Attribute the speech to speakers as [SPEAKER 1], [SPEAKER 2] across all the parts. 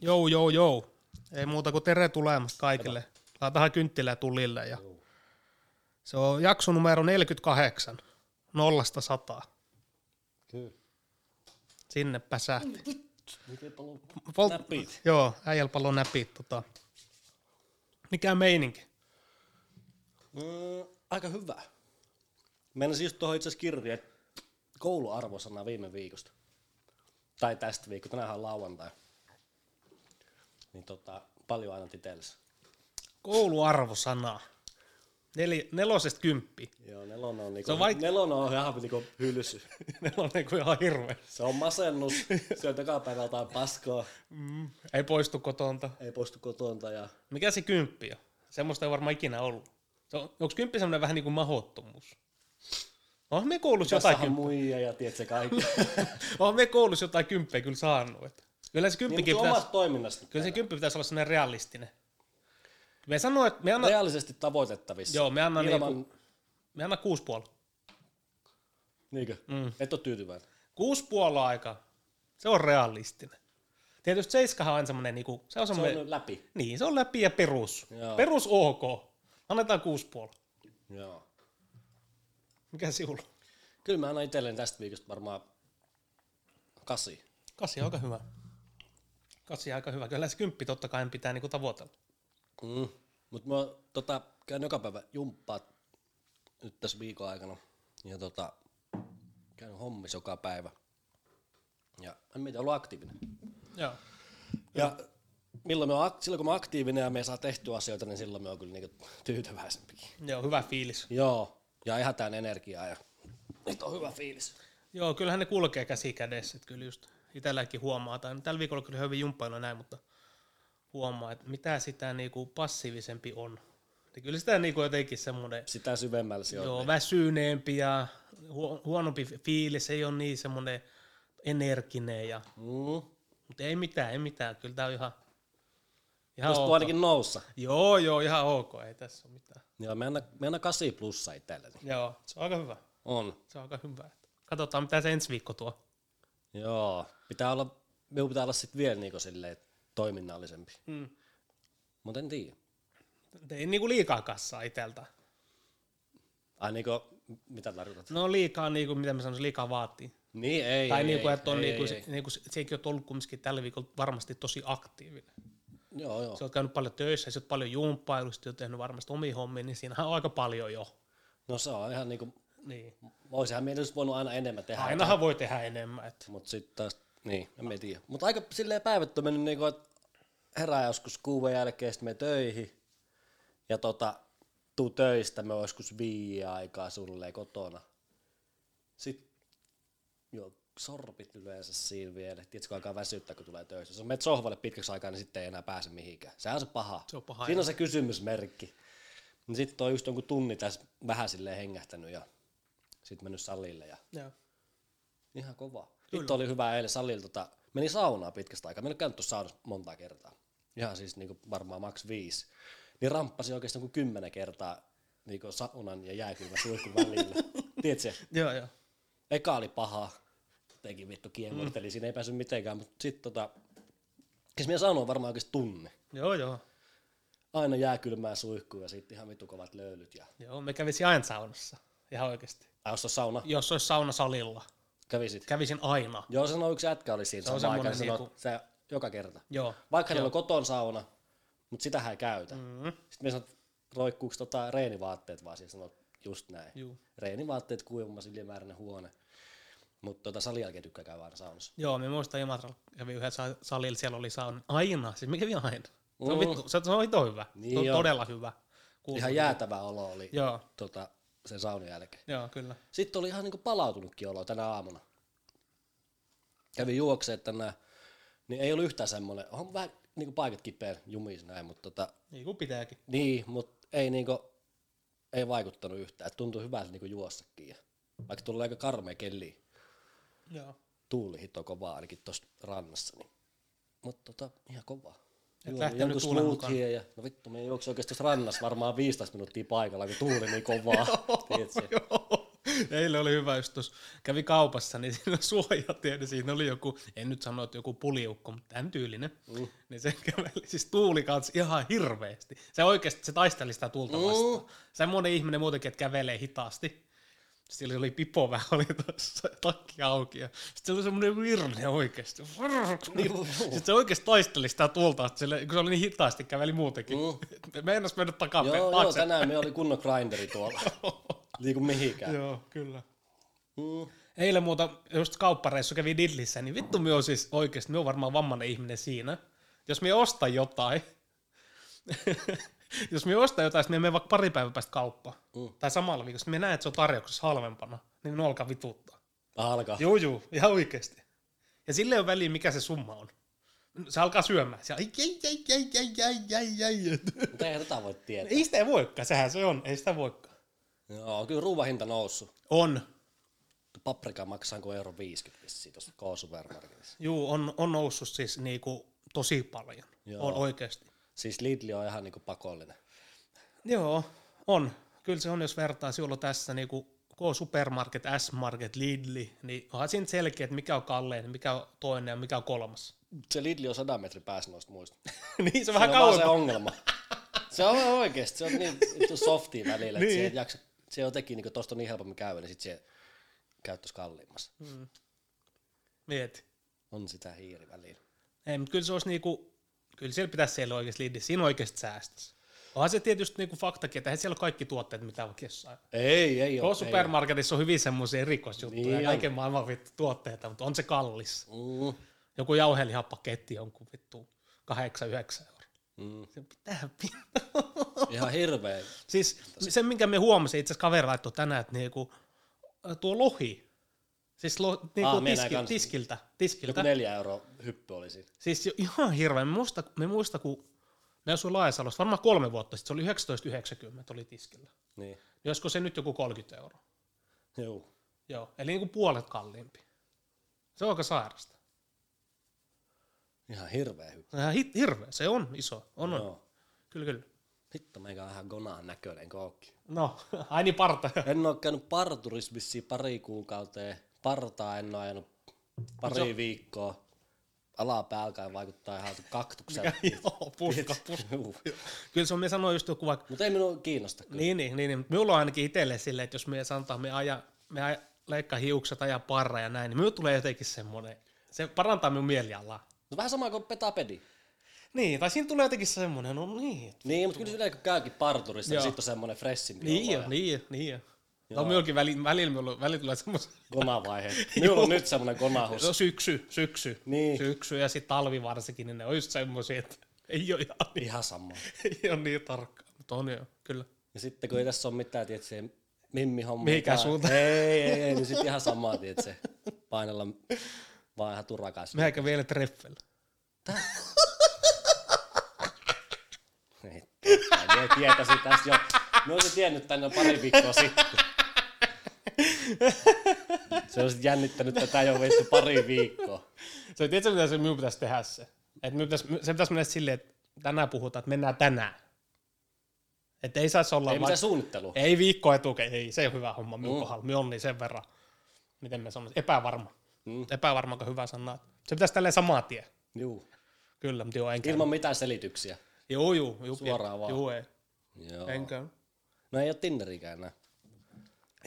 [SPEAKER 1] Jou, jou, jou. Ei muuta kuin tere tulemaan kaikille. Laitahan kynttilä tulille. Ja se on jakso numero 48, nollasta sataa.
[SPEAKER 2] Kyllä.
[SPEAKER 1] Sinne päsähti.
[SPEAKER 2] Miten paljon
[SPEAKER 1] Vol-
[SPEAKER 2] näpit?
[SPEAKER 1] Joo, äijällä palo näpit. Tota. Mikä meininki?
[SPEAKER 2] Mm, aika hyvä. Mennäisin just tuohon itse asiassa kirjoitin, että kouluarvosana viime viikosta. Tai tästä viikosta, tänään on lauantai. Niin tota, paljon aina titellessä.
[SPEAKER 1] Kouluarvosana. Neli, nelosesta kymppi.
[SPEAKER 2] Joo, nelonen on, niinku,
[SPEAKER 1] Se on vaik-
[SPEAKER 2] nelonen on ihan niinku hyllys.
[SPEAKER 1] Nelonen kuin ihan hirveä.
[SPEAKER 2] Se on masennus, se on joka päivä jotain paskaa,
[SPEAKER 1] Mm, ei poistu kotonta.
[SPEAKER 2] ei poistu kotonta ja
[SPEAKER 1] Mikä se kymppi on? Semmoista ei varmaan ikinä ollut. Se on, onko kymppi semmoinen vähän niin kuin mahottomuus? Onhan me koulussa jotain,
[SPEAKER 2] tässä
[SPEAKER 1] kym...
[SPEAKER 2] muija ja tiedät se kaikki. Niin,
[SPEAKER 1] onhan me koulussa jotain kymppejä kyllä saanut. Että. Kyllä se
[SPEAKER 2] niin,
[SPEAKER 1] kymppikin
[SPEAKER 2] mutta se on
[SPEAKER 1] pitäisi,
[SPEAKER 2] omasta toiminnasta.
[SPEAKER 1] kyllä se kymppi pitäisi olla semmoinen realistinen. Me sanoo, että me anna,
[SPEAKER 2] Reaalisesti tavoitettavissa.
[SPEAKER 1] Joo, me annan
[SPEAKER 2] Ilman,
[SPEAKER 1] niinku- me anna kuusi puoli.
[SPEAKER 2] Niinkö? Mm. Et ole tyytyväinen.
[SPEAKER 1] Kuusi puoli aika. Se on realistinen. Tietysti seiskahan on aina semmoinen, niinku, se on
[SPEAKER 2] Se
[SPEAKER 1] semmoinen,
[SPEAKER 2] on läpi.
[SPEAKER 1] niin se on läpi ja perus.
[SPEAKER 2] Joo.
[SPEAKER 1] Perus ok. Annetaan kuusi puoli.
[SPEAKER 2] Joo.
[SPEAKER 1] Mikä sinulla? on?
[SPEAKER 2] Kyllä mä annan itselleni tästä viikosta varmaan kasi.
[SPEAKER 1] Kasi on aika hyvä. Kasi on aika hyvä. Kyllä se kymppi totta kai pitää niinku tavoitella.
[SPEAKER 2] Mm. Mutta mä tota, käyn joka päivä jumppaa nyt tässä viikon aikana. Ja tota, käyn hommissa joka päivä. Ja en mitään ollut aktiivinen.
[SPEAKER 1] Joo.
[SPEAKER 2] Ja milloin me on, ak- silloin kun mä oon aktiivinen ja me saa tehtyä asioita, niin silloin me on kyllä niinku tyytyväisempikin.
[SPEAKER 1] Joo, hyvä fiilis.
[SPEAKER 2] Joo. Ja ihan tään energiaa ja nyt on hyvä fiilis.
[SPEAKER 1] Joo, kyllähän ne kulkee käsi kädessä. Että kyllä just itselläkin huomaa. Tai tällä viikolla kyllä hyvin jumppailla näin, mutta huomaa, että mitä sitä niinku passiivisempi on. Niin kyllä sitä niinku jotenkin semmoinen
[SPEAKER 2] Sitä syvemmällä se on.
[SPEAKER 1] Joo, väsyneempi ja huo- huonompi fiilis, ei ole niin semmoinen energinen. Ja,
[SPEAKER 2] Mm.
[SPEAKER 1] mutta ei mitään, ei mitään, kyllä tää on ihan, ihan
[SPEAKER 2] Musta
[SPEAKER 1] ok.
[SPEAKER 2] okay. ainakin noussa.
[SPEAKER 1] Joo, joo, ihan ok, ei tässä ole mitään.
[SPEAKER 2] Joo, me annan, me annan 8 plussa itselleni.
[SPEAKER 1] Joo, se on aika hyvä,
[SPEAKER 2] On.
[SPEAKER 1] se on aika hyvä. Katsotaan, mitä se ensi viikko tuo.
[SPEAKER 2] Joo, pitää olla, minun pitää olla sitten vielä niinku silleen toiminnallisempi.
[SPEAKER 1] Mm.
[SPEAKER 2] Mutta en tiedä.
[SPEAKER 1] Ei niinku liikaa kassaa iteltä.
[SPEAKER 2] Ai niinku, mitä tarkoitat?
[SPEAKER 1] No liikaa, niinku, mitä mä sanoisin, liikaa vaatii.
[SPEAKER 2] Niin, ei,
[SPEAKER 1] tai
[SPEAKER 2] ei,
[SPEAKER 1] niinku,
[SPEAKER 2] ei,
[SPEAKER 1] että on
[SPEAKER 2] ei,
[SPEAKER 1] niinku,
[SPEAKER 2] ei,
[SPEAKER 1] se,
[SPEAKER 2] ei.
[SPEAKER 1] niinku, se- sekin on ollut kumminkin tällä viikolla varmasti tosi aktiivinen.
[SPEAKER 2] Joo, joo.
[SPEAKER 1] Sä oot käynyt paljon töissä, sä oot paljon jumppailu, sä oot tehnyt varmasti omia hommia, niin siinähän on aika paljon jo.
[SPEAKER 2] No se on ihan niinku,
[SPEAKER 1] Niin.
[SPEAKER 2] oisinhan minä nyt voinut aina enemmän tehdä.
[SPEAKER 1] Ainahan voi tehdä enemmän. Et.
[SPEAKER 2] Mutta sitten taas, niin, en mä tiedä. Mutta aika silleen päivät on mennyt niinku, että herää joskus kuuden jälkeen, sitten me töihin. Ja tota, tuu töistä, me oon joskus viiden aikaa suunnilleen kotona. Sitten joo, sorpit yleensä siinä vielä. Tiedätkö, kun alkaa väsyttää, kun tulee töistä. Jos menet sohvalle pitkäksi aikaa, niin sitten ei enää pääse mihinkään. Sehän on se paha.
[SPEAKER 1] Se on paha,
[SPEAKER 2] Siinä on se kysymysmerkki. Niin sitten on just jonkun tunni tässä vähän silleen hengähtänyt ja sitten mennyt salille ja
[SPEAKER 1] Joo.
[SPEAKER 2] Ihan kova. Vittu oli hyvä eilen salilla, tota, meni saunaa pitkästä aikaa. Mä en ole käynyt tuossa saunassa monta kertaa. Ihan siis niinku varmaan maks viisi. Niin ramppasi oikeastaan kuin kymmenen kertaa niinku saunan ja jääkylmän suihkun välillä. Tiedätkö?
[SPEAKER 1] joo, joo.
[SPEAKER 2] Eka oli paha. Teki vittu kiemurteli, siinä ei päässyt mitenkään. Mutta sitten tota, siis meidän sauna on varmaan oikeasti tunni.
[SPEAKER 1] Joo, joo.
[SPEAKER 2] Aina jääkylmää suihkuun ja sitten ihan vittu kovat löylyt. Ja...
[SPEAKER 1] Joo, me kävisin aina saunassa. Ihan oikeasti.
[SPEAKER 2] Ai, jos on sauna,
[SPEAKER 1] Jos olisi sauna salilla.
[SPEAKER 2] kävisit.
[SPEAKER 1] Kävisin aina.
[SPEAKER 2] Joo, se sanoi yksi jätkä oli siinä
[SPEAKER 1] Se on
[SPEAKER 2] samaan aikaan.
[SPEAKER 1] semmonen
[SPEAKER 2] Se, sanoi,
[SPEAKER 1] niinku-
[SPEAKER 2] se joka kerta.
[SPEAKER 1] Joo. Mm.
[SPEAKER 2] Vaikka hänellä on koton sauna, mutta sitä hän ei käytä. Mm-hmm. Sitten me sanot, roikkuuko tota reenivaatteet vaan, siis sanot just näin.
[SPEAKER 1] Juu.
[SPEAKER 2] Reenivaatteet kuivumassa ylimääräinen huone. Mutta tota, salin jälkeen tykkää käydä aina saunassa.
[SPEAKER 1] Joo, me muistan Imatralla kävi yhden sa- salilla, siellä oli sauna. Aina, siis me kävin aina. Se on,
[SPEAKER 2] Mm.
[SPEAKER 1] vittu, se, se on vittu hyvä. se
[SPEAKER 2] Niin
[SPEAKER 1] on
[SPEAKER 2] on.
[SPEAKER 1] todella hyvä. Kuuluu.
[SPEAKER 2] Ihan jäätävä olo oli
[SPEAKER 1] Joo,
[SPEAKER 2] tota, sen saunan jälkeen.
[SPEAKER 1] joo, kyllä.
[SPEAKER 2] Sitten oli ihan niinku palautunutkin olo tänä aamuna. Kävin juokseen tänään, niin ei ollut yhtään semmoinen, on vähän niinku paikat kipeän jumissa näin, mutta tota,
[SPEAKER 1] Niin kuin pitääkin.
[SPEAKER 2] Niin, mutta ei, niinku, ei vaikuttanut yhtään. Et tuntui hyvältä niinku juossakin. Ja vaikka tulee aika karmea keli,
[SPEAKER 1] Joo.
[SPEAKER 2] tuuli hito kovaa ainakin tuossa rannassa. Niin. Mutta tota, ihan kovaa.
[SPEAKER 1] Et
[SPEAKER 2] Juon
[SPEAKER 1] lähtenyt
[SPEAKER 2] jonkun
[SPEAKER 1] tuulen
[SPEAKER 2] smoothie
[SPEAKER 1] mukaan.
[SPEAKER 2] ja, no vittu, me juoksin oikeasti tuossa rannassa varmaan 15 minuuttia paikalla, kun tuuli niin kovaa. Tiedätkö?
[SPEAKER 1] Joo. Eilen oli hyvä, just tuossa kävi kaupassa, niin siinä suojatie, niin siinä oli joku, en nyt sano, että joku puliukko, mutta tämän tyylinen. Mm. Niin se käveli, siis tuuli kanssa ihan hirveästi. Se oikeasti, se taisteli sitä tuulta vastaan. Mm. Semmoinen ihminen muutenkin, että kävelee hitaasti. Sillä oli pipo vähän, oli tuossa takki auki. Ja sitten se oli semmoinen virne oikeasti. Sitten se oikeasti taisteli sitä tuolta, että sille, kun se oli niin hitaasti käveli muutenkin. Mm. Meinas mennä takapäin.
[SPEAKER 2] Joo, joo,
[SPEAKER 1] taakse.
[SPEAKER 2] tänään me oli kunnon grinderi tuolla. Liiku mihinkään.
[SPEAKER 1] Joo, kyllä.
[SPEAKER 2] Mm.
[SPEAKER 1] Eilen muuta, just kauppareissu kävi Didlissä, niin vittu me on siis oikeasti, me on varmaan vammainen ihminen siinä. Jos me ostan jotain, jos me ostan jotain, niin me menen vaikka pari päivää päästä kauppaan.
[SPEAKER 2] Mm.
[SPEAKER 1] Tai samalla viikossa, niin me näen, että se on tarjouksessa halvempana, niin minun alkaa vituttaa.
[SPEAKER 2] Alkaa.
[SPEAKER 1] Juu, juu, ihan oikeasti. Ja sille on väliä, mikä se summa on. Se alkaa syömään. Se, ai, ai, ai, ai, ai, ai, ai, ai.
[SPEAKER 2] Mutta eihän tätä voi tietää.
[SPEAKER 1] Ei sitä voikaan, sehän se on, ei sitä voikaan.
[SPEAKER 2] Joo, kyllä ruuan hinta noussut.
[SPEAKER 1] On,
[SPEAKER 2] Paprika maksaa kuin euro 50 vissiin tuossa K-supermarketissa.
[SPEAKER 1] Juu, on, on noussut siis niinku tosi paljon. Joo.
[SPEAKER 2] Joo.
[SPEAKER 1] On oikeasti.
[SPEAKER 2] Siis Lidli on ihan niinku pakollinen.
[SPEAKER 1] Joo, on. Kyllä se on, jos vertaa silloin tässä niinku K-supermarket, S-market, Lidli, niin onhan siinä selkeä, että mikä on kallein, mikä on toinen ja mikä on kolmas.
[SPEAKER 2] Se Lidli on 100 metrin päässä noista muista.
[SPEAKER 1] niin se on
[SPEAKER 2] Se
[SPEAKER 1] vähän
[SPEAKER 2] on vaan se
[SPEAKER 1] kauan.
[SPEAKER 2] ongelma. Se on oikeesti, se on niin vittu softia välillä, että
[SPEAKER 1] Niin.
[SPEAKER 2] se, ei jaksa, se jotenkin niin tosta on niin helpommin käydä, niin sit se käyttäisi kalliimmassa.
[SPEAKER 1] Mieti.
[SPEAKER 2] On sitä hiiri välillä.
[SPEAKER 1] Ei, mutta kyllä se olisi niinku, kyllä siellä pitäisi siellä oikeasti Lidlissä, siinä oikeasti säästäisi. Onhan se tietysti niinku faktakin, että eihän siellä ole kaikki tuotteet, mitä on jossain.
[SPEAKER 2] Ei, ei oo, ei oo.
[SPEAKER 1] K-supermarketissa on hyvin semmoisia erikoisjuttuja
[SPEAKER 2] Niin
[SPEAKER 1] ja
[SPEAKER 2] on.
[SPEAKER 1] kaiken maailman vittu tuotteita, mutta on se kallis.
[SPEAKER 2] Mm,
[SPEAKER 1] joku jauhelihapaketti jonkun vittu 8-9 euroa.
[SPEAKER 2] mm.
[SPEAKER 1] Se pitää pintaa.
[SPEAKER 2] Ihan hirveä.
[SPEAKER 1] Siis se, minkä me huomasin, itse asiassa kaveri laittoi tänään, että niinku, äh, tuo lohi, siis lo, niinku
[SPEAKER 2] Aa, me näin
[SPEAKER 1] tiski,
[SPEAKER 2] kans.
[SPEAKER 1] tiskiltä,
[SPEAKER 2] Joku
[SPEAKER 1] tiskiltä.
[SPEAKER 2] neljä euroa hyppy oli siinä.
[SPEAKER 1] Siis jo, ihan hirveä. Me muista, me muista kun me asuin Laajasalossa, varmaan kolme vuotta sitten, se oli 1990 oli tiskillä.
[SPEAKER 2] Niin.
[SPEAKER 1] Josko se nyt joku 30 euroa.
[SPEAKER 2] Juu.
[SPEAKER 1] Joo, eli niinku puolet kalliimpi. Se on aika sairasta.
[SPEAKER 2] Ihan hirveä hyppy.
[SPEAKER 1] Se on ihan hit- hirveä, se on iso. On, on.
[SPEAKER 2] Joo.
[SPEAKER 1] Kyllä, kyllä.
[SPEAKER 2] Hitto, meikä on ihan gonaan näköinen koukki.
[SPEAKER 1] No, ai niin parta.
[SPEAKER 2] En oo käynyt parturissa vissiin pari kuukauteen. Partaa en oo ajanut pari viikkoa. Alapää alkaa vaikuttaa ihan kaktukselta.
[SPEAKER 1] Joo, puska, puska. Kyllä se on, me sanoin just joku vaikka,
[SPEAKER 2] Mutta ei minua kiinnosta kyllä.
[SPEAKER 1] niin, niin, niin, niin. Minulla on ainakin itselle silleen, että jos me sanotaan, me aja, me aja, leikkaa hiukset, aja parra ja näin, niin minulle tulee jotenkin semmoinen, se parantaa minun mielialaa.
[SPEAKER 2] No vähän sama kuin petapedi.
[SPEAKER 1] Niin, tai siinä tulee jotenkin semmoinen, no niin.
[SPEAKER 2] Niin, mutta kyllä se yleensä kun käykin parturissa,
[SPEAKER 1] Joo.
[SPEAKER 2] niin sitten on semmoinen fressimpi
[SPEAKER 1] Niin
[SPEAKER 2] olo
[SPEAKER 1] jo,
[SPEAKER 2] ja
[SPEAKER 1] niin jo, niin jo. No minullakin välillä, välillä, minulla, välillä tulee semmoisen,
[SPEAKER 2] gonavaihe. Minulla on nyt semmoinen gonahus.
[SPEAKER 1] no syksy, syksy,
[SPEAKER 2] Niin.
[SPEAKER 1] syksy ja sitten talvi varsinkin, niin ne on just semmoisia, että ei ole ihan niin,
[SPEAKER 2] Ihan sama.
[SPEAKER 1] ei ole niin tarkkaa, mutta on jo, kyllä.
[SPEAKER 2] Ja sitten kun ei tässä ole mitään, tiedät se mimmi homma.
[SPEAKER 1] Mihinkään suuntaan.
[SPEAKER 2] Ei, ei, ei, niin sitten ihan samaa, tiedät se painella vaan ihan turakas.
[SPEAKER 1] Mehän kävi vielä treffellä.
[SPEAKER 2] Ei, Ne tietäisi tässä jo. Me olisin tiennyt tänne pari viikkoa sitten. Se olisi jännittänyt tätä jo vittu pari viikkoa.
[SPEAKER 1] Se, tiedätkö, mitä se minun pitäisi tehdä se? Et minun pitäisi, se pitäisi mennä silleen, että tänään puhutaan, että mennään tänään. Että ei saisi olla
[SPEAKER 2] Ei
[SPEAKER 1] vaan-
[SPEAKER 2] mitään suunnittelua.
[SPEAKER 1] ei viikko etukäteen, ei, se ei ole hyvä homma minun mm. kohdalla. Minä on niin sen verran, miten me sanoisin, epävarma. Mm.
[SPEAKER 2] Mm.
[SPEAKER 1] Epävarma onko hyvä sana. Se pitäisi tälleen samaa tie.
[SPEAKER 2] Juu.
[SPEAKER 1] Kyllä, mutta joo, enkä.
[SPEAKER 2] Ilman mitään selityksiä.
[SPEAKER 1] Joo, joo, joo.
[SPEAKER 2] Suoraan vaan.
[SPEAKER 1] Joo, ei.
[SPEAKER 2] Joo.
[SPEAKER 1] Enkä.
[SPEAKER 2] No ei ole Tinderikään enää.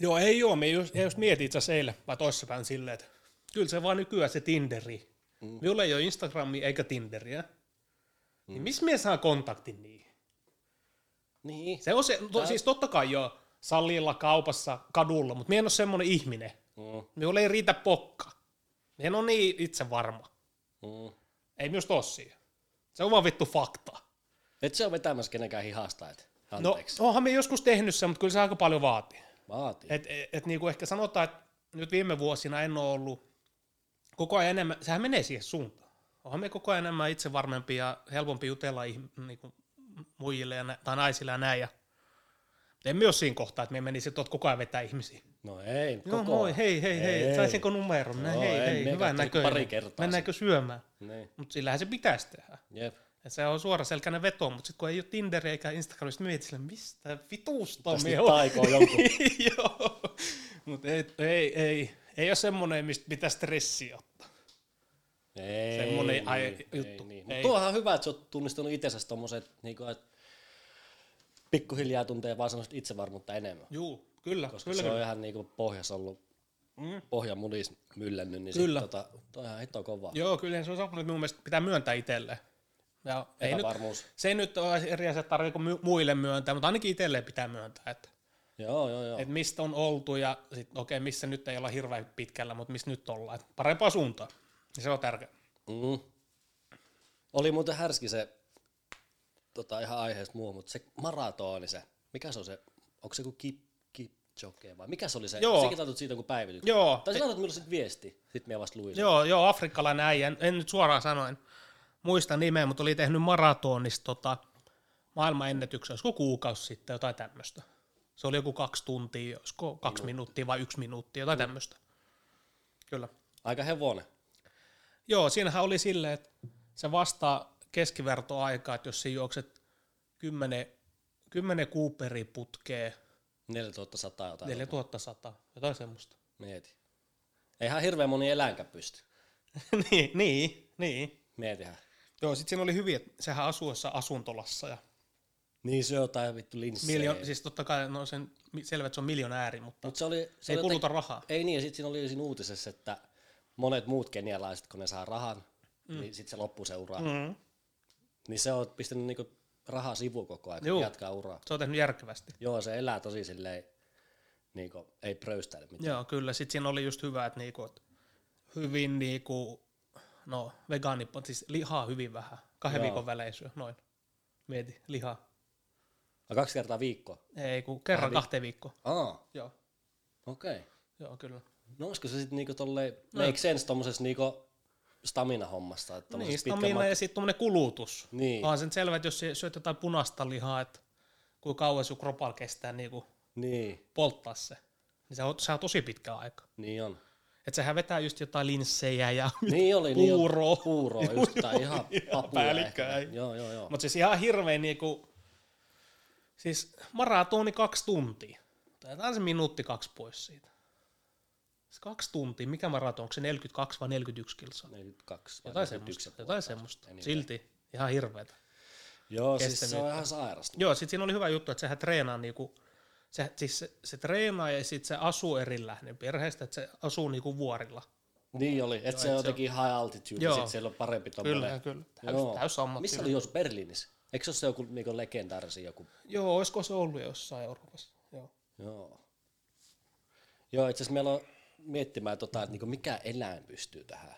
[SPEAKER 1] Joo, ei joo, me just, just mietin itse asiassa eilen, vai toissapäin silleen, että kyllä se vaan nykyään se Tinderi. Mm. Minulla ei ole Instagramia eikä Tinderiä. Mm. Niin missä me saa kontaktin niihin?
[SPEAKER 2] Niin.
[SPEAKER 1] Se on se, to, siis totta kai joo, salilla, kaupassa, kadulla, mutta minä en ole semmoinen ihminen.
[SPEAKER 2] Mm,
[SPEAKER 1] Minulle ei riitä pokka. Minä en ole niin itse varma.
[SPEAKER 2] mm.
[SPEAKER 1] Ei myös tossi. Se on vaan vittu fakta.
[SPEAKER 2] Et se ole vetämässä kenenkään hihasta, et
[SPEAKER 1] No,
[SPEAKER 2] anteeksi.
[SPEAKER 1] onhan me joskus tehnyt sen, mutta kyllä se aika paljon vaatii.
[SPEAKER 2] Vaatii.
[SPEAKER 1] Et, et, et niinku ehkä sanotaan, että nyt viime vuosina en ole ollut koko ajan enemmän, sehän menee siihen suuntaan. Onhan me koko ajan enemmän itse varmempi ja helpompi jutella ihm- niinku muille ja nä- tai naisille ja näin. Ja, Mut en myös siinä kohtaa, että me menisi, että oot koko ajan vetää ihmisiä.
[SPEAKER 2] No ei,
[SPEAKER 1] Joo,
[SPEAKER 2] koko
[SPEAKER 1] moi, hei, hei, hei,
[SPEAKER 2] Ei.
[SPEAKER 1] saisinko numeron? Näin,
[SPEAKER 2] Joo,
[SPEAKER 1] hei,
[SPEAKER 2] en
[SPEAKER 1] hei,
[SPEAKER 2] minä
[SPEAKER 1] hyvän
[SPEAKER 2] katselin
[SPEAKER 1] näköinen.
[SPEAKER 2] pari kertaa
[SPEAKER 1] Mennäänkö syömään?
[SPEAKER 2] Niin.
[SPEAKER 1] Mutta sillähän se pitäisi tehdä.
[SPEAKER 2] Jep.
[SPEAKER 1] Ja se on suora selkäinen veto, mutta sitten kun ei ole Tinderiä eikä Instagramista, mietit sille, mistä vitusta
[SPEAKER 2] Tästä
[SPEAKER 1] me
[SPEAKER 2] nyt taikoo jonkun.
[SPEAKER 1] Joo. Mutta ei, ei, ei, ei ole semmoinen, mistä pitää stressiä ottaa.
[SPEAKER 2] Ei,
[SPEAKER 1] Semmonen ai-
[SPEAKER 2] ei,
[SPEAKER 1] juttu.
[SPEAKER 2] Ei, niin. Mut
[SPEAKER 1] Ei.
[SPEAKER 2] tuohan on hyvä, että sä oot tunnistanut itsensä tommoset, niinku, että pikkuhiljaa tuntee vaan semmoista itsevarmuutta enemmän.
[SPEAKER 1] Juu, kyllä,
[SPEAKER 2] Koska
[SPEAKER 1] kyllä.
[SPEAKER 2] se on
[SPEAKER 1] kyllä.
[SPEAKER 2] ihan niinku pohjassa ollut,
[SPEAKER 1] Mm.
[SPEAKER 2] pohja mulis myllännyt, niin
[SPEAKER 1] Kyllä.
[SPEAKER 2] kyllä. Sit, tota, toi on ihan hito kovaa.
[SPEAKER 1] Joo, kyllä se on semmoinen, että minun mielestä pitää myöntää itselleen. Ja ei nyt,
[SPEAKER 2] Epävarmuus.
[SPEAKER 1] se ei nyt ole eri asia, tarvitseeko my- muille myöntää, mutta ainakin itselleen pitää myöntää, että
[SPEAKER 2] Joo, joo, joo.
[SPEAKER 1] et mistä on oltu ja sitten okei, missä nyt ei olla hirveän pitkällä, mutta missä nyt ollaan. Et parempaa suuntaa, niin se on tärkeää.
[SPEAKER 2] Mm. Oli muuten härski se, tota, ihan aiheesta muu, mutta se maratoni se, mikä se on se, onko se joku kip, kip joke vai mikä se oli se?
[SPEAKER 1] Joo.
[SPEAKER 2] Sekin laitat siitä, kun päivityt.
[SPEAKER 1] Joo,
[SPEAKER 2] Tai sä laitat minulle sitten viesti, sit minä vasta luin. sen.
[SPEAKER 1] Joo, joo, afrikkalainen äijä, en, en nyt suoraan sanoen muista nimeä, mutta oli tehnyt maratonista tota, maailmanennätyksen, olisiko kuukausi sitten, jotain tämmöistä. Se oli joku kaksi tuntia, olisiko kaksi minuuttia vai yksi minuuttia, jotain tämmöistä. Kyllä.
[SPEAKER 2] Aika hevonen.
[SPEAKER 1] Joo, siinähän oli silleen, että se vastaa keskivertoaikaa, että jos sä juokset 10, 10 Cooperin putkeen,
[SPEAKER 2] 4100 jotain.
[SPEAKER 1] 4100, jotain semmoista.
[SPEAKER 2] Mieti. Eihän hirveän moni eläinkään pysty.
[SPEAKER 1] niin, niin, niin.
[SPEAKER 2] Mietihän.
[SPEAKER 1] Joo, sitten siinä oli hyviä, että sehän asuu jossain asuntolassa ja
[SPEAKER 2] Niin se on jotain vittu linssejä.
[SPEAKER 1] Miljo- siis totta kai no sen, mi- selvä, että se on miljonääri, mutta
[SPEAKER 2] Mut se oli, se
[SPEAKER 1] se tota- ei
[SPEAKER 2] oli
[SPEAKER 1] kuluta rahaa.
[SPEAKER 2] Ei niin, ja sitten siinä oli siinä uutisessa, että monet muut kenialaiset, kun ne saa rahan, mm. niin sitten se loppuu se ura. Mm.
[SPEAKER 1] Mm.
[SPEAKER 2] Niin se on pistänyt niinku rahaa sivuun koko ajan,
[SPEAKER 1] Juu.
[SPEAKER 2] Juu. jatkaa uraa.
[SPEAKER 1] Se on tehnyt järkevästi.
[SPEAKER 2] Joo, se elää tosi silleen, niinku, ei pröystäile mitään.
[SPEAKER 1] Joo, kyllä. Sitten siinä oli just hyvä, että niinku, et hyvin niinku, no vegaani, siis lihaa hyvin vähän. Kahden
[SPEAKER 2] Joo.
[SPEAKER 1] viikon välein syö, noin. Mieti, lihaa.
[SPEAKER 2] Ja kaksi kertaa viikkoa.
[SPEAKER 1] Ei, kun kerran kahteen viikkoon.
[SPEAKER 2] Aa,
[SPEAKER 1] Joo,
[SPEAKER 2] okei. Okay.
[SPEAKER 1] joo, kyllä.
[SPEAKER 2] No olisiko se sitten niinku tolleen, no. make sense tommosessa niinku stamina-hommassa. Että
[SPEAKER 1] Niin,
[SPEAKER 2] tommosessa
[SPEAKER 1] stamina ja sitten tuommoinen kulutus.
[SPEAKER 2] Niin,
[SPEAKER 1] Niin. Onhan sen selvä, että jos sä syöt jotain punaista lihaa, että kuinka kauan sun kropal kestää niinku
[SPEAKER 2] niin,
[SPEAKER 1] polttaa se, niin se on, se on tosi pitkä aika.
[SPEAKER 2] niin on.
[SPEAKER 1] Että sehän vetää just jotain linssejä ja...
[SPEAKER 2] Niin oli, niin
[SPEAKER 1] Puuroa.
[SPEAKER 2] oli. Puuroa, just tai ihan papuja.
[SPEAKER 1] päällikköä,
[SPEAKER 2] ehkä.
[SPEAKER 1] ei.
[SPEAKER 2] Joo, joo, joo.
[SPEAKER 1] Mutta siis ihan hirveä niinku... Siis maratoni kaksi tuntia. Taitaa se minuutti kaksi pois siitä. Siis kaksi tuntia. Mikä maraton? Onko se 42 vai 41 kilsaa?
[SPEAKER 2] 42 vai
[SPEAKER 1] Jotain
[SPEAKER 2] 41
[SPEAKER 1] semmoista. Jotain semmoista.
[SPEAKER 2] Anyway.
[SPEAKER 1] Silti ihan hirveetä.
[SPEAKER 2] Joo, siis se on
[SPEAKER 1] kestävyyttä.
[SPEAKER 2] ihan sairasta.
[SPEAKER 1] Joo, sit siinä oli hyvä juttu, että sehän treenaa niinku... Se, siis se, se treenaa ja sitten se asuu erillään ne perheestä, että se asuu niinku vuorilla.
[SPEAKER 2] Niin oli, että se on jotenkin high altitude, ja
[SPEAKER 1] Joo.
[SPEAKER 2] sitten siellä on parempi
[SPEAKER 1] Kyllä,
[SPEAKER 2] tommoinen.
[SPEAKER 1] kyllä. Täys,
[SPEAKER 2] Joo.
[SPEAKER 1] täys
[SPEAKER 2] Missä oli jos Berliinissä? Eikö se ole se joku niinku legendaarisi joku?
[SPEAKER 1] Joo, olisiko se ollut jossain Euroopassa? Joo.
[SPEAKER 2] Joo. Joo, itse asiassa meillä on miettimään tota, että niinku mikä eläin pystyy tähän.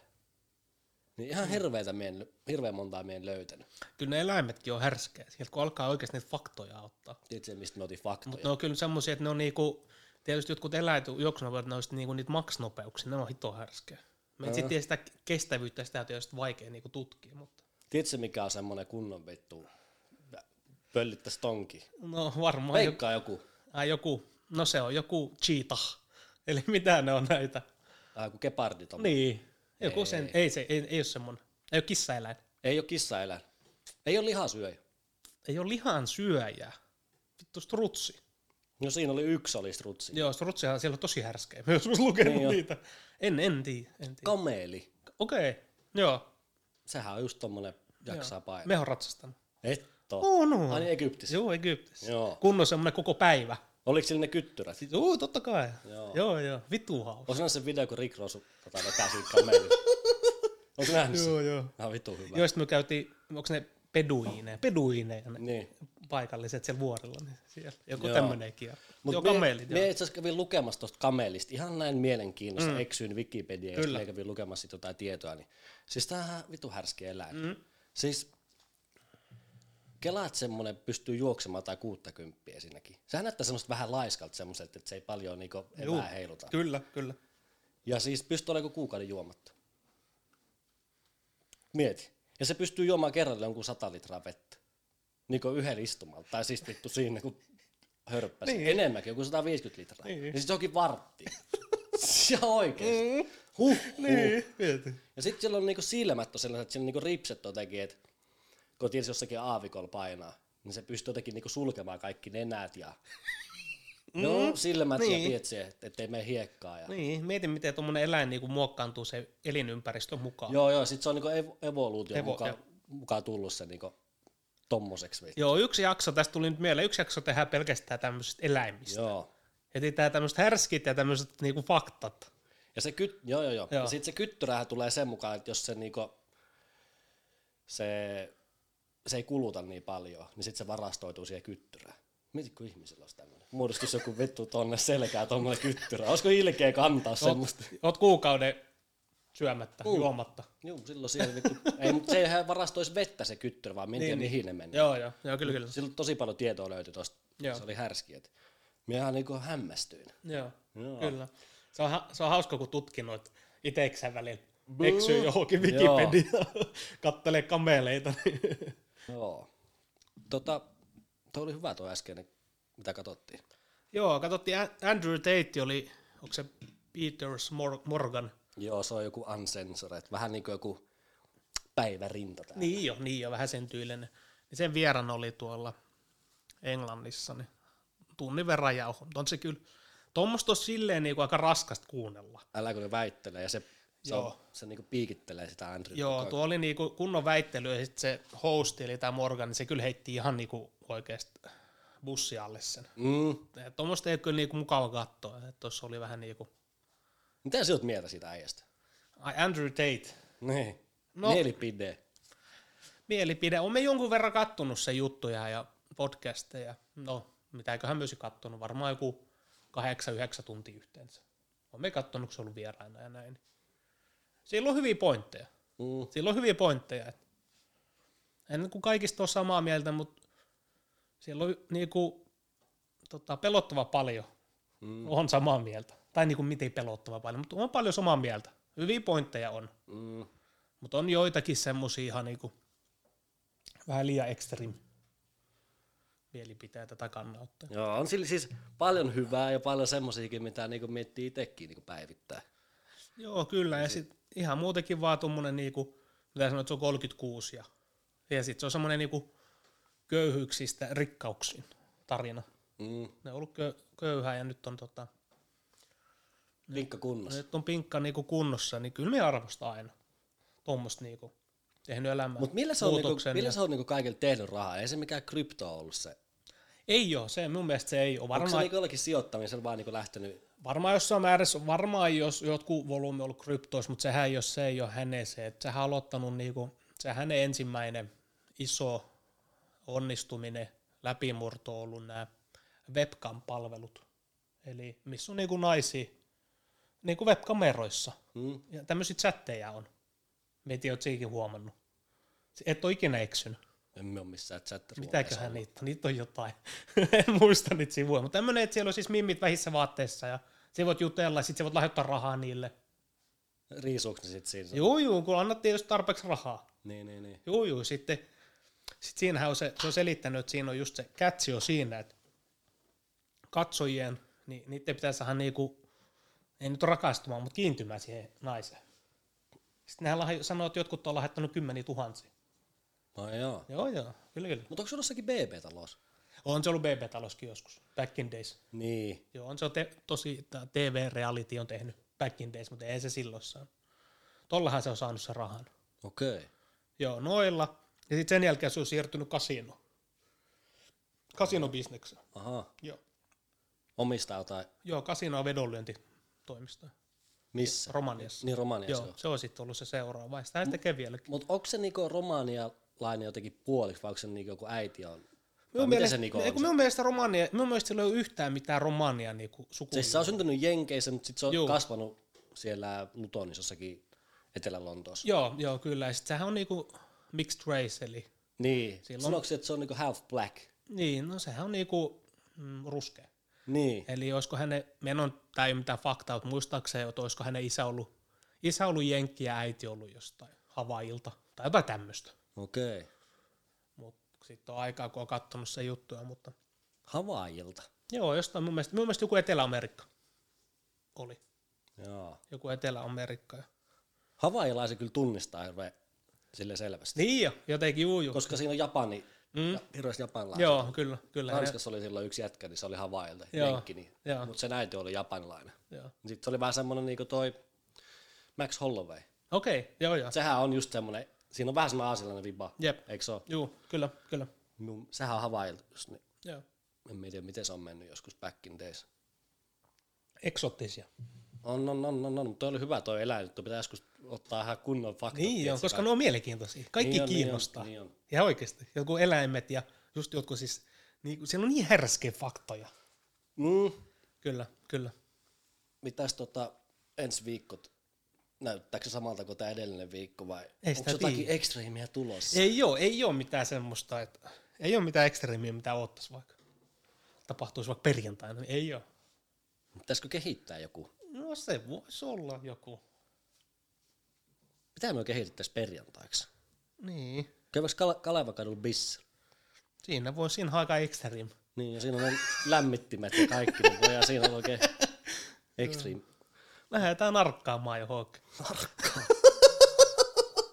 [SPEAKER 2] Niin ihan hirveätä mien, hirveän montaa mien löytänyt.
[SPEAKER 1] Kyllä ne eläimetkin on härskejä, sieltä kun alkaa oikeasti niitä faktoja ottaa.
[SPEAKER 2] Tiedätkö, mistä me otin faktoja?
[SPEAKER 1] Mutta ne on kyllä semmoisia, että ne on niinku, tietysti jotkut eläintä juoksunavuodet, ne on sit niinku niitä maksnopeuksia, ne on hito härskejä. Mä en sitten tiedä sitä kestävyyttä, sitä on tietysti vaikea niinku tutkia, mutta
[SPEAKER 2] Tiedätkö, mikä on semmoinen kunnon vittu pöllittäis tonki?
[SPEAKER 1] no varmaan joku,
[SPEAKER 2] Veikkaa joku.
[SPEAKER 1] ai, joku, no se on joku cheetah, eli mitä ne on näitä.
[SPEAKER 2] Ah, joku gepardit on.
[SPEAKER 1] Niin, joku ei. sen, ei se, ei, ei ole semmoinen, ei ole kissaeläin,
[SPEAKER 2] Ei ole kissaeläin. Ei ole lihasyöjä.
[SPEAKER 1] ei ole lihan syöjää, vittu strutsi.
[SPEAKER 2] No siinä oli yksi oli strutsi.
[SPEAKER 1] Joo, strutsihan siellä on tosi härskejä. Mä oon joskus lukenut
[SPEAKER 2] Niin
[SPEAKER 1] niin
[SPEAKER 2] on.
[SPEAKER 1] niitä. En, en tiedä. En tiedä.
[SPEAKER 2] Kameli.
[SPEAKER 1] Okei, okay. joo.
[SPEAKER 2] Sehän on just tommonen jaksaa painaa.
[SPEAKER 1] Meho ratsastanut.
[SPEAKER 2] Et oo.
[SPEAKER 1] Oh, no.
[SPEAKER 2] Ai niin, Egyptissä.
[SPEAKER 1] Joo, Egyptissä.
[SPEAKER 2] Joo.
[SPEAKER 1] Kunnon semmonen koko päivä.
[SPEAKER 2] Oliko sillä ne kyttyrät?
[SPEAKER 1] Siis, uu, totta kai.
[SPEAKER 2] Joo.
[SPEAKER 1] joo, joo. Vitu hauska.
[SPEAKER 2] Oletko nähnyt sen video, kun Rick Rosu tota, vetää siitä kamelilla? Oletko nähnyt sen?
[SPEAKER 1] Joo, joo.
[SPEAKER 2] Ihan vitu hyvä.
[SPEAKER 1] Joo, sit me käytiin, onko ne peduiineja? Peduiineja ne
[SPEAKER 2] Niin.
[SPEAKER 1] paikalliset siellä vuorilla. Niin siellä. Joku
[SPEAKER 2] Joo.
[SPEAKER 1] tämmönenkin. Mut joo, kamelit.
[SPEAKER 2] Me
[SPEAKER 1] joo.
[SPEAKER 2] itse asiassa kävin lukemassa tuosta kamelista. Ihan näin mielenkiinnosta mm. eksyin Wikipediaan, jos
[SPEAKER 1] Kyllä.
[SPEAKER 2] me kävin lukemassa siitä jotain tietoa. Niin. Siis tämähän on vitu härski eläin. Mm. Siis kelaat semmonen pystyy juoksemaan tai 60 ensinnäkin. Sehän näyttää semmoista vähän laiskalta semmoiset, että se ei paljon niinku
[SPEAKER 1] Juu,
[SPEAKER 2] enää heiluta.
[SPEAKER 1] Kyllä, kyllä.
[SPEAKER 2] Ja siis pystyy olemaan joku kuukauden juomatta. Mieti. Ja se pystyy juomaan kerralla jonkun 100 litraa vettä. Niin kuin yhdellä istumalla. Tai siis vittu siinä, kun hörppäsi. Niin. Enemmänkin, joku 150 litraa. Niin. Ja sitten jokin vartti. ja oikeesti. Mm. Huh, huh. Niin.
[SPEAKER 1] mieti.
[SPEAKER 2] Ja sitten sillä on niinku silmät on sellaiset, sillä on niinku ripset jotenkin, että kun tietysti jossakin aavikolla painaa, niin se pystyy jotenkin niinku sulkemaan kaikki nenät ja No silmät
[SPEAKER 1] niin.
[SPEAKER 2] ja tiedät se, et- ettei mene hiekkaa. Ja...
[SPEAKER 1] Niin, mietin miten tuommoinen eläin niinku muokkaantuu se elinympäristön mukaan. Joo.
[SPEAKER 2] Joo, joo, sit se on niinku ev- evoluutio
[SPEAKER 1] Evo-
[SPEAKER 2] Evo, mukaan,
[SPEAKER 1] joo.
[SPEAKER 2] mukaan tullut se niinku tommoseksi. vittu.
[SPEAKER 1] Joo, yksi jakso, tästä tuli nyt mieleen, yksi jakso tehdään pelkästään tämmöisistä eläimistä.
[SPEAKER 2] Joo.
[SPEAKER 1] Etsitään tämmöiset härskit ja tämmöiset niinku faktat.
[SPEAKER 2] Ja se kyt, joo, joo, joo.
[SPEAKER 1] Joo.
[SPEAKER 2] Ja sit se kyttyrähän tulee sen mukaan, että jos se niinku, se, se ei kuluta niin paljon, niin sit se varastoituu siihen kyttyrään. Mietit, kun ihmisellä olisi tämmöinen. Muodostuisi joku vittu tonne selkään tonne kyttyrään. Olisiko ilkeä kantaa semmoista?
[SPEAKER 1] Oot kuukauden syömättä, mm. juomatta.
[SPEAKER 2] Joo, silloin siellä vittu. ei, mutta se ei varastoisi vettä se kyttyrä, vaan minä en
[SPEAKER 1] Niin,
[SPEAKER 2] tiedä mihin ne menee.
[SPEAKER 1] Joo, joo, joo kyllä, kyllä.
[SPEAKER 2] Silloin tosi paljon tietoa löytyi tosta.
[SPEAKER 1] Joo.
[SPEAKER 2] Se oli härski. Et. Minähän niinku hämmästyin.
[SPEAKER 1] Joo,
[SPEAKER 2] Joo.
[SPEAKER 1] kyllä. Se on, ha- se on hauska, kun tutkinoit itseksä välillä. Eksyy johonkin Wikipediaan, kattelee kameleita. niin
[SPEAKER 2] Joo. Tota, toi oli hyvä toi äskeinen, mitä katsottiin.
[SPEAKER 1] Joo, katsottiin An- Andrew Tate oli, onko se Peter Smor- Morgan?
[SPEAKER 2] Joo, se on joku uncensored. Vähän niin kuin joku päivärinta täällä.
[SPEAKER 1] Niin jo, niin jo, vähän sen tyylinen. Niin sen vieraan oli tuolla Englannissa, niin tunnin verran jauho. Mutta on se kyllä, tuommoista on silleen niin kuin aika raskasta kuunnella.
[SPEAKER 2] Älä kun ne väittelee ja se, se,
[SPEAKER 1] Joo.
[SPEAKER 2] on, se niin kuin piikittelee sitä Andrewta.
[SPEAKER 1] Joo,
[SPEAKER 2] koko-
[SPEAKER 1] tuo oli niinku kunnon väittely ja sitten se hosti, eli tämä Morgan, niin se kyllä heitti ihan niinku oikeasti bussi alle sen.
[SPEAKER 2] Mm.
[SPEAKER 1] Tuommoista ei ole kyllä niinku mukava katsoa, että tuossa oli vähän niinku,
[SPEAKER 2] Mitä sä oot mieltä siitä äijästä?
[SPEAKER 1] ai Andrew Tate,
[SPEAKER 2] Niin.
[SPEAKER 1] No.
[SPEAKER 2] No. Mielipide.
[SPEAKER 1] mielipide. Olemme jonkun verran kattonut sen juttuja ja podcasteja. No, mitäköhän myös kattonut, varmaan joku 8-9 tuntia yhteensä. Olemme kattonut, kun se on ollut vieraana ja näin. Sillä on hyviä pointteja.
[SPEAKER 2] Mm.
[SPEAKER 1] Sillä on hyviä pointteja. et. En niin kuin kaikista ole samaa mieltä, mutta siellä on niin kuin, tota, pelottava paljon. Mm. On samaa mieltä. Tai niin kuin miten pelottava paljon, mutta on paljon samaa mieltä. Hyviä pointteja on.
[SPEAKER 2] Mm.
[SPEAKER 1] Mutta on joitakin semmosia ihan niinku vähän liian ekstrim mielipiteitä tai kannanottoja.
[SPEAKER 2] Joo, on sillä siis paljon hyvää ja paljon semmosiakin, mitä niin kuin miettii itsekin niin kuin päivittäin.
[SPEAKER 1] Joo, kyllä. Ja sit ihan muutenkin vaan tommonen niinku, mitä sanoit, se on 36 ja, ja sit se on semmonen niinku köyhyyksistä rikkauksiin tarina.
[SPEAKER 2] Mm.
[SPEAKER 1] Ne on ollut kö, köyhää ja nyt on tota,
[SPEAKER 2] Vinkka kunnossa.
[SPEAKER 1] nyt on pinkka niinku kunnossa, niin kyllä me arvostaa aina tuommoista niinku tehnyt elämää.
[SPEAKER 2] Mutta millä se on, niinku,
[SPEAKER 1] muutoksen
[SPEAKER 2] millä
[SPEAKER 1] ja-
[SPEAKER 2] se on niinku kaikilla tehnyt rahaa? Ei se mikään krypto ollut se.
[SPEAKER 1] Ei ole, se mun mielestä se ei ole.
[SPEAKER 2] Onko
[SPEAKER 1] Varmaan
[SPEAKER 2] se niinku jollakin sijoittamisella vaan niinku lähtenyt?
[SPEAKER 1] Varmaan jossain määrässä, varmaan jos jotkut volyymi on ollut kryptoissa, mutta sehän jos se ei ole hänen se, että sehän on aloittanut niinku, se hänen ensimmäinen iso onnistuminen, läpimurto on ollut nämä webcam-palvelut, eli missä on niinku naisia niinku webkameroissa
[SPEAKER 2] Mm.
[SPEAKER 1] ja tämmöisiä chatteja on. Mietin, oot siikin huomannut. Et ole ikinä eksynyt.
[SPEAKER 2] Emme ole missään chat
[SPEAKER 1] Mitäköhän niitä on? Niitä on jotain. en muista niitä sivuja. Mutta tämmöinen, että siellä on siis mimmit vähissä vaatteissa ja sä voit jutella ja sit sä voit lahjoittaa rahaa niille.
[SPEAKER 2] Riisuuks ne sit siinä?
[SPEAKER 1] Juu, juu, kun annat tietysti tarpeeksi rahaa.
[SPEAKER 2] Niin, niin, niin.
[SPEAKER 1] Juu, juu, sitten sit siinähän on se, se on selittänyt, että siinä on just se kätsio siinä, että katsojien, niin niiden pitää saada niinku, ei nyt rakastumaan, mutta kiintymään siihen naiseen. Sitten nehän lahjo, sanoo, että jotkut on lahjoittanut kymmeniä tuhansia.
[SPEAKER 2] No joo.
[SPEAKER 1] Joo, joo, kyllä, kyllä.
[SPEAKER 2] Mutta onko se jossakin BB-talossa?
[SPEAKER 1] On se ollut BB-taloskin joskus, back in days.
[SPEAKER 2] Niin.
[SPEAKER 1] Joo, on se on te- tosi, tää TV-reality on tehnyt back in days, mutta ei se silloin saanut. Tollahan se on saanut sen rahan.
[SPEAKER 2] Okei. Okay.
[SPEAKER 1] Joo, noilla. Ja sitten sen jälkeen se on siirtynyt kasinoon. Kasinobisnekseen.
[SPEAKER 2] Aha.
[SPEAKER 1] Joo.
[SPEAKER 2] Omistaa jotain.
[SPEAKER 1] Joo, kasino on vedonlyöntitoimisto.
[SPEAKER 2] Missä?
[SPEAKER 1] Romaniassa.
[SPEAKER 2] Niin Romania se
[SPEAKER 1] Joo,
[SPEAKER 2] on.
[SPEAKER 1] se on sitten ollut se seuraava. Vai sitä hän tekee vieläkin.
[SPEAKER 2] Mutta onko se niinku romanialainen jotenkin puoliksi, vai onko se niinku joku äiti on?
[SPEAKER 1] Minun
[SPEAKER 2] Minun miten
[SPEAKER 1] mielestä,
[SPEAKER 2] se niinku
[SPEAKER 1] ei,
[SPEAKER 2] on?
[SPEAKER 1] kun minun mielestä, romania, minun mielestä sillä ei ole yhtään mitään romania niinku sukuun.
[SPEAKER 2] Siis se on syntynyt Jenkeissä, mutta sitten se on
[SPEAKER 1] Juu.
[SPEAKER 2] Juu. kasvanut siellä Lutonissa jossakin Etelä-Lontoossa.
[SPEAKER 1] Joo, joo, kyllä. Ja sitten sehän on niinku mixed race, eli
[SPEAKER 2] Niin.
[SPEAKER 1] Silloin-
[SPEAKER 2] Silloin... Sanoiko se, että se on niinku half black?
[SPEAKER 1] niin, no sehän on niinku mm, ruskea.
[SPEAKER 2] Niin.
[SPEAKER 1] Eli olisiko hänen, me en ole, tämä ei ole mitään faktaa, mutta muistaakseni, että olisiko hänen isä ollut, isä ollut jenkki ja äiti ollut jostain Havailta tai jotain tämmöistä.
[SPEAKER 2] Okei. Okay.
[SPEAKER 1] Mutta sitten on aikaa, kun on katsonut se juttuja, mutta
[SPEAKER 2] Havaajilta.
[SPEAKER 1] joo, jostain mun mielestä, mun mielestä joku Etelä-Amerikka oli,
[SPEAKER 2] Joo.
[SPEAKER 1] joku Etelä-Amerikka.
[SPEAKER 2] Havailaisen kyllä tunnistaa hirveän sille selvästi.
[SPEAKER 1] Niin jo, jotenkin juu, juu.
[SPEAKER 2] Koska siinä on Japani
[SPEAKER 1] Mm.
[SPEAKER 2] Ja hirveästi japanilaisia.
[SPEAKER 1] Joo, kyllä, kyllä.
[SPEAKER 2] Ranskassa oli silloin yksi jätkä, niin se oli havailta,
[SPEAKER 1] Joo,
[SPEAKER 2] jenkki, niin.
[SPEAKER 1] joo.
[SPEAKER 2] mutta se äiti oli japanilainen.
[SPEAKER 1] Joo.
[SPEAKER 2] Sitten se oli vähän semmoinen niin kuin toi Max Holloway.
[SPEAKER 1] Okei, okay, joo joo.
[SPEAKER 2] Sehän on just semmoinen, siinä on vähän semmoinen aasilainen viba,
[SPEAKER 1] Jep.
[SPEAKER 2] eikö se ole?
[SPEAKER 1] Juu, kyllä, kyllä.
[SPEAKER 2] Mun- Sehän on havailtu just, niin
[SPEAKER 1] Joo.
[SPEAKER 2] en tiedä miten se on mennyt joskus back in days.
[SPEAKER 1] Eksottisia.
[SPEAKER 2] On, on, on, on, on. mutta toi oli hyvä toi eläin, että pitää joskus ottaa ihan kunnon faktat.
[SPEAKER 1] Niin on,
[SPEAKER 2] tietsä,
[SPEAKER 1] koska ne on mielenkiintoisia. Kaikki
[SPEAKER 2] Niin
[SPEAKER 1] niin
[SPEAKER 2] on, niin on,
[SPEAKER 1] kiinnostaa.
[SPEAKER 2] niin on.
[SPEAKER 1] Ja oikeasti, jotkut eläimet ja just jotkut siis, niin, kuin- siellä on niin härskejä faktoja.
[SPEAKER 2] Mm.
[SPEAKER 1] Kyllä, kyllä.
[SPEAKER 2] Mitäs tota, ensi viikko, näyttääkö se samalta kuin tämä edellinen viikko vai
[SPEAKER 1] Ei
[SPEAKER 2] onko
[SPEAKER 1] sitä
[SPEAKER 2] jotakin
[SPEAKER 1] tiedä.
[SPEAKER 2] ekstriimiä tulossa?
[SPEAKER 1] Ei ole, ei ole mitään semmoista, että ei ole mitään ekstremiä, mitä odottaisi vaikka. Tapahtuisi vaikka perjantaina, niin ei ole.
[SPEAKER 2] Pitäisikö kehittää joku?
[SPEAKER 1] No se voisi olla joku.
[SPEAKER 2] Mitä me kehitettäisiin perjantaiksi?
[SPEAKER 1] Niin.
[SPEAKER 2] Käydäänkö Kal- Kalevakadulla bissä?
[SPEAKER 1] Siinä voi, siinä on aika ekstrem.
[SPEAKER 2] Niin, ja siinä on ne lämmittimet ja kaikki, niin voidaan siinä oikein extreme.
[SPEAKER 1] Lähdetään narkkaamaan johonkin.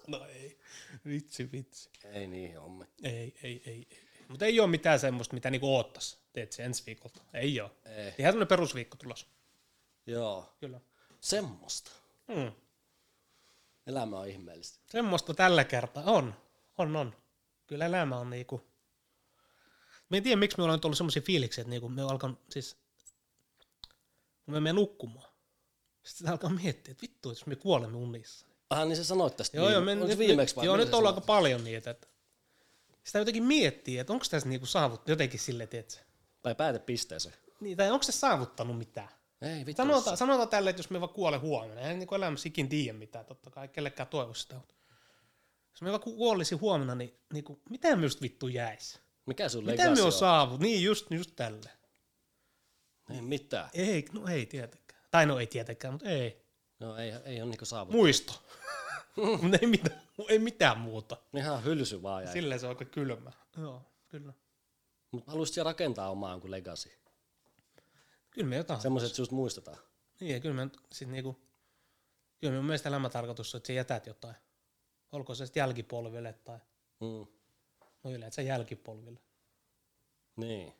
[SPEAKER 1] no ei. Vitsi, vitsi.
[SPEAKER 2] Ei niin, homme.
[SPEAKER 1] Ei, ei, ei. ei. Mutta ei ole mitään semmoista, mitä niinku oottas. Teet se ensi viikolta. Ei ole.
[SPEAKER 2] Ei.
[SPEAKER 1] Ihan tämmöinen perusviikko tulos.
[SPEAKER 2] Joo,
[SPEAKER 1] Kyllä.
[SPEAKER 2] semmoista.
[SPEAKER 1] Hmm.
[SPEAKER 2] Elämä on ihmeellistä.
[SPEAKER 1] Semmoista tällä kertaa on. On, on. Kyllä elämä on niinku... Mä en tiedä, miksi me ollaan nyt ollut semmoisia fiiliksiä, että niinku me alkan siis... Kun me menen nukkumaan, sitten alkaa miettiä, että vittu, jos me kuolemme unissa.
[SPEAKER 2] Ah, niin sä sanoit tästä.
[SPEAKER 1] Joo,
[SPEAKER 2] viime-
[SPEAKER 1] joo, me,
[SPEAKER 2] Oliko
[SPEAKER 1] nyt,
[SPEAKER 2] viimeksi
[SPEAKER 1] viimeksi
[SPEAKER 2] vai?
[SPEAKER 1] joo,
[SPEAKER 2] milloin
[SPEAKER 1] nyt
[SPEAKER 2] sä
[SPEAKER 1] ollaan aika
[SPEAKER 2] sanoit?
[SPEAKER 1] paljon niitä, että sitä jotenkin miettii, että onko tässä niinku saavuttanut jotenkin sille, tiedätkö?
[SPEAKER 2] Tai päätepisteeseen.
[SPEAKER 1] Niin, tai onko se saavuttanut mitään?
[SPEAKER 2] Ei vittu.
[SPEAKER 1] Sanotaan, sanotaan tälle, että jos me vaan kuole huomenna, eihän niin elämässä ikin tiedä mitään, totta kai kellekään toivo sitä. Mutta jos me vaan ku- kuolisi huomenna, niin, niin kuin, mitä me just vittu jäisi?
[SPEAKER 2] Mikä sun
[SPEAKER 1] Mitä me
[SPEAKER 2] legacy
[SPEAKER 1] on
[SPEAKER 2] on?
[SPEAKER 1] saavut? Niin just, just tälle.
[SPEAKER 2] Ei mitään.
[SPEAKER 1] Ei, no ei tietenkään. Tai no ei tietenkään, mutta ei.
[SPEAKER 2] No ei, ei ole niinku saavuttanut.
[SPEAKER 1] Muisto. mutta ei mitään, ei mitään muuta.
[SPEAKER 2] Ihan hylsy vaan jäi.
[SPEAKER 1] Silleen se on aika kylmä. Joo, kyllä.
[SPEAKER 2] Mutta haluaisit siellä rakentaa omaa jonkun legacy.
[SPEAKER 1] Kyllä me jotain.
[SPEAKER 2] Semmoiset että susta muistetaan.
[SPEAKER 1] Niin, ja kyllä, mä, sit niinku, kyllä mun mielestä elämäntarkoitus on, että sä jätät jotain. Olkoon se sitten jälkipolville tai
[SPEAKER 2] Mm.
[SPEAKER 1] no yleensä jälkipolville.
[SPEAKER 2] Niin.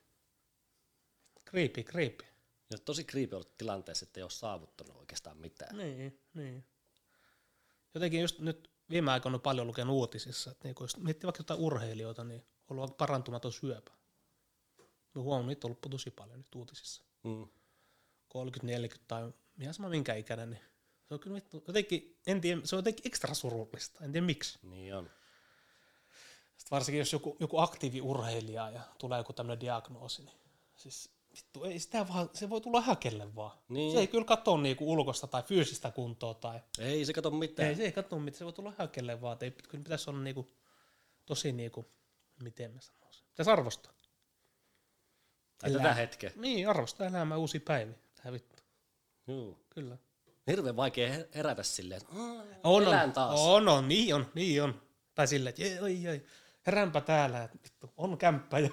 [SPEAKER 1] Creepy, creepy.
[SPEAKER 2] Ja tosi kriipi olla tilanteessa, että ei ole saavuttanut oikeastaan mitään.
[SPEAKER 1] Niin, niin. Jotenkin just nyt viime aikoina on paljon lukenut uutisissa, että niinku, jos miettii vaikka jotain urheilijoita, niin on ollut aika parantumaton syöpä. Mä huomannut, niitä on ollut tosi paljon nyt uutisissa.
[SPEAKER 2] Mm.
[SPEAKER 1] 30-40 tai ihan sama minkä ikäinen, niin se on kyllä vittu- jotenkin, en tiedä, se on jotenkin ekstra surullista, en tiedä miksi.
[SPEAKER 2] Niin on.
[SPEAKER 1] Sitten varsinkin jos joku, joku aktiivi urheilija ja tulee joku tämmöinen diagnoosi, niin siis vittu, ei sitä vaan, se voi tulla ihan kelle vaan.
[SPEAKER 2] Niin.
[SPEAKER 1] Se ei kyllä katso niinku ulkosta tai fyysistä kuntoa tai
[SPEAKER 2] Ei se kato mitään.
[SPEAKER 1] ei, se ei katso mitään, se voi tulla ihan kelle vaan. Ei, kyllä pitäisi olla niinku, tosi niinku, miten mä sanoisin, pitäisi arvostaa.
[SPEAKER 2] Tai tätä
[SPEAKER 1] Elää.
[SPEAKER 2] hetkeä.
[SPEAKER 1] Niin, arvostaa elämää uusi päivä. Tää vittu,
[SPEAKER 2] Juu.
[SPEAKER 1] kyllä.
[SPEAKER 2] Hirveän vaikea her- herätä silleen, että "Aa,
[SPEAKER 1] On,
[SPEAKER 2] elän
[SPEAKER 1] on,
[SPEAKER 2] taas.
[SPEAKER 1] on, on, niin on, niin on. Tai silleen, että jee, oi, oi, heränpä täällä, että vittu, on kämppä ja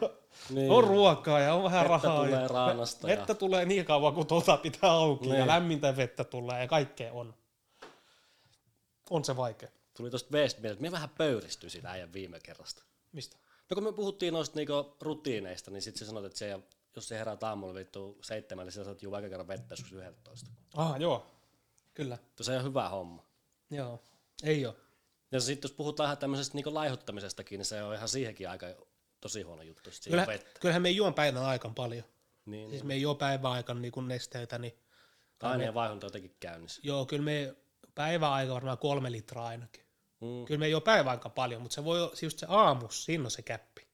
[SPEAKER 2] Niin.
[SPEAKER 1] on ruokaa ja on vähän
[SPEAKER 2] Vettä
[SPEAKER 1] rahaa.
[SPEAKER 2] tulee
[SPEAKER 1] ja,
[SPEAKER 2] raanasta ja-
[SPEAKER 1] Vettä tulee niin kauan, kun tuota pitää auki
[SPEAKER 2] Niin.
[SPEAKER 1] ja lämmintä vettä tulee ja kaikkea on. On se vaikea.
[SPEAKER 2] Tuli tosta veestä mieleen, että minä vähän pöyristyin siitä äijän viime kerrasta.
[SPEAKER 1] Mistä?
[SPEAKER 2] No kun me puhuttiin noista niinku rutiineista, niin sitten sä sanoit, että se, ei- jos se herää aamulla vittu seitsemän, niin sä saat juo aika kerran vettä joskus 11.
[SPEAKER 1] Ah, joo. Kyllä.
[SPEAKER 2] Tuo se on hyvä homma.
[SPEAKER 1] Joo. Ei ole.
[SPEAKER 2] Ja sitten jos puhutaan ihan tämmöisestä niinku laihuttamisestakin, niin se on ihan siihenkin aika tosi huono juttu, että siinä
[SPEAKER 1] Kyllä,
[SPEAKER 2] on vettä.
[SPEAKER 1] kyllähän me juon päivän aikaan paljon.
[SPEAKER 2] Niin,
[SPEAKER 1] Siis
[SPEAKER 2] niin.
[SPEAKER 1] me ei juo päivän aikaan niin kuin nesteitä, niin
[SPEAKER 2] Aineen vaihunta on jotenkin käynnissä.
[SPEAKER 1] joo, kyllä me päivän aika varmaan kolme litraa ainakin.
[SPEAKER 2] Mm,
[SPEAKER 1] Kyllä me ei ole päivän aika paljon, mutta se voi olla siis just se aamu, siinä on se käppi.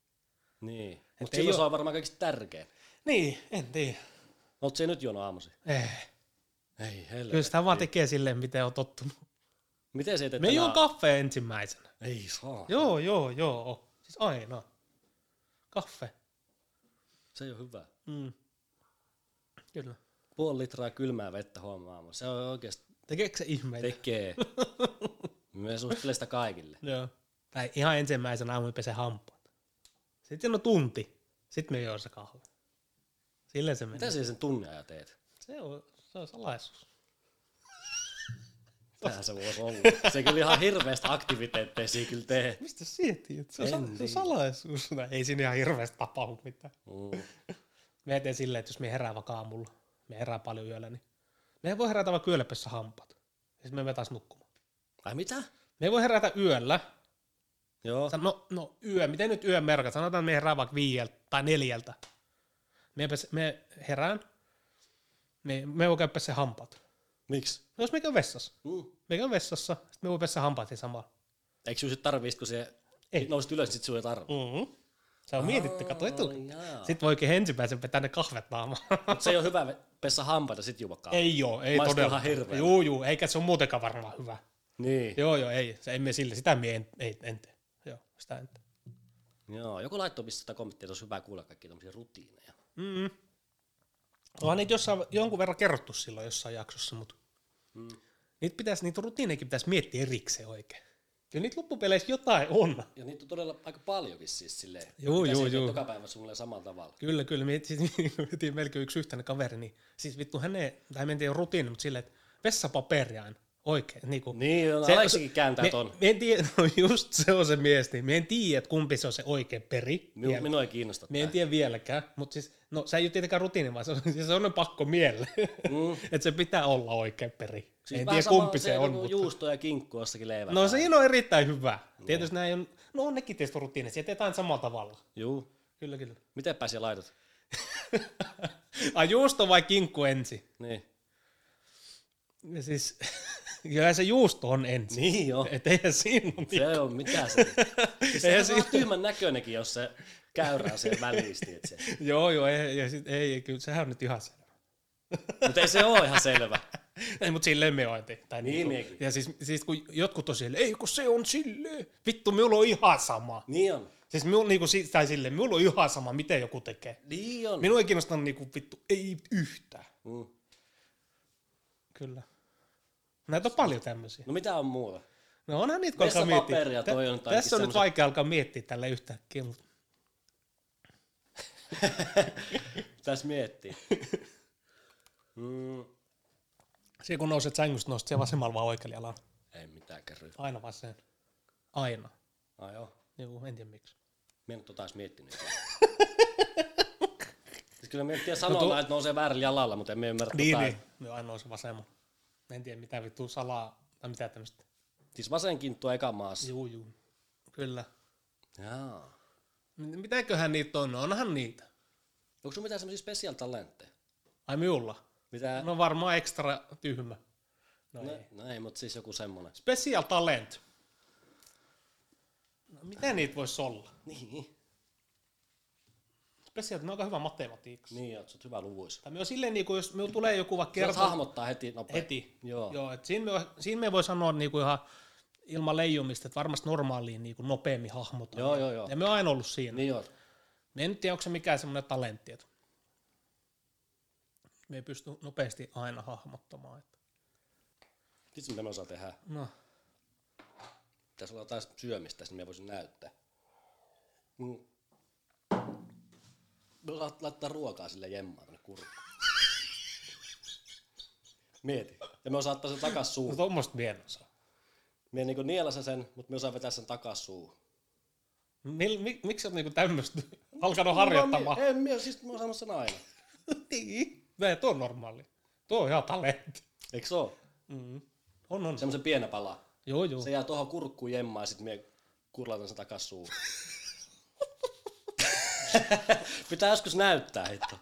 [SPEAKER 2] niin.
[SPEAKER 1] ei
[SPEAKER 2] Mutta silloin se
[SPEAKER 1] oo-
[SPEAKER 2] on varmaan kaikista tärkein.
[SPEAKER 1] Niin, en tiedä.
[SPEAKER 2] Oot se nyt juonut aamusi?
[SPEAKER 1] Eh.
[SPEAKER 2] Ei, helvetti.
[SPEAKER 1] Kyllä sitä vaan tekee silleen, miten on tottunut.
[SPEAKER 2] Miten se
[SPEAKER 1] Me
[SPEAKER 2] etetään?
[SPEAKER 1] juon kahve ensimmäisenä.
[SPEAKER 2] Ei saa.
[SPEAKER 1] Joo, joo, joo. Siis aina. Kahve.
[SPEAKER 2] Se ei ole hyvä.
[SPEAKER 1] Mm. Kyllä.
[SPEAKER 2] Puoli litraa kylmää vettä huomaa aamulla. Se on oikeasti
[SPEAKER 1] Tekeekö se ihmeitä?
[SPEAKER 2] tekee. Me suosittelen sitä kaikille.
[SPEAKER 1] Joo. Tai ihan ensimmäisenä aamulla pesen hampaat. Sitten siinä on tunti. Sitten me juon se kahve. Silleen se menee.
[SPEAKER 2] Mitä sä sen tunnin ajan teet?
[SPEAKER 1] Se on, se on salaisuus.
[SPEAKER 2] Tähän se voisi olla. Se kyllä ihan hirveästä aktiviteetteja siinä kyllä tee.
[SPEAKER 1] Mistä sietiin, että se on,
[SPEAKER 2] En
[SPEAKER 1] sal- se on
[SPEAKER 2] tiedä.
[SPEAKER 1] salaisuus. No, ei siinä ihan hirveästi tapahdu mitään.
[SPEAKER 2] Mm.
[SPEAKER 1] Me teen silleen, että jos me herää vaikka aamulla, me herää paljon yöllä, niin me ei voi herätä vaikka yöllepessä hampaat. Ja sitten me menemme taas nukkumaan.
[SPEAKER 2] Ai mitä?
[SPEAKER 1] Me ei voi herätä yöllä.
[SPEAKER 2] Joo.
[SPEAKER 1] Sano- No, no yö, miten nyt yön merkat? Sanotaan, että me herää vaikka viieltä tai neljältä. Me, pes- me herään, me, me voi käydä pessä hampaat.
[SPEAKER 2] Miksi?
[SPEAKER 1] No, jos me käy vessassa.
[SPEAKER 2] Mm.
[SPEAKER 1] Me käy vessassa, sitten me voi pessä hampaat siinä samalla.
[SPEAKER 2] Eikö sinun sit tarvii, sit kun se
[SPEAKER 1] Ei.
[SPEAKER 2] nousit ylös, sit sinun ei tarvii.
[SPEAKER 1] Mm-hmm. Se
[SPEAKER 2] Ah.
[SPEAKER 1] on mietitty, kato etu.
[SPEAKER 2] jaa.
[SPEAKER 1] Sitten voi oikein ensimmäisen vetää ne kahvet naamaan.
[SPEAKER 2] Mut se ei ole hyvä ve- pessä hampaita sit juokaa.
[SPEAKER 1] Ei joo, ei
[SPEAKER 2] Maistuu
[SPEAKER 1] todella.
[SPEAKER 2] ihan hirveältä.
[SPEAKER 1] Juu, juu, eikä se ole muutenkaan varmaan hyvä.
[SPEAKER 2] Niin.
[SPEAKER 1] Joo, joo, ei. Se emme sille, sitä mie en, ei, en tee. Joo, sitä en tee.
[SPEAKER 2] Joo. Joku laittoi mistä sitä kommenttia, että olisi hyvä kuulla kaikki tämmöisiä rutiineja.
[SPEAKER 1] Mm-mm. Onhan niitä jossain, jonkun verran kerrottu silloin jossain jaksossa, mutta
[SPEAKER 2] Mm.
[SPEAKER 1] niitä, pitäisi, niitä rutiineikin pitäisi miettiä erikseen oikein. Kyllä niitä loppupeleissä jotain on.
[SPEAKER 2] Ja niitä on todella aika paljonkin siis silleen.
[SPEAKER 1] Juu,
[SPEAKER 2] Mitä
[SPEAKER 1] juu,
[SPEAKER 2] se ei
[SPEAKER 1] juu.
[SPEAKER 2] tee Joka päivä suunnilleen samalla tavalla.
[SPEAKER 1] Kyllä, kyllä. Me etsimme melkein yksi yhtenä kaveri, niin siis vittu hänen, tai me en tiedä rutiini, mutta silleen, että vessapaperia aina oikein. Niin, kuin,
[SPEAKER 2] Niin, no, se, Aleksikin kääntää
[SPEAKER 1] me,
[SPEAKER 2] ton.
[SPEAKER 1] Me en tiedä, no just se on se mies, niin me en tiedä, että kumpi se on se oikea peri.
[SPEAKER 2] Minua, minua ei kiinnosta
[SPEAKER 1] Me en
[SPEAKER 2] tää.
[SPEAKER 1] tiedä vieläkään, mutta siis, no se ei ole tietenkään rutiini, vaan se on, siis se on pakko mieleen,
[SPEAKER 2] Mm.
[SPEAKER 1] että se pitää olla oikea peri. Siis en
[SPEAKER 2] vähän
[SPEAKER 1] tiedä
[SPEAKER 2] sama
[SPEAKER 1] kumpi se on,
[SPEAKER 2] kun
[SPEAKER 1] mutta...
[SPEAKER 2] Juusto ja kinkku jossakin leivän.
[SPEAKER 1] No siinä on erittäin hyvä. Tietysti näin on, no on nekin tietysti rutiineja, sieltä jotain samalla tavalla.
[SPEAKER 2] Juu.
[SPEAKER 1] Kyllä, kyllä.
[SPEAKER 2] Mitenpä siellä laitat?
[SPEAKER 1] Ai juusto vai kinkku ensin?
[SPEAKER 2] Niin.
[SPEAKER 1] Ja Siis, kyllä se juusto on ensin.
[SPEAKER 2] Niin joo.
[SPEAKER 1] Et eihän siinä ole
[SPEAKER 2] Se
[SPEAKER 1] niin.
[SPEAKER 2] ei ole mitään se. Siis
[SPEAKER 1] Eihän
[SPEAKER 2] Sehän se on vähän tyhmän näköinenkin, jos se käyrää siellä välisti. et se.
[SPEAKER 1] Joo, joo, ei, ja sit, ei, ei, kyllä sehän on nyt ihan selvä.
[SPEAKER 2] Mutta ei se ole ihan selvä.
[SPEAKER 1] Ei, mutta silleen me oitiin. Tai
[SPEAKER 2] Niin
[SPEAKER 1] niinku-
[SPEAKER 2] miekin.
[SPEAKER 1] Ja siis, siis kun jotkut on silleen, ei kun se on silleen. Vittu, minulla on ihan sama.
[SPEAKER 2] Niin on.
[SPEAKER 1] Siis minulla, niinku, si- tai silleen, minulla on ihan sama, miten joku tekee.
[SPEAKER 2] Niin on.
[SPEAKER 1] Minua ei kiinnosta niinku, vittu, ei yhtään.
[SPEAKER 2] Mm.
[SPEAKER 1] Kyllä. Näitä on paljon tämmöisiä.
[SPEAKER 2] No mitä on muuta?
[SPEAKER 1] No onhan niitä, kun
[SPEAKER 2] Vessa
[SPEAKER 1] alkaa miettiä.
[SPEAKER 2] paperia, toi on
[SPEAKER 1] Tä-
[SPEAKER 2] jotakin
[SPEAKER 1] tässä on nyt
[SPEAKER 2] semmoset-
[SPEAKER 1] vaikea alkaa miettiä tälle yhtäkkiä, mutta
[SPEAKER 2] Pitäis miettiä. Mm.
[SPEAKER 1] se kun nouset sängystä, nouset siellä vasemmalla vaan oikealla jalalla.
[SPEAKER 2] Ei mitään kerry.
[SPEAKER 1] Aina vasen. Aina.
[SPEAKER 2] Ai joo.
[SPEAKER 1] Joo, en tiedä miksi. Tota
[SPEAKER 2] Mä en oo taas miettinyt. siis kyllä mä en tiedä sanoa,
[SPEAKER 1] tuo-
[SPEAKER 2] no, että nousee väärällä jalalla, mutta en mä ymmärrä
[SPEAKER 1] Niin,
[SPEAKER 2] tota,
[SPEAKER 1] niin. Me aina nousi vasemmalla. En tiedä mitä vittu salaa tai mitä tämmöistä.
[SPEAKER 2] Siis vasen kinttu eka maassa.
[SPEAKER 1] Juu, juu. Kyllä.
[SPEAKER 2] Jaa.
[SPEAKER 1] M- Mitäköhän niitä on? No Onhan niitä.
[SPEAKER 2] Onko sun mitään semmosia special talentteja?
[SPEAKER 1] Ai minulla.
[SPEAKER 2] Mitä?
[SPEAKER 1] No varmaan ekstra tyhmä. No,
[SPEAKER 2] no,
[SPEAKER 1] no. Ei.
[SPEAKER 2] no ei, mutta siis joku semmonen.
[SPEAKER 1] Special talent. No, mitä niitä voisi olla?
[SPEAKER 2] Niin.
[SPEAKER 1] Special, ne on aika hyvä matematiikassa. Niin.
[SPEAKER 2] Niin, oot sä hyvä luvuissa.
[SPEAKER 1] Tai me on silleen, niin kuin, jos me tulee joku vaikka
[SPEAKER 2] Kertot
[SPEAKER 1] kerta
[SPEAKER 2] hahmottaa heti nopeasti.
[SPEAKER 1] heti.
[SPEAKER 2] Joo.
[SPEAKER 1] Joo et siinä, me, siinä me voi sanoa niin kuin ihan ilman leijumista, että varmasti normaaliin niin kuin nopeammin hahmotaan.
[SPEAKER 2] Joo, joo, joo.
[SPEAKER 1] Ja me on aina ollut siinä.
[SPEAKER 2] Niin on.
[SPEAKER 1] Me en nyt tiedä, onko se mikään semmoinen talentti, että me ei pysty nopeasti aina hahmottamaan. Että.
[SPEAKER 2] Sitten mitä mä osaan tehdä?
[SPEAKER 1] No,
[SPEAKER 2] Tässä olla taas syömistä, niin mä voisin näyttää. Mm. Me osaan laittaa ruokaa sille jemmaa tonne kurkkuun. Mieti. Ja me osaan ottaa sen takas
[SPEAKER 1] no
[SPEAKER 2] suuhun.
[SPEAKER 1] tuommoista mie en osaa.
[SPEAKER 2] Me niinku nielasa sen, mutta me osaan vetää sen takas suuhun.
[SPEAKER 1] Mil, mi, miksi olet niinku tämmöistä alkanut harjoittamaan?
[SPEAKER 2] No, en mie, siis mä osaan sen aina.
[SPEAKER 1] niin. Nää, tuo on normaali. Tuo on ihan talentti.
[SPEAKER 2] Eikö se oo?
[SPEAKER 1] Mm. On, on.
[SPEAKER 2] Semmosen pienen palaa.
[SPEAKER 1] Joo, joo.
[SPEAKER 2] Se jää tuohon kurkkuun jemmaa ja sit me kurlautan sen takas suuhun. Pitää joskus näyttää, hitto.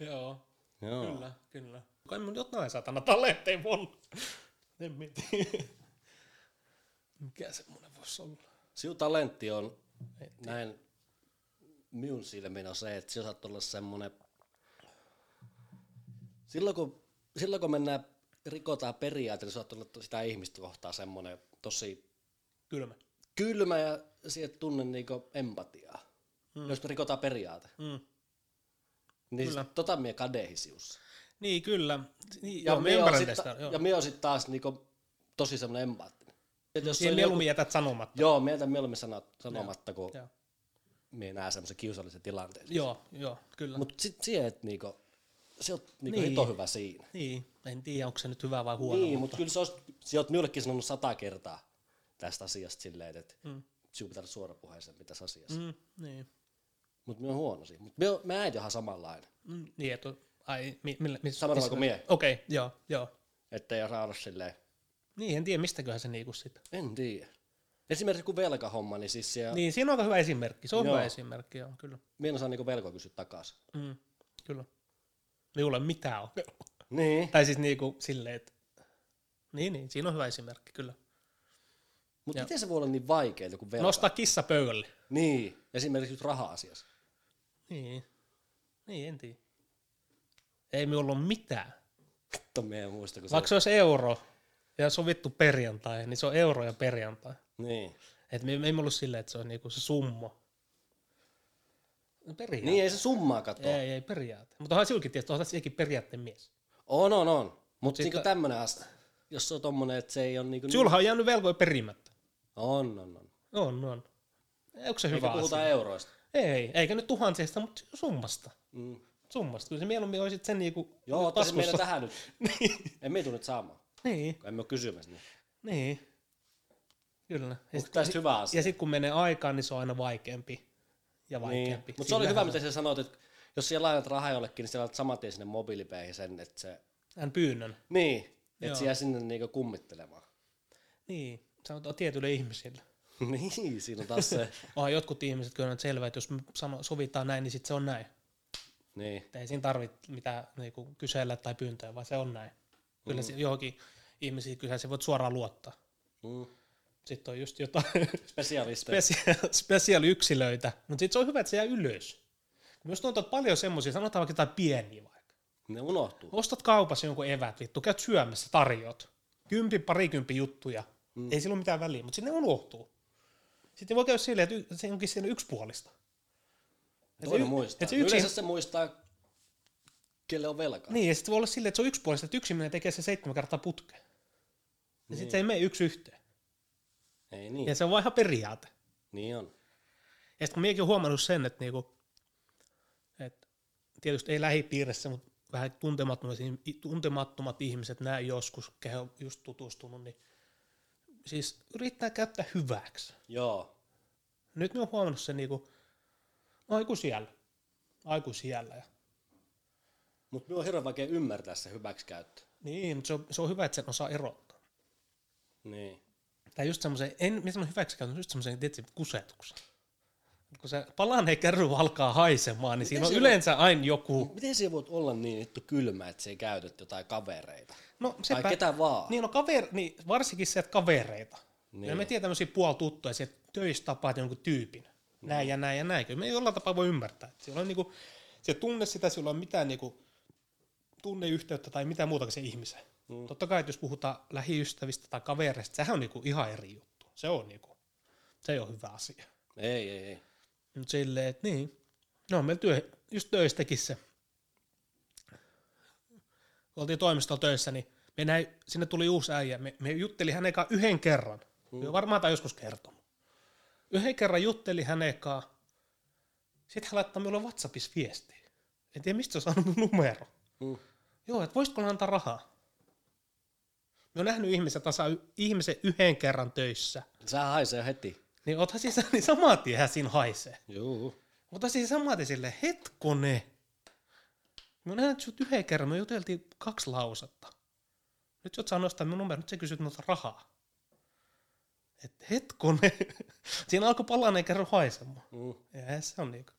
[SPEAKER 1] Joo.
[SPEAKER 2] Joo.
[SPEAKER 1] Kyllä, kyllä. Kai mun jotain satana talentteja on. En mieti. Mikä semmonen voisi olla?
[SPEAKER 2] Sinun talentti on näin minun silmin on se, että sinä osaat olla semmoinen... Silloin kun, silloin kun mennään rikotaan periaate, niin sä oot olla to- sitä ihmistä kohtaa semmoinen tosi
[SPEAKER 1] Kylmä.
[SPEAKER 2] kylmä ja siihen tunne niinku empatiaa. Mm. Jos me rikotaan periaate.
[SPEAKER 1] Mm.
[SPEAKER 2] Niin
[SPEAKER 1] Kyllä.
[SPEAKER 2] Kyllä. tota mie kadehisius.
[SPEAKER 1] Niin, kyllä. Niin, joo, me ymmärrän tästä. Joo.
[SPEAKER 2] Ja mie on sit taas niinku tosi semmoinen empaattinen. Et jos se
[SPEAKER 1] Siihen
[SPEAKER 2] on joku,
[SPEAKER 1] mieluummin jätät sanomatta.
[SPEAKER 2] joo, mieltä mieluummin sanot, sanomatta, kun
[SPEAKER 1] Joo,
[SPEAKER 2] mie näen semmoisen kiusallisen tilanteen.
[SPEAKER 1] joo, joo kyllä. Mut,
[SPEAKER 2] Mutta sit siihen, että niinku, se on niinku niin. hito hyvä siinä.
[SPEAKER 1] Niin, en tiedä, onko se nyt hyvä vai huono.
[SPEAKER 2] Huono, niin, mutta kyllä sä oot, sä oot minullekin sanonut sata kertaa tästä asiasta silleen, että mm. sinun pitää olla suorapuheisen tässä asiassa. Mm.
[SPEAKER 1] Mm, niin.
[SPEAKER 2] Mutta minä on huono siinä. Mutta minä, mä äiti on ihan samanlainen.
[SPEAKER 1] Mm, niin, että... Ai, mi, millä, missä,
[SPEAKER 2] Samalla
[SPEAKER 1] missä-
[SPEAKER 2] kuin mie.
[SPEAKER 1] Okei, okay, joo, joo.
[SPEAKER 2] Että ei osaa olla silleen,
[SPEAKER 1] Niin, en tiedä, mistäköhän se niinku sitten.
[SPEAKER 2] en tiedä. Esimerkiksi kun velkahomma, niin siis siellä, niin.
[SPEAKER 1] Niin, siinä on aika hyvä esimerkki. Se on
[SPEAKER 2] Joo.
[SPEAKER 1] hyvä esimerkki, joo, kyllä.
[SPEAKER 2] minä en osaa niinku velkoa kysyä takaisin.
[SPEAKER 1] Mm, kyllä. Minulla ei ole mitään on.
[SPEAKER 2] Niin.
[SPEAKER 1] tai siis niinku silleen, että... Niin, niin, siinä on hyvä esimerkki, kyllä.
[SPEAKER 2] Mutta
[SPEAKER 1] Joo.
[SPEAKER 2] miten se voi olla niin vaikeaa, kun velka?
[SPEAKER 1] Nostaa kissa pöydälle.
[SPEAKER 2] Niin, esimerkiksi nyt raha-asiassa.
[SPEAKER 1] Niin. Niin, en tiedä. Ei minulla ole mitään.
[SPEAKER 2] Vittu, minä en muista, kun se...
[SPEAKER 1] Vaikka se olisi euro ja sovittu perjantai, niin se on euro ja perjantai.
[SPEAKER 2] Niin.
[SPEAKER 1] Et me, me ei me ollut silleen, että se on niinku se summa. No periaate.
[SPEAKER 2] Niin, ei se summaa katoa.
[SPEAKER 1] ei, ei, periaate. Mutta onhan silläkin tietysti, onhan siinäkin periaatteen mies.
[SPEAKER 2] On, on, on. Mutta
[SPEAKER 1] Sitten-
[SPEAKER 2] niinku tämmönen asia, jos se on tommonen, että se ei ole niinku... niin-
[SPEAKER 1] Sulhan on jäänyt velkoja perimättä.
[SPEAKER 2] On, on, on.
[SPEAKER 1] On, on. Onko se
[SPEAKER 2] Eikä
[SPEAKER 1] hyvä
[SPEAKER 2] puhuta
[SPEAKER 1] asia?
[SPEAKER 2] euroista.
[SPEAKER 1] Ei, eikä nyt tuhansista, mutta summasta.
[SPEAKER 2] Mm.
[SPEAKER 1] Summasta. Kyllä se mieluummin olisit sen niinku
[SPEAKER 2] Joo, ottaisin meidän
[SPEAKER 1] taskusta.
[SPEAKER 2] tähän nyt. en me tule nyt saamaan,
[SPEAKER 1] Niin,
[SPEAKER 2] kun emme ole kysymässä. Niin.
[SPEAKER 1] niin. Kyllä. Ja
[SPEAKER 2] Onko
[SPEAKER 1] sit,
[SPEAKER 2] tästä hyvä asia?
[SPEAKER 1] ja sit kun menee aikaan, niin se on aina vaikeampi ja
[SPEAKER 2] Niin.
[SPEAKER 1] vaikeampi.
[SPEAKER 2] Mutta se oli
[SPEAKER 1] Sillä
[SPEAKER 2] hyvä, mitä sä sanoit, että jos siellä lainat rahaa jollekin, niin sä laitat saman tien sinne mobiilipeihin sen, että se...
[SPEAKER 1] Hän pyynnön.
[SPEAKER 2] Niin,
[SPEAKER 1] Joo.
[SPEAKER 2] että se jää sinne niinku kummittelemaan.
[SPEAKER 1] Niin, se on tietyille ihmisille.
[SPEAKER 2] niin, siinä on taas se...
[SPEAKER 1] Onhan jotkut ihmiset kyllä nyt selvä, että jos me sano, sovitaan näin, niin sit se on näin.
[SPEAKER 2] niin.
[SPEAKER 1] Että Ei siinä tarvitse mitään niinku, kysellä tai pyyntöä, vaan se on näin. Kyllä mm. se, johonkin ihmisiin kyllä se voit suoraan luottaa.
[SPEAKER 2] Mm.
[SPEAKER 1] Sitten on just jotain
[SPEAKER 2] Spesialisteja.
[SPEAKER 1] spesia- spesiaaliyksilöitä, mutta sitten se on hyvä, että se jää ylös. Kun Myös tuntuu, että paljon semmoisia, sanotaan vaikka jotain pieniä vaikka.
[SPEAKER 2] ne unohtuu.
[SPEAKER 1] Ostat kaupassa jonkun evät, vittu, käyt syömässä, tarjot. Kympi, parikymppi juttuja. Mm. Ei sillä ole mitään väliä, mutta sinne unohtuu. Sitten voi käydä silleen, että y- se onkin siellä yksipuolista. Et
[SPEAKER 2] Toinen
[SPEAKER 1] y-
[SPEAKER 2] muistaa.
[SPEAKER 1] et se
[SPEAKER 2] yksi...
[SPEAKER 1] yksi-
[SPEAKER 2] Yleensä se muistaa, kelle on velkaa.
[SPEAKER 1] Niin, ja sitten voi olla silleen, että se on yksipuolista, että yksi ihminen tekee se seitsemän kertaa putkeen. Ja sitten se ei mene yksi yhteen.
[SPEAKER 2] Ei niin.
[SPEAKER 1] Ja se on vaan ihan periaate.
[SPEAKER 2] Niin on.
[SPEAKER 1] Ja sitten kun minäkin olen huomannut sen, että, niinku, että tietysti ei lähipiirissä, mutta vähän tuntemattomat, tuntemattomat ihmiset nämä joskus, kehen on just tutustunut, niin siis yrittää käyttää hyväksi.
[SPEAKER 2] Joo.
[SPEAKER 1] Nyt minä olen huomannut sen niinku, no aiku siellä, aiku siellä. Ja,
[SPEAKER 2] Mutta minun on hirveän vaikea ymmärtää se hyväksikäyttö.
[SPEAKER 1] niin, mutta se on, se on hyvä, että sen osaa erottaa.
[SPEAKER 2] Niin.
[SPEAKER 1] Tai just semmoisen, en minä sanon hyväksikäytön, just semmoisen tietysti kusetuksen. Et Kun se palaneen kärry alkaa haisemaan, niin siinä on
[SPEAKER 2] se on?
[SPEAKER 1] yleensä aina joku...
[SPEAKER 2] Miten se voit olla niin vittu kylmä, että sä ei käytät jotain kavereita?
[SPEAKER 1] No,
[SPEAKER 2] Sepä. Tai ketä vaan.
[SPEAKER 1] Niin, no kaver, niin varsinkin se, että kavereita.
[SPEAKER 2] Niin.
[SPEAKER 1] Niin. Ja me tiedämme tämmöisiä puoltuttuja, että töissä tapaat jonkun tyypin. Näin ja näin ja näin. Kyllä me jollain tapaa voi ymmärtää. Että sillä on niinku, se tunne sitä, sillä on mitään niinku, tunneyhteyttä tai mitään muuta kuin se ihmisen. Mm. Totta kai, että jos puhutaan lähiystävistä tai kavereista, sehän on niinku ihan eri juttu. Se on niinku, se ei ole hyvä asia.
[SPEAKER 2] Ei, ei, ei.
[SPEAKER 1] Mutta silleen, että niin. No, meillä työ, just töistäkin se. Kun oltiin toimistolla töissä, niin me näin, sinne tuli uusi äijä. Me, me jutteli hänen kanssa yhden kerran. Mm. Varmaan tämä joskus kertonut. Yhden kerran jutteli hänen kanssa. Sitten hän laittaa minulle WhatsAppissa viestiä. En tiedä, mistä se on saanut mun numero.
[SPEAKER 2] Mm.
[SPEAKER 1] Joo, että voisitko mulle antaa rahaa? Me on nähnyt ihmisen, tasa, ihmisen yhden kerran töissä.
[SPEAKER 2] Sä haisee heti.
[SPEAKER 1] Niin oothan siis, niin saman tienhän siinä haisee.
[SPEAKER 2] Joo.
[SPEAKER 1] Mutta siis samaten sille hetkone. Mä oon nähnyt sut yhden kerran, me juteltiin kaksi lausetta. Nyt sä oot saanut nostaa mun numero, nyt sä kysyt minulta rahaa. Et hetkone. Siinä alkoi palaneen kerran haisemaan.
[SPEAKER 2] Mm.
[SPEAKER 1] Ja se on niinku.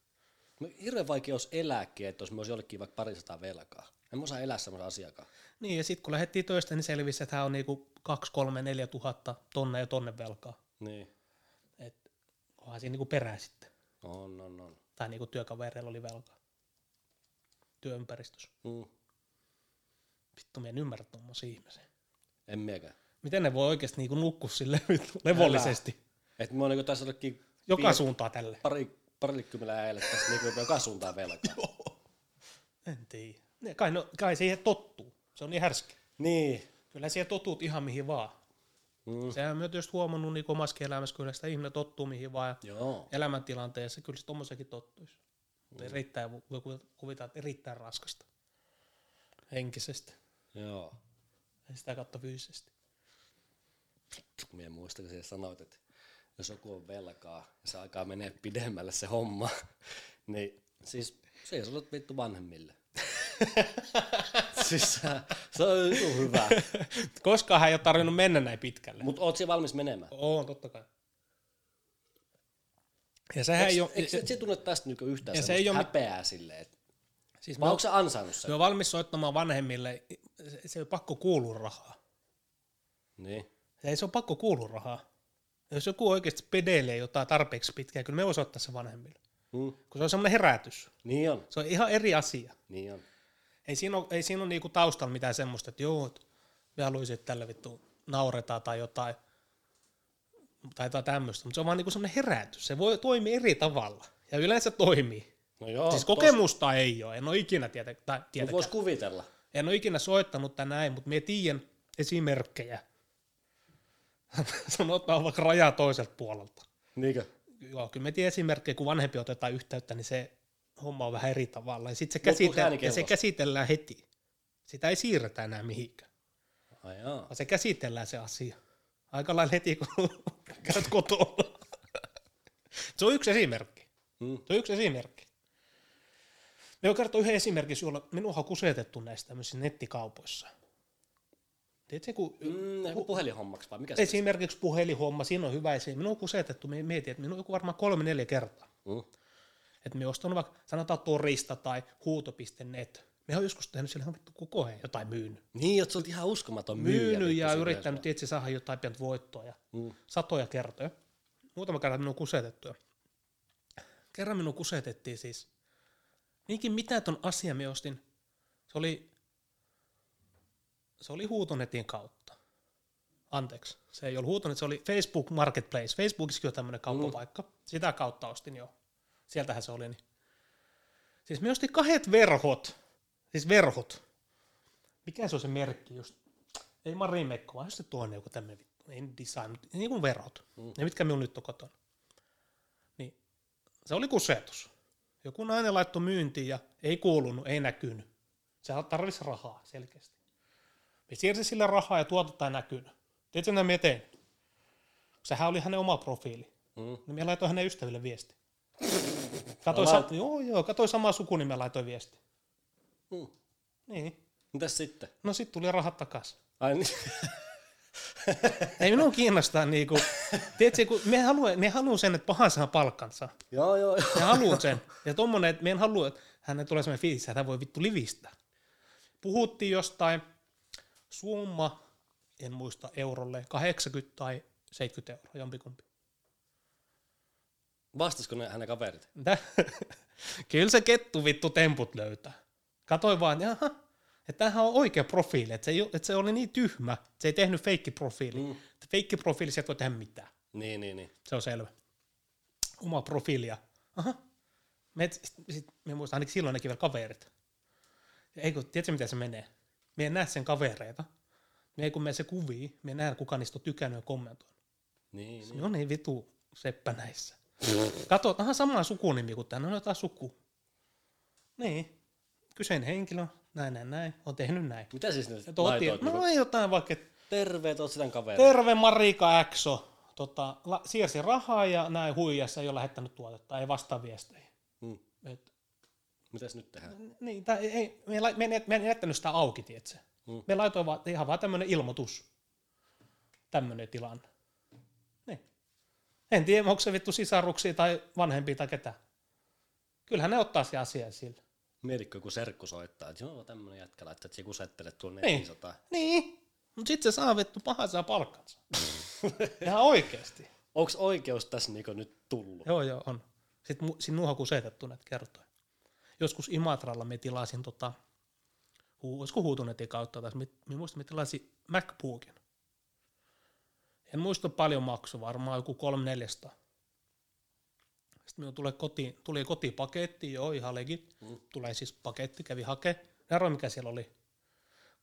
[SPEAKER 2] Mä hirveän vaikea olisi elääkin, että jos mä olisi jollekin vaikka parisataa velkaa. En mä osaa elää semmoisen asiakkaan.
[SPEAKER 1] Niin ja sit kun lähdettiin töistä, niin selvisi, että hän on niinku 2, 3, 4 tuhatta tonne ja tonne velkaa.
[SPEAKER 2] Niin.
[SPEAKER 1] Et onhan siinä niinku perää sitten.
[SPEAKER 2] On, on, on.
[SPEAKER 1] Tai niinku työkavereilla oli velkaa. Työympäristössä.
[SPEAKER 2] Mm.
[SPEAKER 1] Vittu, mä en ymmärrä tommosia ihmisiä.
[SPEAKER 2] En miekään.
[SPEAKER 1] Miten ne voi oikeasti niinku nukkua sille vittu levollisesti?
[SPEAKER 2] Et mä oon niinku tässä jollekin
[SPEAKER 1] Joka
[SPEAKER 2] piir-
[SPEAKER 1] suuntaan tälle.
[SPEAKER 2] pari, parikymmenellä äijälle tässä niinku joka suuntaan velkaa.
[SPEAKER 1] En tiedä. Ne, kai, no, kai siihen tottuu. Se on niin härski.
[SPEAKER 2] niin.
[SPEAKER 1] Kyllä siihen totut ihan mihin vaan.
[SPEAKER 2] Mm.
[SPEAKER 1] Mm. Sehän on just huomannut niin omassakin elämässä, kyllä sitä ihminen tottuu mihin vaan. Ja
[SPEAKER 2] Joo.
[SPEAKER 1] elämäntilanteessa kyllä se tommosekin tottuisi. Mm. Erittäin, voi kuvitella, että erittäin raskasta. henkisesti.
[SPEAKER 2] Joo.
[SPEAKER 1] Ei sitä kautta fyysisesti.
[SPEAKER 2] Minä en muista, kun sä sanoit, että jos joku on velkaa ja se alkaa menee pidemmälle se homma, niin siis se ei ollut vittu vanhemmille. siis sä- se on vittu hyvä.
[SPEAKER 1] Koskaan hän ei ole tarvinnut mennä näin pitkälle.
[SPEAKER 2] Mutta oot siellä valmis menemään?
[SPEAKER 1] Oo, totta kai. Ja sehän ei
[SPEAKER 2] Eikö
[SPEAKER 1] ole,
[SPEAKER 2] eikö se, et sä tunne tästä nykyään yhtään
[SPEAKER 1] Ja
[SPEAKER 2] ja
[SPEAKER 1] se ei oo mit-
[SPEAKER 2] häpeää silleen? et-
[SPEAKER 1] siis
[SPEAKER 2] Vai
[SPEAKER 1] mä,
[SPEAKER 2] onko sä ansainnut sen?
[SPEAKER 1] mä oon valmis soittamaan vanhemmille, se, se ei ole pakko kuulua rahaa.
[SPEAKER 2] Niin.
[SPEAKER 1] Ja ei se ole pakko kuulua rahaa. Jos joku oikeasti pedeilee jotain tarpeeksi pitkään, kyllä me voisi ottaa se vanhemmille.
[SPEAKER 2] Mm.
[SPEAKER 1] Kun se on semmoinen herätys.
[SPEAKER 2] Niin on,
[SPEAKER 1] Se on ihan eri asia.
[SPEAKER 2] niin on.
[SPEAKER 1] Ei siinä ole, ei siinä ole niinku taustalla mitään semmoista, että joo, et me haluaisin, että tällä vittu nauretaan tai jotain. Tai jotain tämmöistä. Mutta se on vaan niinku semmoinen herätys. Se voi toimia eri tavalla. Ja yleensä toimii.
[SPEAKER 2] No joo,
[SPEAKER 1] siis kokemusta ei ole, en ole ikinä tietä, tai
[SPEAKER 2] Mut
[SPEAKER 1] tietäkään.
[SPEAKER 2] vois kuvitella.
[SPEAKER 1] En ole ikinä soittanut tai näin, mutta minä tiedän esimerkkejä. Sanotaan vaikka raja toiselta puolelta.
[SPEAKER 2] Niinkö?
[SPEAKER 1] Joo, kyllä me tiedän esimerkkejä, kun vanhempi otetaan yhteyttä, niin se homma on vähän eri tavalla. Ja sitten se,
[SPEAKER 2] Muuttuuko
[SPEAKER 1] käsitellään,
[SPEAKER 2] ääni
[SPEAKER 1] ja se
[SPEAKER 2] kellossa?
[SPEAKER 1] käsitellään heti. Sitä ei siirretä enää mihinkään,
[SPEAKER 2] Ai jaa.
[SPEAKER 1] vaan se käsitellään se asia. Aika lailla heti, kun käyt kotona. se on yksi esimerkki.
[SPEAKER 2] Mm.
[SPEAKER 1] Se on yksi esimerkki. Me kertoo yhden esimerkin, jolla minua on kusetettu näistä tämmöisissä nettikaupoissa. Tiedätkö, kun
[SPEAKER 2] Mm, joku puhelinhommaksi vai mikä se?
[SPEAKER 1] esimerkiksi puhelinhomma, siinä on hyvä esimerkki. Minua on kusetettu, me mietin, että minua on joku varmaan kolme, neljä kertaa.
[SPEAKER 2] Mm.
[SPEAKER 1] Että me ostan vaikka, sanotaan torista tai huuto.net. Me on joskus tehnyt sillä ihan vittu koko ajan jotain myynyt.
[SPEAKER 2] Niin, että sä oot ihan uskomaton myyjä.
[SPEAKER 1] Myynyt ja
[SPEAKER 2] vittu, se
[SPEAKER 1] yrittänyt tietysti saada jotain pientä voittoa ja
[SPEAKER 2] Mm.
[SPEAKER 1] satoja kertoja. Muutama kerran minun kusetettu. Kerran minun kusetettiin siis. Niinkin mitä ton asia minä ostin. Se oli, se oli huutonetin kautta. Anteeksi, se ei ollut huutonet, se oli Facebook Marketplace. Facebookissakin on tämmöinen kauppapaikka. Mm. Sitä kautta ostin jo. Sieltähän se oli. Niin. Siis minä ostin kahdet verhot. Siis verhot. Mikä se on se merkki just? Ei Marimekko, vaan just se toinen joku tämmöinen vittu. Ei nyt design, mutta niin kuin verhot. Mm. Ne mitkä minun nyt on kotona. Niin se oli kusetus. Joku nainen laittoi myyntiin ja ei kuulunut, ei näkynyt. Se tarvisi rahaa selkeästi. Me siirsi sille rahaa ja tuotetta ei näkynyt. Tiedätkö mitä mä tein? Sehän oli hänen oma profiili.
[SPEAKER 2] Mm.
[SPEAKER 1] Niin mä laitoin hänen ystäville viesti. Katoi, sa-
[SPEAKER 2] Lait-
[SPEAKER 1] joo, joo, katoi samaa sukunimeä laitoin viesti.
[SPEAKER 2] Mm.
[SPEAKER 1] Niin.
[SPEAKER 2] Mitäs sitten?
[SPEAKER 1] No sit tuli rahat takaisin.
[SPEAKER 2] Ai niin.
[SPEAKER 1] Ei minun kiinnostaa niinku, tiedätkö, kun me haluu, ne haluu sen, että paha saa palkkansa.
[SPEAKER 2] joo, joo, joo.
[SPEAKER 1] Ne haluu sen. Ja tommonen, että me en halua, että hänen tulee sellainen fiilis, että hän voi vittu livistä. Puhuttiin jostain summa, en muista eurolle, 80 tai 70 euroa, jompikumpi.
[SPEAKER 2] Vastasiko ne hänen kaverit?
[SPEAKER 1] Mitä? Kyllä se kettu vittu temput löytää. Katoin vaan, jaha, että tämähän on oikea profiili, että se, ei, oo- että se oli niin tyhmä, että se ei tehnyt feikkiprofiili. Mm. Feikkiprofiili, sieltä voi tehdä mitään.
[SPEAKER 2] Niin, niin, niin.
[SPEAKER 1] Se on selvä. Oma profiilia. Aha. Me, sit, sit, me muistan ainakin silloin näki vielä kaverit. Ja Ei kun, tiedätkö mitä se menee? Me en näe sen kavereita. Me ei kun me se kuvii, me näen kuka niistä on tykännyt ja kommentoinut.
[SPEAKER 2] Niin, niin.
[SPEAKER 1] No niin vitu seppä näissä. Kato, aha sama sukunimi kuin tänne, on jotain suku. Niin, kyseinen henkilö, näin näin näin, on tehnyt näin.
[SPEAKER 2] Mitä siis ne
[SPEAKER 1] Et otin,
[SPEAKER 2] laitoit? No.
[SPEAKER 1] no jotain vaikka, että
[SPEAKER 2] Terveet, oot sitä kaveri.
[SPEAKER 1] Terve Marika Äksö. Tota, la, siirsi rahaa ja näin huijassa ei ole lähettänyt tuotetta, ei vastaa viesteihin.
[SPEAKER 2] Mm.
[SPEAKER 1] Et,
[SPEAKER 2] Mitäs nyt tehdään?
[SPEAKER 1] niin, tai ei- ei, me, ei lai- me, en, me en jättänyt sitä auki, tietsä. Mm.
[SPEAKER 2] Mm.
[SPEAKER 1] Me laitoin vaan, ihan vaan tämmöinen ilmoitus. Tämmöinen tilanne. Niin. En tiedä, onko se vittu sisaruksia tai vanhempia tai ketä. Kyllähän ne ottaa se asia sillä.
[SPEAKER 2] Mietitkö, kun serkku soittaa, että joo, tämmönen jätkä laittaa, että sä kusettelet tuonne
[SPEAKER 1] Niin.
[SPEAKER 2] niin. jotain.
[SPEAKER 1] Niin. Mutta sitten se saa vittu pahansa palkkansa. ihan oikeasti.
[SPEAKER 2] Onks oikeus tässä niinku nyt tullut?
[SPEAKER 1] Joo, joo, on. Sitten mu- sinua on kusetettu näitä kertoja. Joskus Imatralla me tilasin, tota, huu, olisiko huutunetin kautta, tai mit, me muistan, me tilasin MacBookin. En muista paljon maksu, varmaan joku 300-400. Sitten minulla tulee kotiin, tuli kotipaketti, joo, ihan legit. Mm. Tulee siis paketti, kävi hake. Ja Arvaa, mikä siellä oli.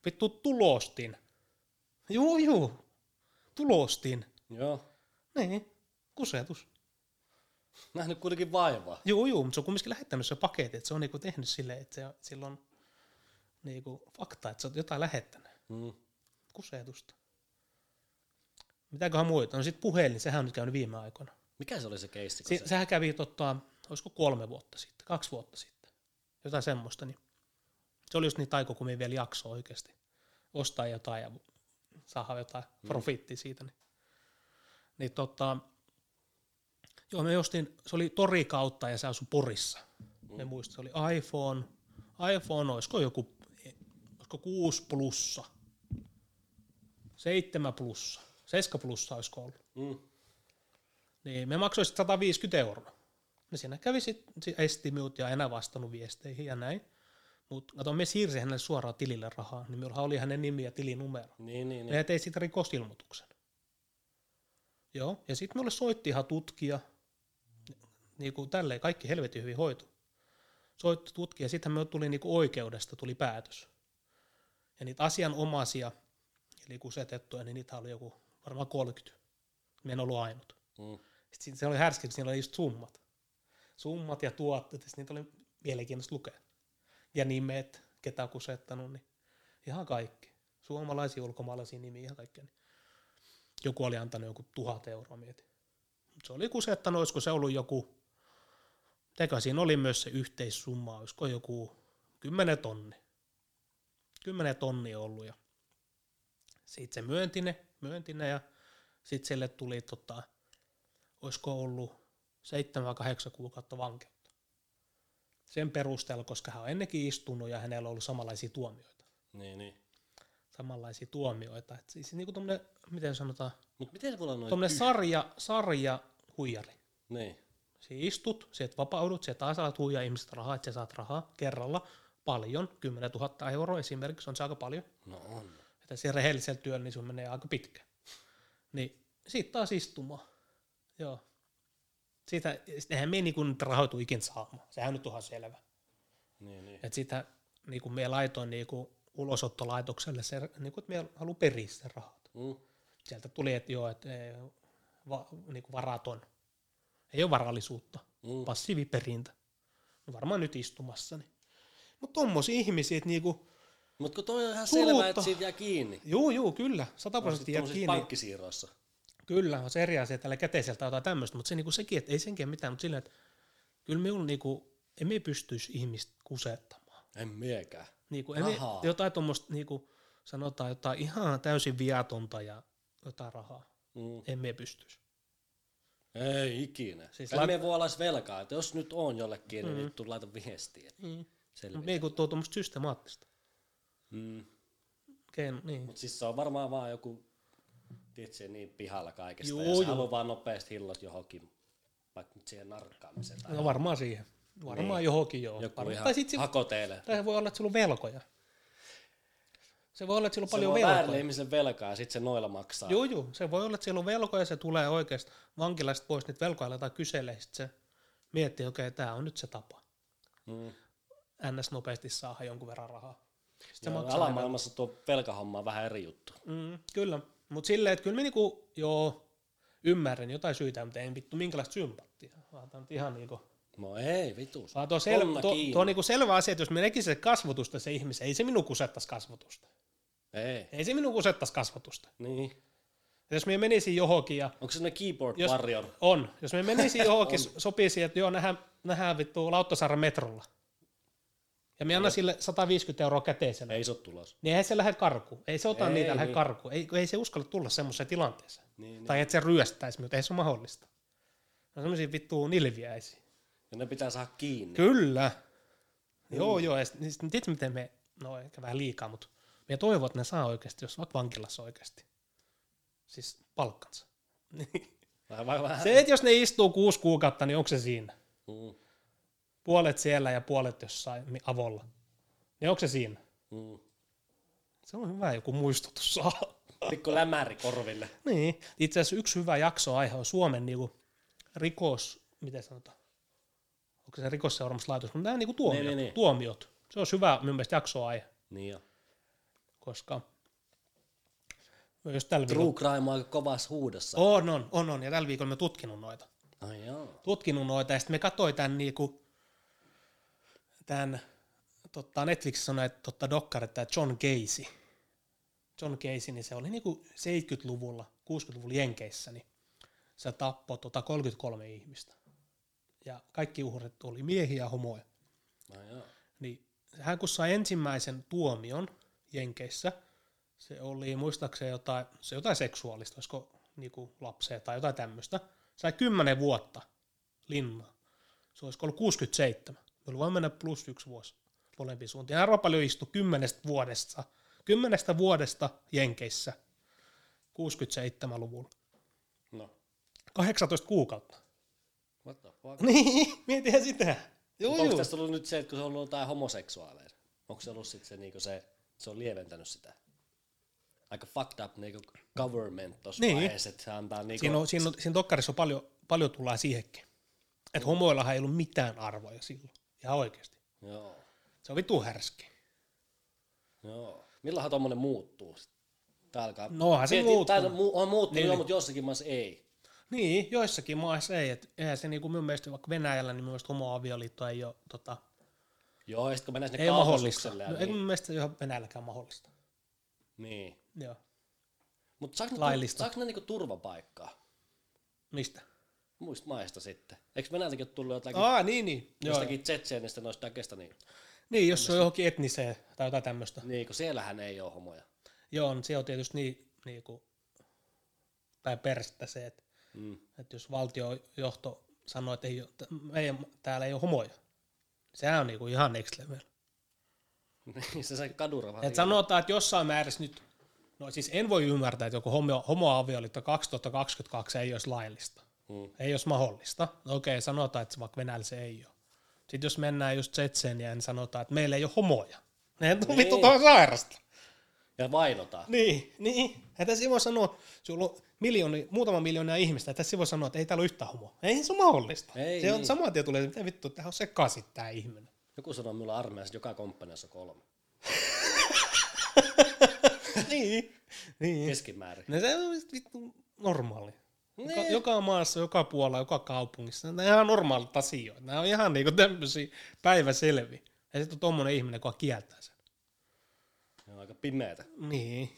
[SPEAKER 1] Vittu tulostin. Juu, juu. Tulostin.
[SPEAKER 2] Joo.
[SPEAKER 1] Niin, kusetus.
[SPEAKER 2] Nähnyt kuitenkin vaivaa.
[SPEAKER 1] Joo, joo, mutta se on kumminkin lähettänyt se paketti, että se on niinku tehnyt silleen, että se, silloin niinku, fakta, että sä oot jotain lähettänyt.
[SPEAKER 2] Mm.
[SPEAKER 1] Kusetusta. Mitäköhän muita? No sit puhelin, sehän on nyt käynyt viime aikoina.
[SPEAKER 2] Mikä se oli se keissi? kun
[SPEAKER 1] Si-
[SPEAKER 2] se-
[SPEAKER 1] sehän kävi tota, olisiko kolme vuotta sitten, kaksi vuotta sitten, jotain semmoista. Niin. Se oli just niitä aikoja, kun me ei vielä jakso oikeasti ostaa jotain ja saada jotain mm. profittia siitä. Niin, niin tota, joo, me ostin, se oli tori kautta ja se asui Porissa. Mm. Me muistan, se oli iPhone, iPhone, olisiko joku, olisiko 6 plussa, 7 plussa, 7 plussa olisiko ollut
[SPEAKER 2] Mm.
[SPEAKER 1] niin me maksoi sit 150 euroa. No siinä kävi sitten esti minut ja enää vastannut viesteihin ja näin. Mutta kato, me siirsin hänelle suoraan tilille rahaa, niin minulla oli hänen nimi ja tilinumero.
[SPEAKER 2] Niin, niin, niin.
[SPEAKER 1] Niin. Ja tein siitä rikosilmoituksen. Joo, ja sitten mulle soitti ihan tutkija, niin kuin tälleen, kaikki helvetin hyvin hoitu. Soitti tutkija, sitten me tuli niin kuin oikeudesta, tuli päätös. Ja niitä asianomaisia, eli kusetettuja, niin niitä oli joku varmaan 30. Me en ollut ainut.
[SPEAKER 2] Mm.
[SPEAKER 1] Sitten se oli härski, kun siinä oli just summat. Summat ja tuotteet, ja sit niitä oli mielenkiintoista lukea. Ja nimet, ketä on kusettanut, niin ihan kaikki. Suomalaisia, ulkomaalaisia nimiä, ihan kaikkea. Niin. Joku oli antanut joku tuhat euroa mietin. Mut Se oli kusettanut, olisiko se ollut joku, teka siinä oli myös se yhteissumma, olisiko joku kymmenen tonni. Kymmenen tonni ollut ja sitten se myöntine, myöntine ja sitten sille tuli tota, olisiko ollut 7-8 kuukautta vankeutta. Sen perusteella, koska hän on ennenkin istunut ja hänellä on ollut samanlaisia tuomioita.
[SPEAKER 2] Niin, niin.
[SPEAKER 1] Samanlaisia tuomioita. Et siis niinku tommonen, miten sanotaan,
[SPEAKER 2] Mut miten se voi olla noin?
[SPEAKER 1] tommonen sarja, sarja huijari.
[SPEAKER 2] Niin.
[SPEAKER 1] Siis istut, sä et vapaudut, sä taas alat huijaa ihmistä rahaa, että sä saat rahaa kerralla paljon, 10 000 euroa esimerkiksi, on se aika paljon.
[SPEAKER 2] No on.
[SPEAKER 1] että se rehellisellä työllä niin sun menee aika pitkä. Niin sit taas istumaan. Joo. Siitä, eihän me niinku nyt rahoitu ikin saamaan. Sehän nyt on ihan selvä.
[SPEAKER 2] Niin, niin.
[SPEAKER 1] Et sitä niinku me laitoin niinku ulosottolaitokselle se, niinku, että me haluan periä sen rahat.
[SPEAKER 2] Mm.
[SPEAKER 1] Sieltä tuli, että joo, että eh, va, niinku varaton. Ei ole varallisuutta.
[SPEAKER 2] Mm.
[SPEAKER 1] Passiiviperintä. No varmaan nyt istumassa. Niin. Mutta tommosia ihmisiä, että niinku,
[SPEAKER 2] Mut kun toi on ihan
[SPEAKER 1] Surutta.
[SPEAKER 2] selvää, että siitä jää kiinni.
[SPEAKER 1] juu, juu, kyllä, 100 prosenttia
[SPEAKER 2] Tuollaisissa
[SPEAKER 1] kiinni.
[SPEAKER 2] pankkisiirroissa.
[SPEAKER 1] Kyllä, on se eri asia, että tällä käteiseltä jotain tämmöistä, mutta se, niinku sekin, että ei senkään mitään, mutta sillä, että kyllä me niinku, emme pystyisi ihmistä kusettamaan.
[SPEAKER 2] En miekään.
[SPEAKER 1] Niinku, emme,
[SPEAKER 2] Rahaa.
[SPEAKER 1] jotain tuommoista, niinku, sanotaan jotain ihan täysin viatonta ja jotain rahaa.
[SPEAKER 2] Mm.
[SPEAKER 1] Emme pystyisi.
[SPEAKER 2] Ei ikinä.
[SPEAKER 1] Siis
[SPEAKER 2] Siis
[SPEAKER 1] lait- Mm-hmm.
[SPEAKER 2] lait- me voi olla edes velkaa, että jos nyt on jollekin, niin nyt tuu laita viestiä.
[SPEAKER 1] Mm. Mutta
[SPEAKER 2] Selviä.
[SPEAKER 1] niinku tuo tuommoista systemaattista.
[SPEAKER 2] Mm.
[SPEAKER 1] Keino, niin.
[SPEAKER 2] Mutta siis se on varmaan vaan joku, tiedätkö, niin pihalla kaikesta.
[SPEAKER 1] Juu,
[SPEAKER 2] Joo, ja se
[SPEAKER 1] juu.
[SPEAKER 2] haluaa vaan nopeasti hillot johonkin, vaikka nyt siihen narkkaamiseen. Tai
[SPEAKER 1] No varmaan siihen. Varmaan niin. johonkin joo.
[SPEAKER 2] joku
[SPEAKER 1] Varmaan-
[SPEAKER 2] ihan
[SPEAKER 1] tai sit se,
[SPEAKER 2] hakoteille.
[SPEAKER 1] tai voi olla, että sulla on velkoja. Se voi olla, että sulla on
[SPEAKER 2] Se
[SPEAKER 1] paljon
[SPEAKER 2] on
[SPEAKER 1] velkoja.
[SPEAKER 2] väärille ihmisen velkaa ja sitten se noilla maksaa.
[SPEAKER 1] Joo, joo. Se voi olla, että siellä on velkoja, se tulee oikeasti vankilasta pois, niitä velkoja aletaan kyselee, sit se miettii, okei, okay, tämä on nyt se tapa.
[SPEAKER 2] Mm.
[SPEAKER 1] NS nopeasti saa jonkun verran rahaa. Sit se maksaa ne
[SPEAKER 2] Joo,
[SPEAKER 1] velkoja.
[SPEAKER 2] alamaailmassa tuo velkahomma on vähän eri juttu.
[SPEAKER 1] Mm, kyllä, mutta silleen, että kyllä me niinku, joo, ymmärrän jotain syytä, mutta en vittu minkälaista sympatiaa. Vaan tää on nyt ihan niinku,
[SPEAKER 2] No ei, vitus.
[SPEAKER 1] vaan tuo, sel-
[SPEAKER 2] Onna
[SPEAKER 1] tuo,
[SPEAKER 2] kiinni.
[SPEAKER 1] tuo on niinku selvä asia, että jos me näkisin se kasvotusta se ihmisen, ei se minun kusettaisi kasvotusta.
[SPEAKER 2] Ei.
[SPEAKER 1] Ei se minun kusettaisi kasvotusta.
[SPEAKER 2] Niin.
[SPEAKER 1] Ja jos me menisin johonkin ja
[SPEAKER 2] Onko se ne keyboard
[SPEAKER 1] Jos-
[SPEAKER 2] Jos... warrior?
[SPEAKER 1] On. Jos me menisi johonkin, sopisi, että joo, nähdään, nähdään vittu Lauttasaaren metrolla. Ja me anna sille 150 euroa käteisellä. Ei.
[SPEAKER 2] Ei se ole tulos.
[SPEAKER 1] Niin eihän se lähde karkuun. Ei se ota ei,
[SPEAKER 2] Ei,
[SPEAKER 1] niitä lähde
[SPEAKER 2] niin.
[SPEAKER 1] karkuun. Ei, ei se uskalla tulla semmoiseen tilanteeseen.
[SPEAKER 2] Niin,
[SPEAKER 1] Tai että se ryöstäisi minut. Ei se ole mahdollista. Ne on semmoisia vittu nilviäisiä.
[SPEAKER 2] Ja ne pitää saada kiinni.
[SPEAKER 1] Kyllä. Joo, joo. Ja sit, niin sit- tiedätkö, miten me, no ehkä vähän liikaa, mutta me toivon, että ne saa oikeasti, jos vaikka vankilassa oikeasti. Siis palkkansa.
[SPEAKER 2] Vähän, vähän, vähän.
[SPEAKER 1] Se, että jos ne istuu kuusi kuukautta, niin onko se siinä?
[SPEAKER 2] Mm,
[SPEAKER 1] puolet siellä ja puolet jossain mi- avolla. Niin onko se siinä?
[SPEAKER 2] mm.
[SPEAKER 1] Se on hyvä joku muistutus saa.
[SPEAKER 2] Pikku lämäri korville.
[SPEAKER 1] niin. Itse asiassa yksi hyvä jaksoaihe on Suomen niinku rikos, miten sanotaan, onko se rikosseuraamuslaitos, mutta nämä niinku tuomiot,
[SPEAKER 2] Niin, niin, niin.
[SPEAKER 1] tuomiot. Se olisi hyvä minun mielestä jaksoaihe,
[SPEAKER 2] Niin jo.
[SPEAKER 1] koska jos tällä
[SPEAKER 2] True
[SPEAKER 1] viikolla,
[SPEAKER 2] crime on aika kovassa huudossa.
[SPEAKER 1] on, on, on, on, ja tällä viikolla me tutkinut noita.
[SPEAKER 2] Ai joo.
[SPEAKER 1] tutkinut noita ja sitten me katsoin tämän, niinku, tämän totta, Netflixissä on näitä totta dokkarit, tämä John Casey. John Casey, niin se oli niinku 70-luvulla, 60-luvulla Jenkeissä, niin se tappoi tota 33 ihmistä. Ja kaikki uhrit oli miehiä ja homoja.
[SPEAKER 2] No joo.
[SPEAKER 1] Niin hän kun sai ensimmäisen tuomion Jenkeissä, se oli muistaakseni jotain, se jotain seksuaalista, olisiko niinku lapsea tai jotain tämmöistä, sai 10 vuotta linnaa. Se olisiko ollut 67. Meillä voi mennä plus yksi vuosi molempiin suuntiin. Hän paljon istui kymmenestä vuodesta, kymmenestä vuodesta Jenkeissä 67-luvulla.
[SPEAKER 2] No.
[SPEAKER 1] 18 kuukautta.
[SPEAKER 2] What the fuck?
[SPEAKER 1] Niin, mietihän sitä. Joo,
[SPEAKER 2] Mutta onko
[SPEAKER 1] joo.
[SPEAKER 2] tässä ollut nyt se, että kun se on ollut jotain homoseksuaaleja? Onko se ollut sit se, niinku se, se on lieventänyt sitä? Aika fucked up niinku government tuossa
[SPEAKER 1] Niin.
[SPEAKER 2] niin. vaiheessa, että se antaa niinku...
[SPEAKER 1] Siinä, on, siinä, on, siinä dokkarissa on paljon, paljon tullaan siihenkin. Että homoillahan ei ollut mitään arvoja silloin. Ihan oikeasti.
[SPEAKER 2] Joo,
[SPEAKER 1] Se on vitu härski.
[SPEAKER 2] joo. Millähän tommonen muuttuu? Tää alkaa...
[SPEAKER 1] No onhan se muuttunut.
[SPEAKER 2] Tää on, mu- on muuttunut,
[SPEAKER 1] Niin.
[SPEAKER 2] niin. joo, mutta jossakin maassa ei.
[SPEAKER 1] Niin, joissakin maissa ei. Et eihän se niinku minun mielestä vaikka Venäjällä, niin minun mielestä homoavioliitto ei ole, tota,
[SPEAKER 2] Joo, ja sit kun mennään sinne
[SPEAKER 1] ei ole mahdollista.
[SPEAKER 2] kaupasukselle.
[SPEAKER 1] No,
[SPEAKER 2] No,
[SPEAKER 1] ei
[SPEAKER 2] niin,
[SPEAKER 1] minun mielestä se ei ole Venäjälläkään mahdollista.
[SPEAKER 2] niin.
[SPEAKER 1] Joo.
[SPEAKER 2] Mutta saako, ne-
[SPEAKER 1] Laillista.
[SPEAKER 2] saako ne niinku turvapaikkaa?
[SPEAKER 1] Mistä?
[SPEAKER 2] Muista maista sitten. Eikö Venäjältäkin ole tullut jotakin,
[SPEAKER 1] Aa, niin, niin. Joo.
[SPEAKER 2] jostakin Tsetseenistä noista Dagesta, niin,
[SPEAKER 1] Niin, jos se on johonkin etniseen tai jotain tämmöistä.
[SPEAKER 2] niin kun siellähän ei ole homoja.
[SPEAKER 1] Joo, niin se on tietysti niin, niinku, tai persettä se, että
[SPEAKER 2] Mm.
[SPEAKER 1] että jos valtiojohto sanoo, että ei, oo- t- meidän, täällä ei ole homoja, sehän on niinku ihan next level.
[SPEAKER 2] Niin, se sai kadurava.
[SPEAKER 1] Et sanotaan, että jossain määrässä nyt, no siis en voi ymmärtää, että joku homo, homoavioliitto 2022 ei olisi laillista.
[SPEAKER 2] Mm.
[SPEAKER 1] Ei olisi mahdollista. No Okei, sanotaan, että se vaikka Venäjällä se ei ole. Sitten jos mennään just Tsetseniään, niin sanotaan, että meillä ei ole homoja. Ne on
[SPEAKER 2] Niin.
[SPEAKER 1] vittu toi sairasta.
[SPEAKER 2] Ja vainotaan.
[SPEAKER 1] Niin, niin. Ei tässä voi sanoa, sulla on miljooni, muutama miljoonia ihmistä, että tässä voi sanoa, että ei täällä ole yhtään homoa. Ei se on mahdollista.
[SPEAKER 2] Ei
[SPEAKER 1] se on
[SPEAKER 2] niin.
[SPEAKER 1] saman tien tulee, että mitä vittu, tähän on sekaisin tämä ihminen.
[SPEAKER 2] Joku sanoi mulle armeijassa, että joka komppaniassa on kolme.
[SPEAKER 1] niin. niin.
[SPEAKER 2] Keskimäärin.
[SPEAKER 1] No se on just vittu normaali. Joka,
[SPEAKER 2] Niin.
[SPEAKER 1] joka, maassa, joka puolella, joka kaupungissa. Nämä on ihan normaalit asioita. Nämä on ihan niinku tämmöisiä päiväselviä. Ja sitten on tommonen ihminen, joka kieltää sen.
[SPEAKER 2] Ne on aika pimeätä.
[SPEAKER 1] Niin.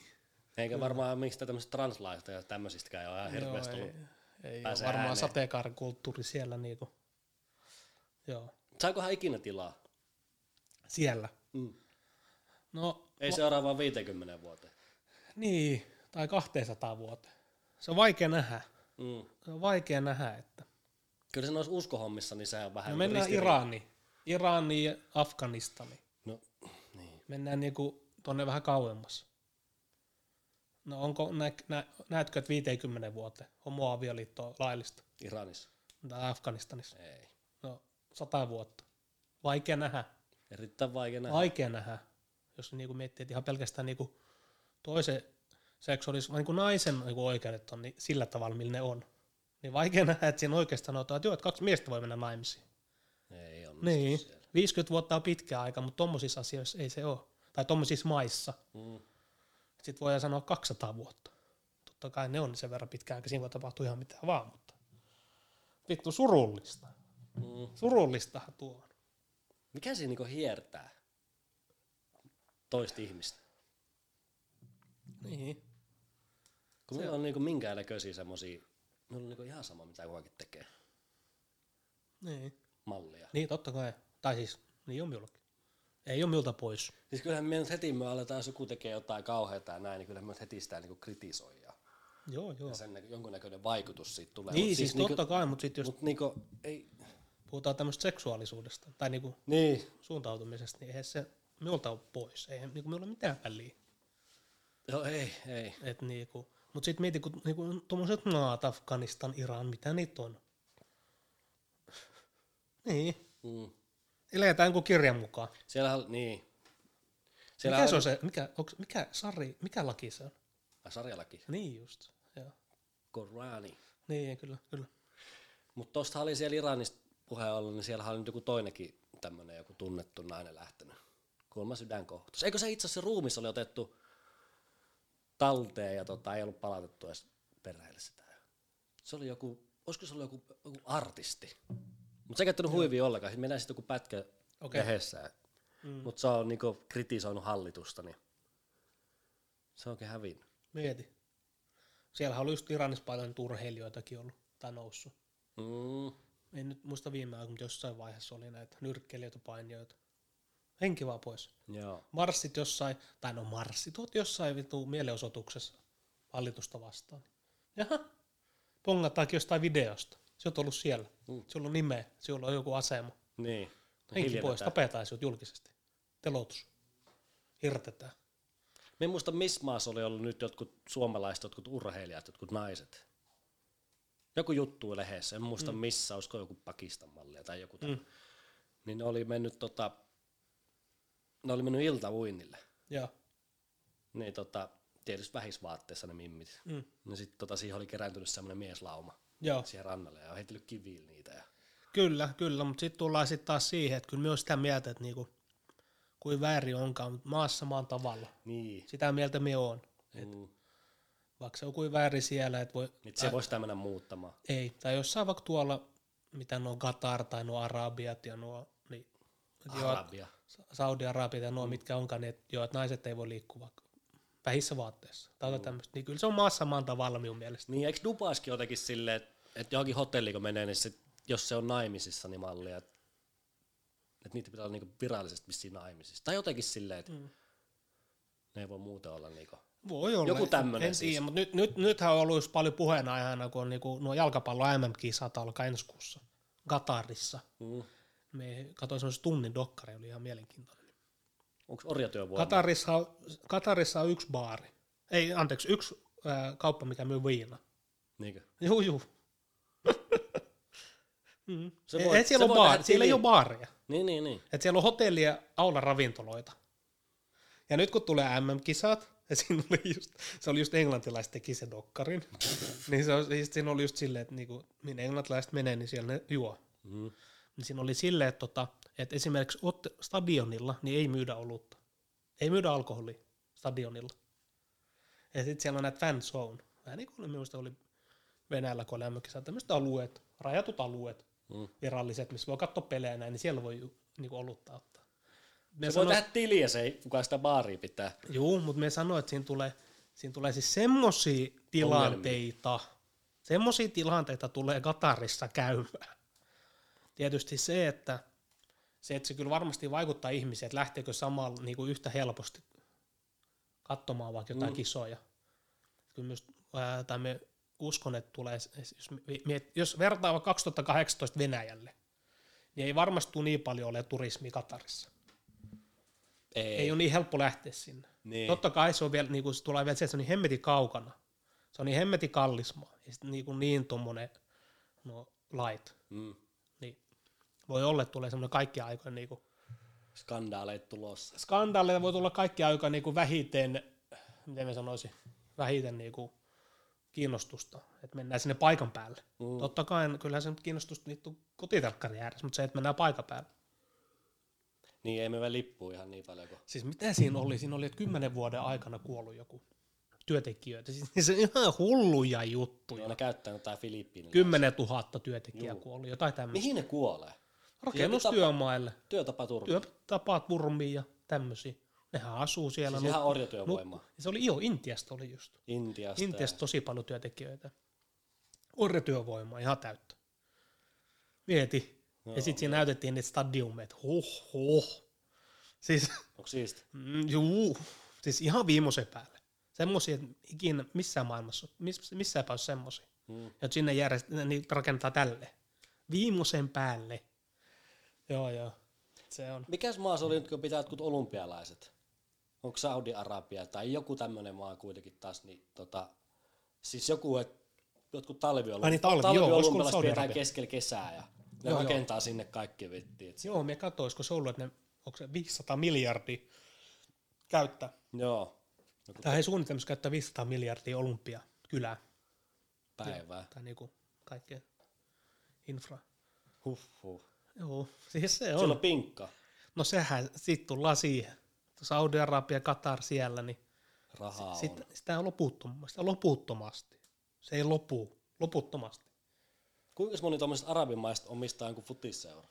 [SPEAKER 2] Eikä varmaan mistä tämmöisistä translaista ja tämmöisistäkään ole ihan hirveästi
[SPEAKER 1] Joo,
[SPEAKER 2] tullut.
[SPEAKER 1] ei, ei ole
[SPEAKER 2] Pääsee
[SPEAKER 1] varmaan
[SPEAKER 2] ääneen.
[SPEAKER 1] sateenkaarikulttuuri siellä niinku. Joo.
[SPEAKER 2] Saikohan ikinä tilaa?
[SPEAKER 1] Siellä.
[SPEAKER 2] Mm.
[SPEAKER 1] No,
[SPEAKER 2] Ei seuraavaan 50 vuoteen.
[SPEAKER 1] Niin, tai 200 vuoteen. Se on vaikea nähdä.
[SPEAKER 2] Mm.
[SPEAKER 1] Se on vaikea nähdä, että...
[SPEAKER 2] Kyllä se noissa uskohommissa, niin sehän on vähän...
[SPEAKER 1] No
[SPEAKER 2] niinku
[SPEAKER 1] mennään
[SPEAKER 2] ristiriita-
[SPEAKER 1] Iraniin. Iraniin ja Afganistaniin.
[SPEAKER 2] No, niin.
[SPEAKER 1] Mennään niinku tonne vähän kauemmas. No onko, nä, nä, näetkö, että 50 vuoteen homoavioliitto on laillista?
[SPEAKER 2] Iranissa.
[SPEAKER 1] Tai Afganistanissa?
[SPEAKER 2] Ei.
[SPEAKER 1] No, 100 vuotta. Vaikea nähdä.
[SPEAKER 2] Erittäin vaikea nähdä.
[SPEAKER 1] Vaikea nähdä, jos niinku miettii, että ihan pelkästään niinku toisen seksuaalis, vaan niinku naisen niinku oikeudet on niin sillä tavalla, millä ne on. Niin vaikea nähdä, että siinä oikeastaan sanotaan, että joo, että kaksi miestä voi mennä naimisiin.
[SPEAKER 2] Ei onnistu
[SPEAKER 1] Niin.
[SPEAKER 2] siellä.
[SPEAKER 1] 50 vuotta on pitkä aika, mutta tommosissa asioissa ei se ole. Tai tommosissa maissa.
[SPEAKER 2] Mm.
[SPEAKER 1] Sitten voidaan sanoa 200 vuotta. Totta kai ne on sen verran pitkä aika, siinä voi tapahtua ihan mitä vaan, mutta vittu surullista.
[SPEAKER 2] Mm.
[SPEAKER 1] Surullistahan tuo on.
[SPEAKER 2] Mikä siinä niinku hiertää toista ihmistä?
[SPEAKER 1] Niin.
[SPEAKER 2] Kun meillä on niinku minkään näköisiä semmosia, meillä on niinku ihan sama mitä kukakin tekee,
[SPEAKER 1] Niin.
[SPEAKER 2] mallia.
[SPEAKER 1] Niin, totta kai. Tai siis, niin on minullakin. Ei ole miltä pois.
[SPEAKER 2] Siis kyllähän me nyt heti me aletaan, jos joku tekee jotain kauheata ja näin, niin kyllähän me nyt heti sitä niinku kritisoi ja
[SPEAKER 1] Joo, joo.
[SPEAKER 2] sen nä- jonkunnäköinen vaikutus siitä tulee.
[SPEAKER 1] Niin,
[SPEAKER 2] Mut
[SPEAKER 1] siis, siis
[SPEAKER 2] niinku,
[SPEAKER 1] totta kai, mutta sitten jos
[SPEAKER 2] Mut niinku, ei,
[SPEAKER 1] puhutaan tämmöistä seksuaalisuudesta tai niinku
[SPEAKER 2] niin,
[SPEAKER 1] suuntautumisesta, niin eihän se minulta ole pois. Eihän niinku minulla ole mitään väliä.
[SPEAKER 2] joo ei, ei.
[SPEAKER 1] Et niinku. Mutta sitten mieti, kun niinku, tuommoiset maat, Afganistan, Iran, mitä niitä on. niin,
[SPEAKER 2] Mm.
[SPEAKER 1] eletään kuin kirjan mukaan.
[SPEAKER 2] Siellähän, niin.
[SPEAKER 1] Mikä se on
[SPEAKER 2] on,
[SPEAKER 1] se, mikä, onks, mikä, sari, mikä laki se on?
[SPEAKER 2] on sarjalaki,
[SPEAKER 1] Niin just, joo.
[SPEAKER 2] Korani.
[SPEAKER 1] Niin, kyllä, kyllä.
[SPEAKER 2] Mutta tuosta oli siellä Iranista puheen ollut, niin siellä oli nyt joku toinenkin tämmöinen joku tunnettu nainen lähtenyt. Kuulemma sydänkohtaus. Eikö se itse asiassa ruumis oli otettu talteen ja tota, ei ollut palautettu edes perheelle sitä. Se oli joku, olisiko se ollut joku, joku artisti? Mutta se ei käyttänyt huivia ollenkaan. Sitten mennään sitten joku pätkä
[SPEAKER 1] Okei.
[SPEAKER 2] okay. lehdessä. mm. mutta se on niinku kritisoinut hallitusta, niin se onkin hävinnyt.
[SPEAKER 1] Mieti. Siellähän oli just Iranissa paljon turheilijoitakin ollut tai noussut.
[SPEAKER 2] Mm.
[SPEAKER 1] En nyt muista viime aikoina, mutta jossain vaiheessa oli näitä nyrkkeilijöitä, painijoita. Henki vaan pois.
[SPEAKER 2] Joo.
[SPEAKER 1] Marssit jossain, tai no marssit, oot jossain vitu mielenosoituksessa hallitusta vastaan. Jaha, pongataankin jostain videosta. Se on ollut siellä. Mm. Sulla on nimeä, sulla on joku asema.
[SPEAKER 2] Niin. No
[SPEAKER 1] Henki
[SPEAKER 2] hiljennetään.
[SPEAKER 1] pois, tapetaan sinut julkisesti. Telotus. Hirtetään.
[SPEAKER 2] Me en muista, missä maassa oli ollut nyt jotkut suomalaiset, jotkut urheilijat, jotkut naiset. Joku juttu lehdessä, en muista mm. missä, olisiko joku Pakistan mallia tai joku mm. Niin ne oli mennyt tota, ne oli mennyt iltauinnille.
[SPEAKER 1] Joo.
[SPEAKER 2] Niin tota, tietysti vähisvaatteessa ne mimmit.
[SPEAKER 1] Mm.
[SPEAKER 2] No sitten tota, siihen oli kerääntynyt semmoinen mieslauma
[SPEAKER 1] Joo.
[SPEAKER 2] siihen rannalle ja on heitellyt kivillä niitä. Ja...
[SPEAKER 1] Kyllä, kyllä, mutta sitten tullaan sitten taas siihen, että kyllä myös sitä mieltä, että niinku, kuin väärin onkaan, mutta maassa maan tavalla.
[SPEAKER 2] Niin.
[SPEAKER 1] Sitä mieltä me on.
[SPEAKER 2] Mm.
[SPEAKER 1] Vaikka se on kuin väärin siellä, että voi,
[SPEAKER 2] Niin se voi sitä mennä muuttamaan.
[SPEAKER 1] ei, tai jossain vaikka tuolla, mitä nuo Qatar tai nuo Arabiat ja nuo, niin, et joo, et
[SPEAKER 2] Arabia.
[SPEAKER 1] Saudi-Arabiat ja nuo
[SPEAKER 2] Mm.
[SPEAKER 1] mitkä onkaan, niin että joo, että naiset ei voi liikkua vaikka vähissä vaatteissa tai mm. tämmöistä, niin kyllä se on maassa maan tavalla minun mielestä.
[SPEAKER 2] Niin, eikö Dubaskin jotenkin silleen, että et johonkin hotelliin kun menee, niin sit, jos se on naimisissa, niin mallia, että et niitä pitää olla niinku virallisesti vissiin naimisissa. Tai jotenkin silleen, että mm. ne ei voi muuten olla niinku.
[SPEAKER 1] Voi olla.
[SPEAKER 2] Joku
[SPEAKER 1] en-
[SPEAKER 2] tämmönen
[SPEAKER 1] En
[SPEAKER 2] siis.
[SPEAKER 1] tiedä, mutta nyt, nyt, nythän on ollut just paljon puheenaiheena, kun on niinku, nuo jalkapallo MM-kisat alkaa ensi kuussa Katarissa.
[SPEAKER 2] Mm.
[SPEAKER 1] Me katsoin semmoisen tunnin dokkari, oli ihan mielenkiintoinen.
[SPEAKER 2] Onko orjatyövoima?
[SPEAKER 1] Katarissa, on- Katarissa on yksi baari, ei anteeksi, yksi ää, kauppa, mikä myy viina.
[SPEAKER 2] Niinkö?
[SPEAKER 1] Juu, juu. mm. se
[SPEAKER 2] Se voi-
[SPEAKER 1] voi,
[SPEAKER 2] se
[SPEAKER 1] siellä on
[SPEAKER 2] voi
[SPEAKER 1] baari,
[SPEAKER 2] nähdä
[SPEAKER 1] siellä ei
[SPEAKER 2] tiliin.
[SPEAKER 1] ole baaria.
[SPEAKER 2] Niin, niin, niin.
[SPEAKER 1] Et siellä on hotelli ja aula ravintoloita. Ja nyt kun tulee MM-kisat, ja siinä oli just, se oli just englantilaiset teki sen dokkarin, niin se, on- siis siinä oli just silleen, että niinku, minne englantilaiset menee, niin siellä ne juo.
[SPEAKER 2] Mm.
[SPEAKER 1] Niin siinä oli silleen, että, tota, että esimerkiksi ot, stadionilla niin ei myydä olutta. Ei myydä alkoholia stadionilla. Ja sitten siellä on näitä fan zone. Vähän niin kuin oli, minusta oli Venäjällä, kun oli MM-kisat, tämmöiset alueet, rajatut alueet,
[SPEAKER 2] Mm.
[SPEAKER 1] viralliset, missä voi katsoa pelejä ja näin, niin siellä voi ju- niinku olutta ottaa. Me
[SPEAKER 2] Se voi
[SPEAKER 1] sano,
[SPEAKER 2] tehdä tiliä, se ei kukaan sitä baaria pitää.
[SPEAKER 1] Juu, mutta me sanoin, että siinä tulee, siinä tulee siis semmosia tilanteita, semmosia tilanteita tulee Katarissa käymään. Tietysti se, että se, että se kyllä varmasti vaikuttaa ihmisiin, että lähteekö samalla niin kuin yhtä helposti katsomaan vaikka jotain
[SPEAKER 2] Mm.
[SPEAKER 1] mm. kisoja. Kyllä myös, ää, tai me uskon, että tulee, s- s- jos, mi- miet- jos vertaa vaikka 2018 Venäjälle, niin ei varmasti tule niin paljon ole turismi Katarissa
[SPEAKER 2] Ei.
[SPEAKER 1] ei ole niin helppo lähteä sinne.
[SPEAKER 2] Niin.
[SPEAKER 1] Niin. Totta kai se, on vielä, niin kuin se tulee vielä se, että se on niin hemmetin kaukana. Se on niin hemmetin kallis maa. Ja sitten niin, kuin niin tuommoinen no, lait.
[SPEAKER 2] Mm.
[SPEAKER 1] Niin. Voi olla, että tulee semmoinen kaikkia aikoja niin kuin,
[SPEAKER 2] Skandaaleit tulossa.
[SPEAKER 1] skandaaleja voi tulla kaikkia aikoja niin kuin vähiten, miten me sanoisin, vähiten niin kuin kiinnostusta, että mennään sinne paikan päälle.
[SPEAKER 2] Mm.
[SPEAKER 1] Mm. Totta kai, kyllähän se nyt kiinnostusta vittu kotitelkkarin ääressä, mutta se, että mennään paikan päälle.
[SPEAKER 2] Niin ei me vielä lippu ihan niin paljon kuin.
[SPEAKER 1] Siis mitä siinä oli? Siinä oli, että kymmenen vuoden aikana kuollut joku työntekijöitä. Siis se on ihan hulluja juttuja.
[SPEAKER 2] Ne käyttää jotain Filippiinillä.
[SPEAKER 1] Kymmenen tuhatta työntekijää
[SPEAKER 2] Juu.
[SPEAKER 1] kuollut, jotain tämmöistä.
[SPEAKER 2] Mihin ne kuolee?
[SPEAKER 1] Rakennustyömaille,
[SPEAKER 2] Työtapaturma. Työ...
[SPEAKER 1] työtapaat murmiin ja tämmöisiä. Nehän asuu siellä.
[SPEAKER 2] Siis
[SPEAKER 1] nukku-
[SPEAKER 2] ihan orjatyövoimaa.
[SPEAKER 1] nukku- Ja se oli joo, Intiasta oli just.
[SPEAKER 2] Intiasta.
[SPEAKER 1] Intiasta tosi paljon työntekijöitä. Orjatyövoimaa ihan täyttä. Mieti.
[SPEAKER 2] Joo,
[SPEAKER 1] ja sitten siinä näytettiin ne stadiumet. Huh, huh. Siis
[SPEAKER 2] Onko siisti?
[SPEAKER 1] Mm, juu, siis ihan viimeisen päälle. Semmoisia, että ikinä missään maailmassa, miss, missään päin semmoisia.
[SPEAKER 2] Mm.
[SPEAKER 1] Ja sinne järjest, niin rakentaa tälle. Viimeisen päälle. Joo, joo. Se on.
[SPEAKER 2] Mikäs maa se oli nyt, kun pitää jotkut olympialaiset? Onko Saudi-Arabia tai joku tämmöinen maa kuitenkin taas, niin tota, siis joku, että jotkut talviolum...
[SPEAKER 1] Ai niin, talvi, joo, olisiko ollut
[SPEAKER 2] talviolumpialaiset pidetään
[SPEAKER 1] Saudi-Arabia?
[SPEAKER 2] keskellä kesää ja ne
[SPEAKER 1] Joo,
[SPEAKER 2] rakentaa sinne kaikki vittiin. Et,
[SPEAKER 1] Joo, me katsoisiko se ollut, että ne, onko se 500 miljardia käyttää.
[SPEAKER 2] joo, joku
[SPEAKER 1] Tai he suunnitelmissa käyttää 500 miljardia olympia kylää.
[SPEAKER 2] päivää.
[SPEAKER 1] Tai niinku kaikkea infra.
[SPEAKER 2] Huh, huh.
[SPEAKER 1] Joo, siis se
[SPEAKER 2] Siellä
[SPEAKER 1] on.
[SPEAKER 2] on pinkka.
[SPEAKER 1] No sehän, sit tullaan siihen. Saudi-Arabia, Katar siellä, niin
[SPEAKER 2] Rahaa on.
[SPEAKER 1] Sitä, sitä on loputtomasti. Sitä loputtomasti. Se ei lopu. Loputtomasti.
[SPEAKER 2] Kuinka moni tuommoisista arabimaista omistaa jonkun futisseura?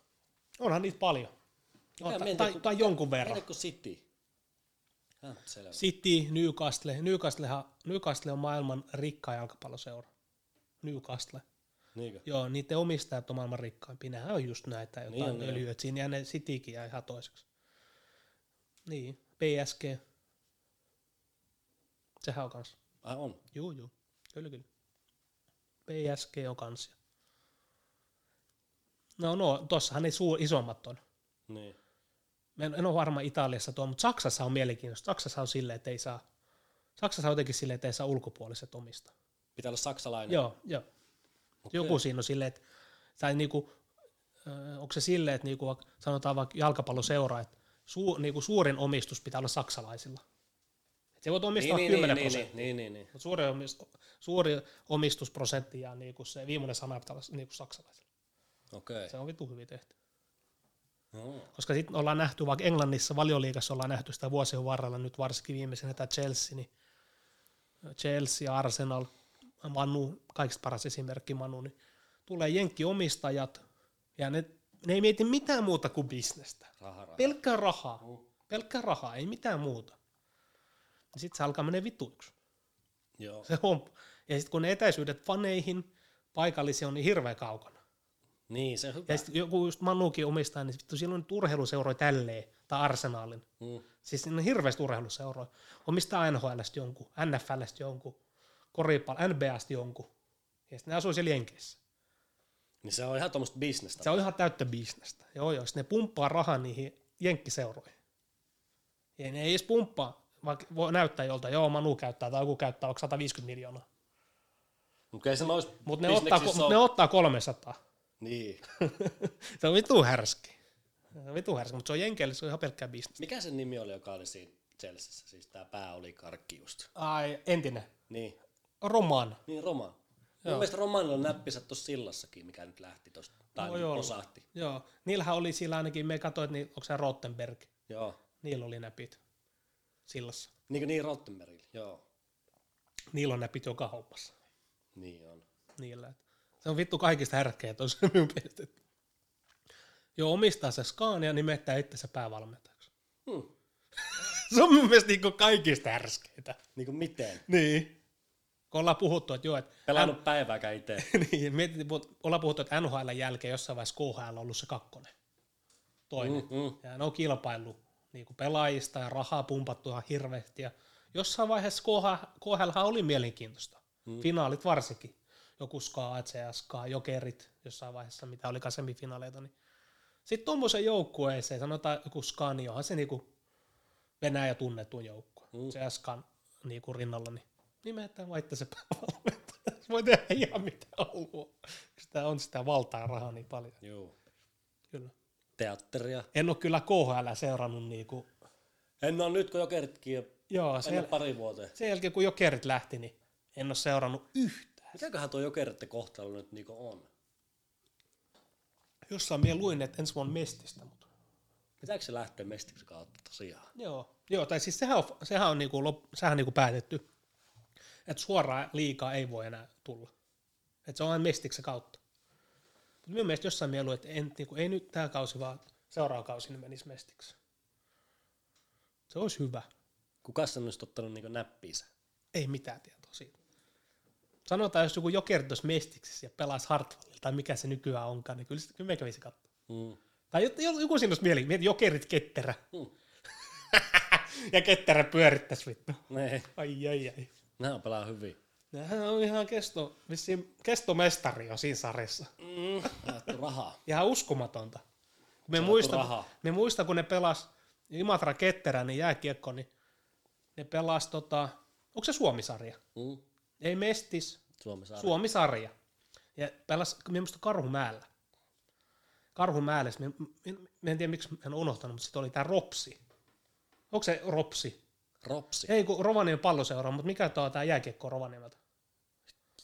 [SPEAKER 1] Onhan niitä paljon. No,
[SPEAKER 2] Pitää
[SPEAKER 1] ta-
[SPEAKER 2] miettiä,
[SPEAKER 1] tai,
[SPEAKER 2] kun-
[SPEAKER 1] tai jonkun verran.
[SPEAKER 2] Meneekö City? Häh, selvä.
[SPEAKER 1] City, Newcastle. Newcastlehan, Newcastle on maailman rikkain jalkapalloseura. Newcastle.
[SPEAKER 2] Niinkö?
[SPEAKER 1] Joo, niiden omistajat on maailman rikkaimpia. Nehän on just näitä
[SPEAKER 2] Niin
[SPEAKER 1] jotain
[SPEAKER 2] on,
[SPEAKER 1] niin,
[SPEAKER 2] joo.
[SPEAKER 1] öljyä. Siinä jää ne Citykin jää ihan toiseksi. Niin, PSG. Sehän on kans.
[SPEAKER 2] Ah, on.
[SPEAKER 1] Juu, juu. Kyllä, kyllä. PSG on kans. No, no, tossahan ne suur, isommat on.
[SPEAKER 2] Niin.
[SPEAKER 1] Mä en, en ole varma Italiassa tuo, mutta Saksassa on mielenkiintoista. Saksassa on silleen, että ei saa, Saksassa on jotenkin silleen, että ei saa ulkopuoliset omista.
[SPEAKER 2] Pitää olla saksalainen.
[SPEAKER 1] Joo, joo.
[SPEAKER 2] Niin. Okei.
[SPEAKER 1] Joku siinä on silleen, että, tai niinku, ö, onko se silleen, että niinku, vaikka- sanotaan vaikka jalkapalloseura, että su, niinku suurin omistus pitää olla saksalaisilla. Et se voit omistaa niin, 10 niin,
[SPEAKER 2] niin,
[SPEAKER 1] prosenttia.
[SPEAKER 2] niin, niin, niin, niin.
[SPEAKER 1] Mutta suuri, omistus, suuri omistusprosentti ja niinku se viimeinen sana pitää olla niinku saksalaisilla.
[SPEAKER 2] niin. Okei.
[SPEAKER 1] Se on vitu hyvin tehty.
[SPEAKER 2] No.
[SPEAKER 1] Koska sitten ollaan nähty, vaikka Englannissa valioliigassa ollaan nähty sitä vuosien varrella, nyt varsinkin viimeisenä tämä Chelsea, niin äh, Chelsea, Arsenal, Manu, kaikista paras esimerkki Manu, niin tulee jenkkiomistajat, ja ne, ne ei mieti mitään muuta kuin bisnestä.
[SPEAKER 2] Raha, raha.
[SPEAKER 1] Pelkkää rahaa. Pelkkää rahaa, ei mitään muuta. Sitten se alkaa menee vituiksi.
[SPEAKER 2] Joo.
[SPEAKER 1] Se on. Ja sitten kun ne etäisyydet faneihin, paikallisiin on niin hirveän kaukana.
[SPEAKER 2] Niin, se on hyvä.
[SPEAKER 1] Ja sitten joku just Manukin omistaa, niin vittu, silloin nyt urheiluseuroja tälleen, tai Arsenaalin.
[SPEAKER 2] Mm.
[SPEAKER 1] Siis siinä on hirveästi urheiluseuroja. Omistaa NHLstä jonkun, NFLstä jonkun, koripallo, NBAstä jonkun. Ja sitten ne asuu siellä Jenkeissä.
[SPEAKER 2] Niin se on ihan tuommoista bisnestä.
[SPEAKER 1] Se on ihan täyttä bisnestä. Joo, joo. Sitten ne pumppaa rahaa niihin jenkkiseuroihin. Ja ne ei edes pumppaa, vaikka voi näyttää jolta, joo, Manu käyttää tai joku käyttää, onko 150 miljoonaa.
[SPEAKER 2] Mutta ei se nois
[SPEAKER 1] Mutta ne, ottaa,
[SPEAKER 2] bisneksissä
[SPEAKER 1] ko- ne ottaa 300.
[SPEAKER 2] Niin.
[SPEAKER 1] Se on vitu härski. Se on vitu härski, mutta se on jenkeillä, se on ihan pelkkää bisnestä.
[SPEAKER 2] Mikä sen nimi oli, joka oli siinä Chelseassa? Siis tää pää oli karkki just.
[SPEAKER 1] Ai, entinen.
[SPEAKER 2] Niin.
[SPEAKER 1] Roman.
[SPEAKER 2] Niin, Roman. Mun mielestä Romanilla on näppisät tuossa sillassakin, mikä nyt lähti tuosta. Tai
[SPEAKER 1] Voi
[SPEAKER 2] niin,
[SPEAKER 1] olla.
[SPEAKER 2] posahti.
[SPEAKER 1] No Joo, niillähän oli sillä ainakin, me katsoit, niin onko se Rottenberg,
[SPEAKER 2] Joo.
[SPEAKER 1] niillä oli näpit sillassa.
[SPEAKER 2] Niin kuin niin Rottenbergillä. Joo.
[SPEAKER 1] Niillä on näpit joka hommassa.
[SPEAKER 2] Niin on.
[SPEAKER 1] Niillä. et. Se on vittu kaikista härkeä tuossa minun mielestä. Joo, omistaa se Skaan ja nimettää itsensä päävalmentajaksi.
[SPEAKER 2] Hmm.
[SPEAKER 1] Se on mun mielestä niinku kaikista härskeitä.
[SPEAKER 2] Niin kuin miten?
[SPEAKER 1] Niin. Kun ollaan puhuttu, että joo, että
[SPEAKER 2] Pelannut päivääkään itse.
[SPEAKER 1] niin, mietit, mut ollaan puhuttu, että NHL jälkeen jossain vaiheessa KHL on ollut se kakkonen. Toinen.
[SPEAKER 2] Mm, mm.
[SPEAKER 1] Ja ne on kilpaillut niin kuin pelaajista ja rahaa pumpattu ihan hirveästi. Ja jossain vaiheessa KH, KHL oli mielenkiintoista. Mm. Finaalit varsinkin. Joku SKA, CSK, Jokerit jossain vaiheessa, mitä oli semifinaaleita. Niin. Sitten tuommoisen joukkueeseen, sanotaan joku SKA, niin onhan se niinku Venäjä tunnetun joukkue. Mm. CSKan niinku rinnalla, niin nimetään vaikka se päävalmentaja. Voi tehdä ihan mitä haluaa. Sitä on sitä valtaa ja rahaa niin paljon.
[SPEAKER 2] Joo.
[SPEAKER 1] Kyllä.
[SPEAKER 2] Teatteria.
[SPEAKER 1] En ole kyllä KHL seurannut niinku
[SPEAKER 2] En ole nyt, kun jokeritkin
[SPEAKER 1] Ah,
[SPEAKER 2] jo
[SPEAKER 1] Joo, sen,
[SPEAKER 2] ennen pari vuoteen.
[SPEAKER 1] sen jälkeen kun Jokerit lähti, niin en ole seurannut yhtään.
[SPEAKER 2] Mikäköhän tuo jokeritte kohtalo nyt niinku on?
[SPEAKER 1] Jossain minä luin, että ensi vuonna mestistä, mutta...
[SPEAKER 2] Pitääkö se lähteä mestiksi kautta tosiaan?
[SPEAKER 1] Joo. Joo, tai siis sehän on, sehän on, niinku, lop- sehän on niinku päätetty, että suoraan liikaa ei voi enää tulla. Että se on aina mestiksen kautta. Mutta minun mielestä jossain mieluun, että en, niinku, ei nyt tämä kausi, vaan seuraava kausi niin menisi mestiksi. Se olisi hyvä.
[SPEAKER 2] Kukas on nyt ottanut niinku näppiinsä?
[SPEAKER 1] Ei mitään tietoa siitä. Sanotaan, jos joku jokerit olisi mestiksessä ja pelaisi Hartwallilla, tai mikä se nykyään onkaan, niin kyllä, sit- kyllä me kävisi katsoa.
[SPEAKER 2] Mm.
[SPEAKER 1] Tai jot- jo- joku siinä olisi mieli, mieti jokerit ketterä.
[SPEAKER 2] Mm.
[SPEAKER 1] ja ketterä pyörittäisi vittu.
[SPEAKER 2] Ne,
[SPEAKER 1] Ai ai ai.
[SPEAKER 2] nämä pelaa hyvin.
[SPEAKER 1] Nämähän on ihan kesto, vissiin kestomestari on siinä sarjassa.
[SPEAKER 2] Mm. Laittu rahaa.
[SPEAKER 1] Ihan uskomatonta. Kun Me
[SPEAKER 2] on
[SPEAKER 1] muistan,
[SPEAKER 2] rahaa.
[SPEAKER 1] me muistan, kun ne pelas Imatra ketterä, niin jääkiekko, niin ne pelas tota, onko se Suomi-sarja?
[SPEAKER 2] Mm.
[SPEAKER 1] Ei Mestis,
[SPEAKER 2] Suomi saa.
[SPEAKER 1] Suomi-sarja. Ja pelas minusta Karhumäellä. Karhumäellä, siis mä en, mä en tiedä miksi mä en unohtanut, mutta sitten oli tämä Ropsi. Onko se Ropsi?
[SPEAKER 2] Ropsi.
[SPEAKER 1] Ei kun Rovaniemen palloseura, mutta mikä tuo tämä jääkiekko Rovaniemeltä?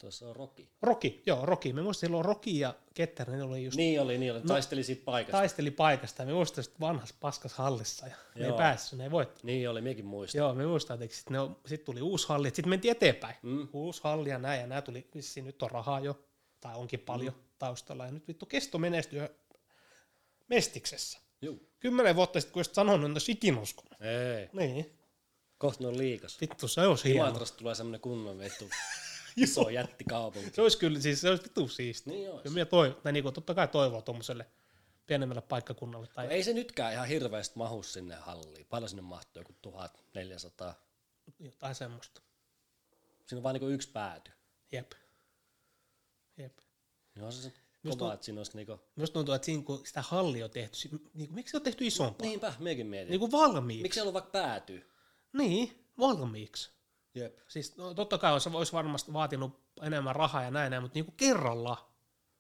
[SPEAKER 2] Tuossa on Roki.
[SPEAKER 1] Roki, joo Roki. Me muistin silloin Roki ja Ketterä, ne oli just
[SPEAKER 2] Niin oli, niin oli.
[SPEAKER 1] No.
[SPEAKER 2] Taisteli siitä paikasta.
[SPEAKER 1] taisteli paikasta. Me muistin sitten vanhassa paskas hallissa ja ne ei
[SPEAKER 2] Joo.
[SPEAKER 1] päässyt, ne ei voittanut.
[SPEAKER 2] Niin oli, miekin muistan.
[SPEAKER 1] Joo, me muistan jotenkin. Sitten sit tuli uusi halli, sitten mentiin eteenpäin.
[SPEAKER 2] Mm.
[SPEAKER 1] uusi halli ja näin, ja nämä tuli, vissiin nyt on rahaa jo, tai onkin paljon mm. taustalla, ja nyt vittu kesto menestyy mestiksessä.
[SPEAKER 2] Joo.
[SPEAKER 1] Kymmenen vuotta sitten, kun olisit sanonut, että olisi ikin uskonut.
[SPEAKER 2] Ei.
[SPEAKER 1] Niin.
[SPEAKER 2] Kohta ne on liikas.
[SPEAKER 1] Vittu, se olisi hienoa.
[SPEAKER 2] Imatrasta tulee semmonen kunnon vittu iso jättikaupunki.
[SPEAKER 1] Se olisi kyllä, siis se olisi vittu siisti.
[SPEAKER 2] Niin
[SPEAKER 1] Ja
[SPEAKER 2] ois.
[SPEAKER 1] minä toivon, tai niinku, totta kai toivoa tuommoiselle pienemmälle paikkakunnalle. Tai
[SPEAKER 2] No ei se nytkään ihan hirveästi mahu sinne halliin. Paljon sinne mahtuu joku 1400.
[SPEAKER 1] jotain semmoista.
[SPEAKER 2] Siinä on vaan niinku yksi pääty.
[SPEAKER 1] Jep. Jep.
[SPEAKER 2] Niin on se se
[SPEAKER 1] Musta
[SPEAKER 2] kova,
[SPEAKER 1] on-
[SPEAKER 2] että siinä olisi niinku...
[SPEAKER 1] Minusta tuntuu, että siinä kun sitä hallia on tehty, si- niinku, miksi se on tehty isompaa? Niin.
[SPEAKER 2] Niinpä, miekin mietin. Niinku...
[SPEAKER 1] Niinku valmiiksi.
[SPEAKER 2] Miksi ei ollut vaikka pääty?
[SPEAKER 1] Niin, valmiiksi.
[SPEAKER 2] Jep.
[SPEAKER 1] Siis no, totta kai olisi, olisi varmasti vaatinut enemmän rahaa ja näin, näin mutta niinku kerralla.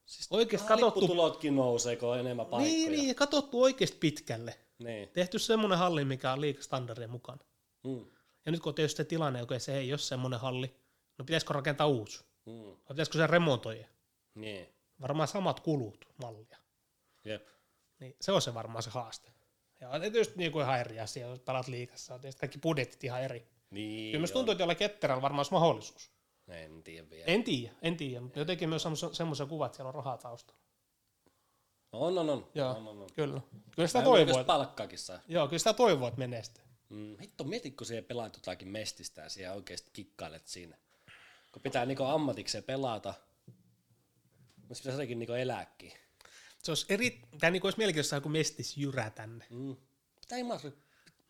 [SPEAKER 1] Siis oikeasti katsottu,
[SPEAKER 2] Lipputulotkin nousee, kun on enemmän paikkoja.
[SPEAKER 1] niin, niin, katsottu oikeasti pitkälle.
[SPEAKER 2] niin.
[SPEAKER 1] Tehty semmoinen halli, mikä on liikastandardien mukaan.
[SPEAKER 2] Mm.
[SPEAKER 1] Ja nyt kun on tietysti se tilanne, okei, se ei ole semmoinen halli, no pitäisikö rakentaa uusi?
[SPEAKER 2] Mm.
[SPEAKER 1] Vai pitäisikö se remontoida?
[SPEAKER 2] Niin.
[SPEAKER 1] Varmaan samat kulut mallia.
[SPEAKER 2] Jep.
[SPEAKER 1] Niin se on se varmaan se haaste. Ja on tietysti niin kuin ihan eri asia, jos pelaat liikassa, on tietysti kaikki budjetit ihan eri.
[SPEAKER 2] Niin.
[SPEAKER 1] Kyllä myös
[SPEAKER 2] joo.
[SPEAKER 1] tuntuu, että jollain ketterällä varmaan olisi mahdollisuus.
[SPEAKER 2] En tiedä vielä.
[SPEAKER 1] En tiedä, en tiedä, mutta jotenkin myös semmoisen kuvat, että siellä on rahaa taustalla.
[SPEAKER 2] On, on, on.
[SPEAKER 1] Joo,
[SPEAKER 2] on, on, on.
[SPEAKER 1] kyllä. Kyllä sitä
[SPEAKER 2] Mä en
[SPEAKER 1] toivoo,
[SPEAKER 2] oikeastaan
[SPEAKER 1] että,
[SPEAKER 2] palkkaakin saa.
[SPEAKER 1] joo, kyllä sitä toivoo, että menee sitten.
[SPEAKER 2] Mm. Hitto, mieti, kun siellä pelaat jotakin mestistä ja siellä oikeasti kikkailet siinä. Kun pitää niinku ammatikseen pelata, mutta pitäisi jotenkin niinku elääkin.
[SPEAKER 1] Se olisi eri, tai niin kuin olisi mielenkiintoista joku mestisjyrä tänne.
[SPEAKER 2] Mm. Mitä ei mahdu?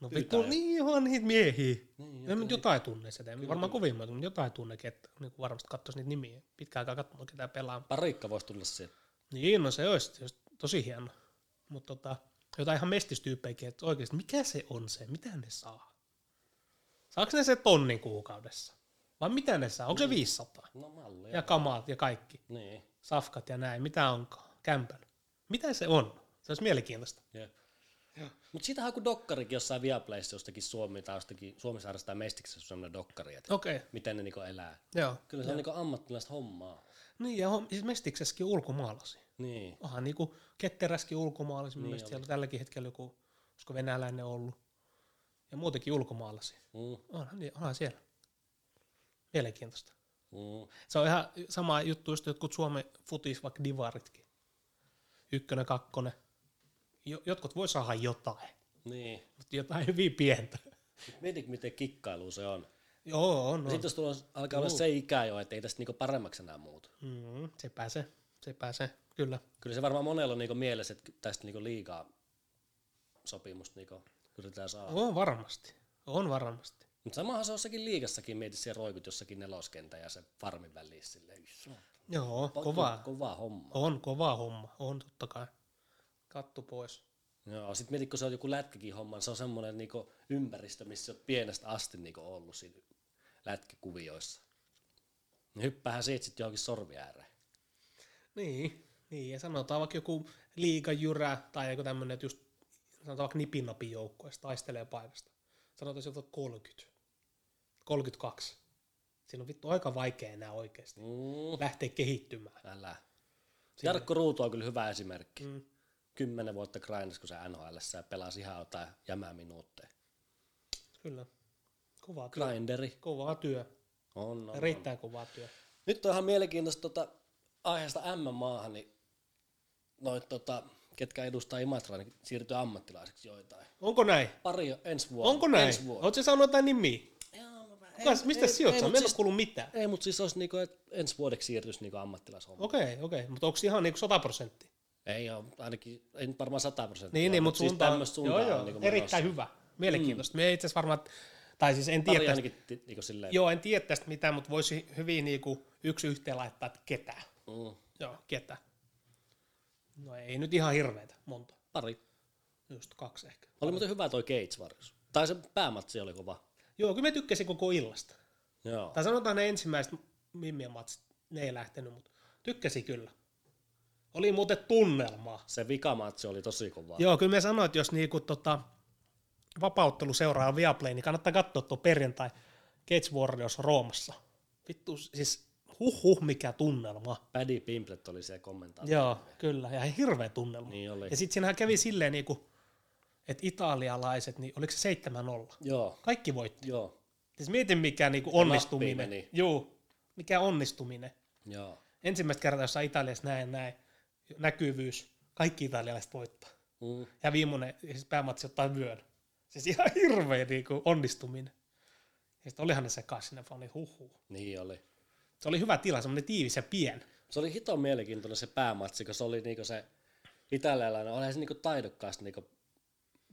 [SPEAKER 1] No
[SPEAKER 2] Pyytää
[SPEAKER 1] vittu, niin on niitä miehiä.
[SPEAKER 2] Niin,
[SPEAKER 1] Niin, en nyt jotain tunne sitä, kyllä, varmaan kovimmat, mutta jotain tunnekin, että niin varmasti katsoisi niitä nimiä. Pitkään aikaa katsonut, ketä pelaa.
[SPEAKER 2] Parikka voisi tulla siihen.
[SPEAKER 1] Niin, no se olisi, se olisi tosi hieno. Mutta tota, jotain ihan mestistyyppejäkin, että oikeasti mikä se on se, mitä ne saa? Saako ne se tonnin kuukaudessa? Vai mitä ne saa? Onko se 500?
[SPEAKER 2] No mallia.
[SPEAKER 1] Ja kamaat ja kaikki,
[SPEAKER 2] Niin.
[SPEAKER 1] safkat ja näin, mitä onkaan, kämpän. Mitä se on? Se olisi mielenkiintoista.
[SPEAKER 2] Jep. Mutta siitähän on kuin dokkarikin jossain Viaplayssa jostakin Suomi tai jostakin Suomisaaressa tai Mestiksessä on sellainen dokkari, että
[SPEAKER 1] Okei, okay,
[SPEAKER 2] miten ne niinku elää.
[SPEAKER 1] joo.
[SPEAKER 2] Kyllä se on niinku ammattilaista hommaa.
[SPEAKER 1] Niin, ja on, siis Mestiksessäkin on ulkomaalaisia.
[SPEAKER 2] Niin.
[SPEAKER 1] Onhan niinku ketteräskin ulkomaalaisia, niin siellä on tälläkin hetkellä joku, olisiko venäläinen ollut. Ja muutenkin ulkomaalaisia.
[SPEAKER 2] Mm.
[SPEAKER 1] Onhan, niin- onhan siellä. Mielenkiintoista.
[SPEAKER 2] Mm.
[SPEAKER 1] Se on ihan sama juttu, just jotkut Suomen futis, vaikka divaritkin. Ykkönen, kakkonen. Jo, jotkut voi saada jotain,
[SPEAKER 2] Niin.
[SPEAKER 1] mutta jotain hyvin pientä.
[SPEAKER 2] Mietin, miten kikkailu se on.
[SPEAKER 1] Joo, on. Mm.
[SPEAKER 2] No.
[SPEAKER 1] on.
[SPEAKER 2] Sitten jos tulla, alkaa olla se ikä jo, että ei tästä niinku paremmaksi enää muuta.
[SPEAKER 1] Mm, se pääsee, se pääsee, kyllä.
[SPEAKER 2] Kyllä se varmaan monella on niinku mielessä, että tästä niinku liikaa sopimusta niinku yritetään saada.
[SPEAKER 1] On varmasti, on varmasti.
[SPEAKER 2] Mutta samahan se on jossakin liigassakin, mieti siellä roikut jossakin neloskentä ja se farmin välissä silleen. no."
[SPEAKER 1] Joo,
[SPEAKER 2] Kova,
[SPEAKER 1] kovaa.
[SPEAKER 2] kova homma.
[SPEAKER 1] On kova homma, on totta kai. Kattu pois.
[SPEAKER 2] Joo, sit mietit, kun se on joku lätkäkin homma, niin se on semmoinen niinku ympäristö, missä olet pienestä asti niinku ollut siinä lätkäkuvioissa. Niin hyppäähän siitä sitten johonkin sorviääreen.
[SPEAKER 1] Niin, niin, ja sanotaan vaikka joku liigajyrä tai joku tämmöinen, että just sanotaan vaikka nipinapin joukkue, se taistelee paikasta. Sanotaan sieltä 30, 32. Siinä on vittu aika vaikea enää oikeasti
[SPEAKER 2] Mm,
[SPEAKER 1] lähteä kehittymään.
[SPEAKER 2] älä. Jarkko Ruutu on kyllä hyvä esimerkki.
[SPEAKER 1] Mm.
[SPEAKER 2] Kymmenen vuotta grindasi, kun se NHL ja pelasi ihan jotain jämää minuutteja.
[SPEAKER 1] Kyllä. Kova työ.
[SPEAKER 2] Grinderi.
[SPEAKER 1] Kovaa työ.
[SPEAKER 2] On, on, on.
[SPEAKER 1] Riittää kovaa työ.
[SPEAKER 2] Nyt on ihan mielenkiintoista tota, aiheesta M-maahan, niin noit, tota, ketkä edustaa Imatraa, niin siirtyy ammattilaiseksi joitain.
[SPEAKER 1] Onko näin?
[SPEAKER 2] Pari jo ensi vuonna.
[SPEAKER 1] Onko näin?
[SPEAKER 2] Ensi vuonna.
[SPEAKER 1] Oletko sä saanut jotain nimiä?
[SPEAKER 2] Jaa, mä- mä-
[SPEAKER 1] Kukas,
[SPEAKER 2] ei-
[SPEAKER 1] mistä
[SPEAKER 2] ei-
[SPEAKER 1] sijoit
[SPEAKER 2] ei,
[SPEAKER 1] sä?
[SPEAKER 2] mut
[SPEAKER 1] Mä en ole
[SPEAKER 2] siis-
[SPEAKER 1] kuullut mitään.
[SPEAKER 2] Ei, mutta siis olisi niinku, että ensi vuodeksi siirtyisi niinku ammattilaishomma.
[SPEAKER 1] Okei, okei. Mutta onko ihan niinku 100 prosenttia?
[SPEAKER 2] Ei ole, ainakin, ei nyt varmaan 100 prosenttia.
[SPEAKER 1] Niin, niin
[SPEAKER 2] mut
[SPEAKER 1] mutta suunta on,
[SPEAKER 2] tämmöstä siis suuntaa
[SPEAKER 1] joo, joo,
[SPEAKER 2] on niinku
[SPEAKER 1] erittäin hyvä. Mielenkiintoista. Mm. Me itse asiassa varmaan, tai siis en
[SPEAKER 2] Pari
[SPEAKER 1] tiedä, tästä,
[SPEAKER 2] ainakin ti- niinku silleen.
[SPEAKER 1] joo, en tiedä tästä mitään, mutta voisi hyvin niinku yksi yhteen laittaa, että ketä.
[SPEAKER 2] Mm,
[SPEAKER 1] Joo, ketä. No ei nyt ihan hirveitä, monta.
[SPEAKER 2] pari.
[SPEAKER 1] Just kaksi ehkä.
[SPEAKER 2] Oli muuten hyvä toi Gates-varjus. Tai se päämatsi oli kova.
[SPEAKER 1] Joo, kyllä mä tykkäsin koko illasta.
[SPEAKER 2] Joo.
[SPEAKER 1] Tai sanotaan ne ensimmäiset Mimmien matsit, ne ei lähtenyt, mutta tykkäsin kyllä. Oli muuten tunnelmaa.
[SPEAKER 2] Se vikamatsi oli tosi kova.
[SPEAKER 1] Joo, kyllä me sanoin, että jos niinku tota, vapauttelu seuraa Viaplay, niin kannattaa katsoa tuo perjantai Gates Warriors Roomassa. Vittu, siis huhhuh, mikä tunnelma.
[SPEAKER 2] Paddy Pimplet oli siellä kommentaa.
[SPEAKER 1] Joo, kyllä, ja hirveä tunnelma.
[SPEAKER 2] Niin oli.
[SPEAKER 1] Ja sitten siinähän kävi silleen, niinku, että italialaiset, niin oliko se 7-0?
[SPEAKER 2] Joo.
[SPEAKER 1] Kaikki voitti.
[SPEAKER 2] Joo.
[SPEAKER 1] Siis mietin, mikä niinku
[SPEAKER 2] nappiin
[SPEAKER 1] onnistuminen.
[SPEAKER 2] meni.
[SPEAKER 1] Joo, mikä onnistuminen.
[SPEAKER 2] Joo.
[SPEAKER 1] Ensimmäistä kertaa jossain Italiassa näin, näin, näkyvyys, kaikki italialaiset voittaa.
[SPEAKER 2] Mm.
[SPEAKER 1] Ja viimeinen siis päämatsi ottaa vyön. Siis ihan hirveä niin kuin onnistuminen. Ja sitten olihan ne se kassinefani, huhu.
[SPEAKER 2] Niin oli.
[SPEAKER 1] Se oli hyvä tila, semmoinen tiivis ja pien.
[SPEAKER 2] Se oli hito mielenkiintoinen se päämatsi, kun se oli niinku se italialainen, olihan se niinku taidokkaasti niinku,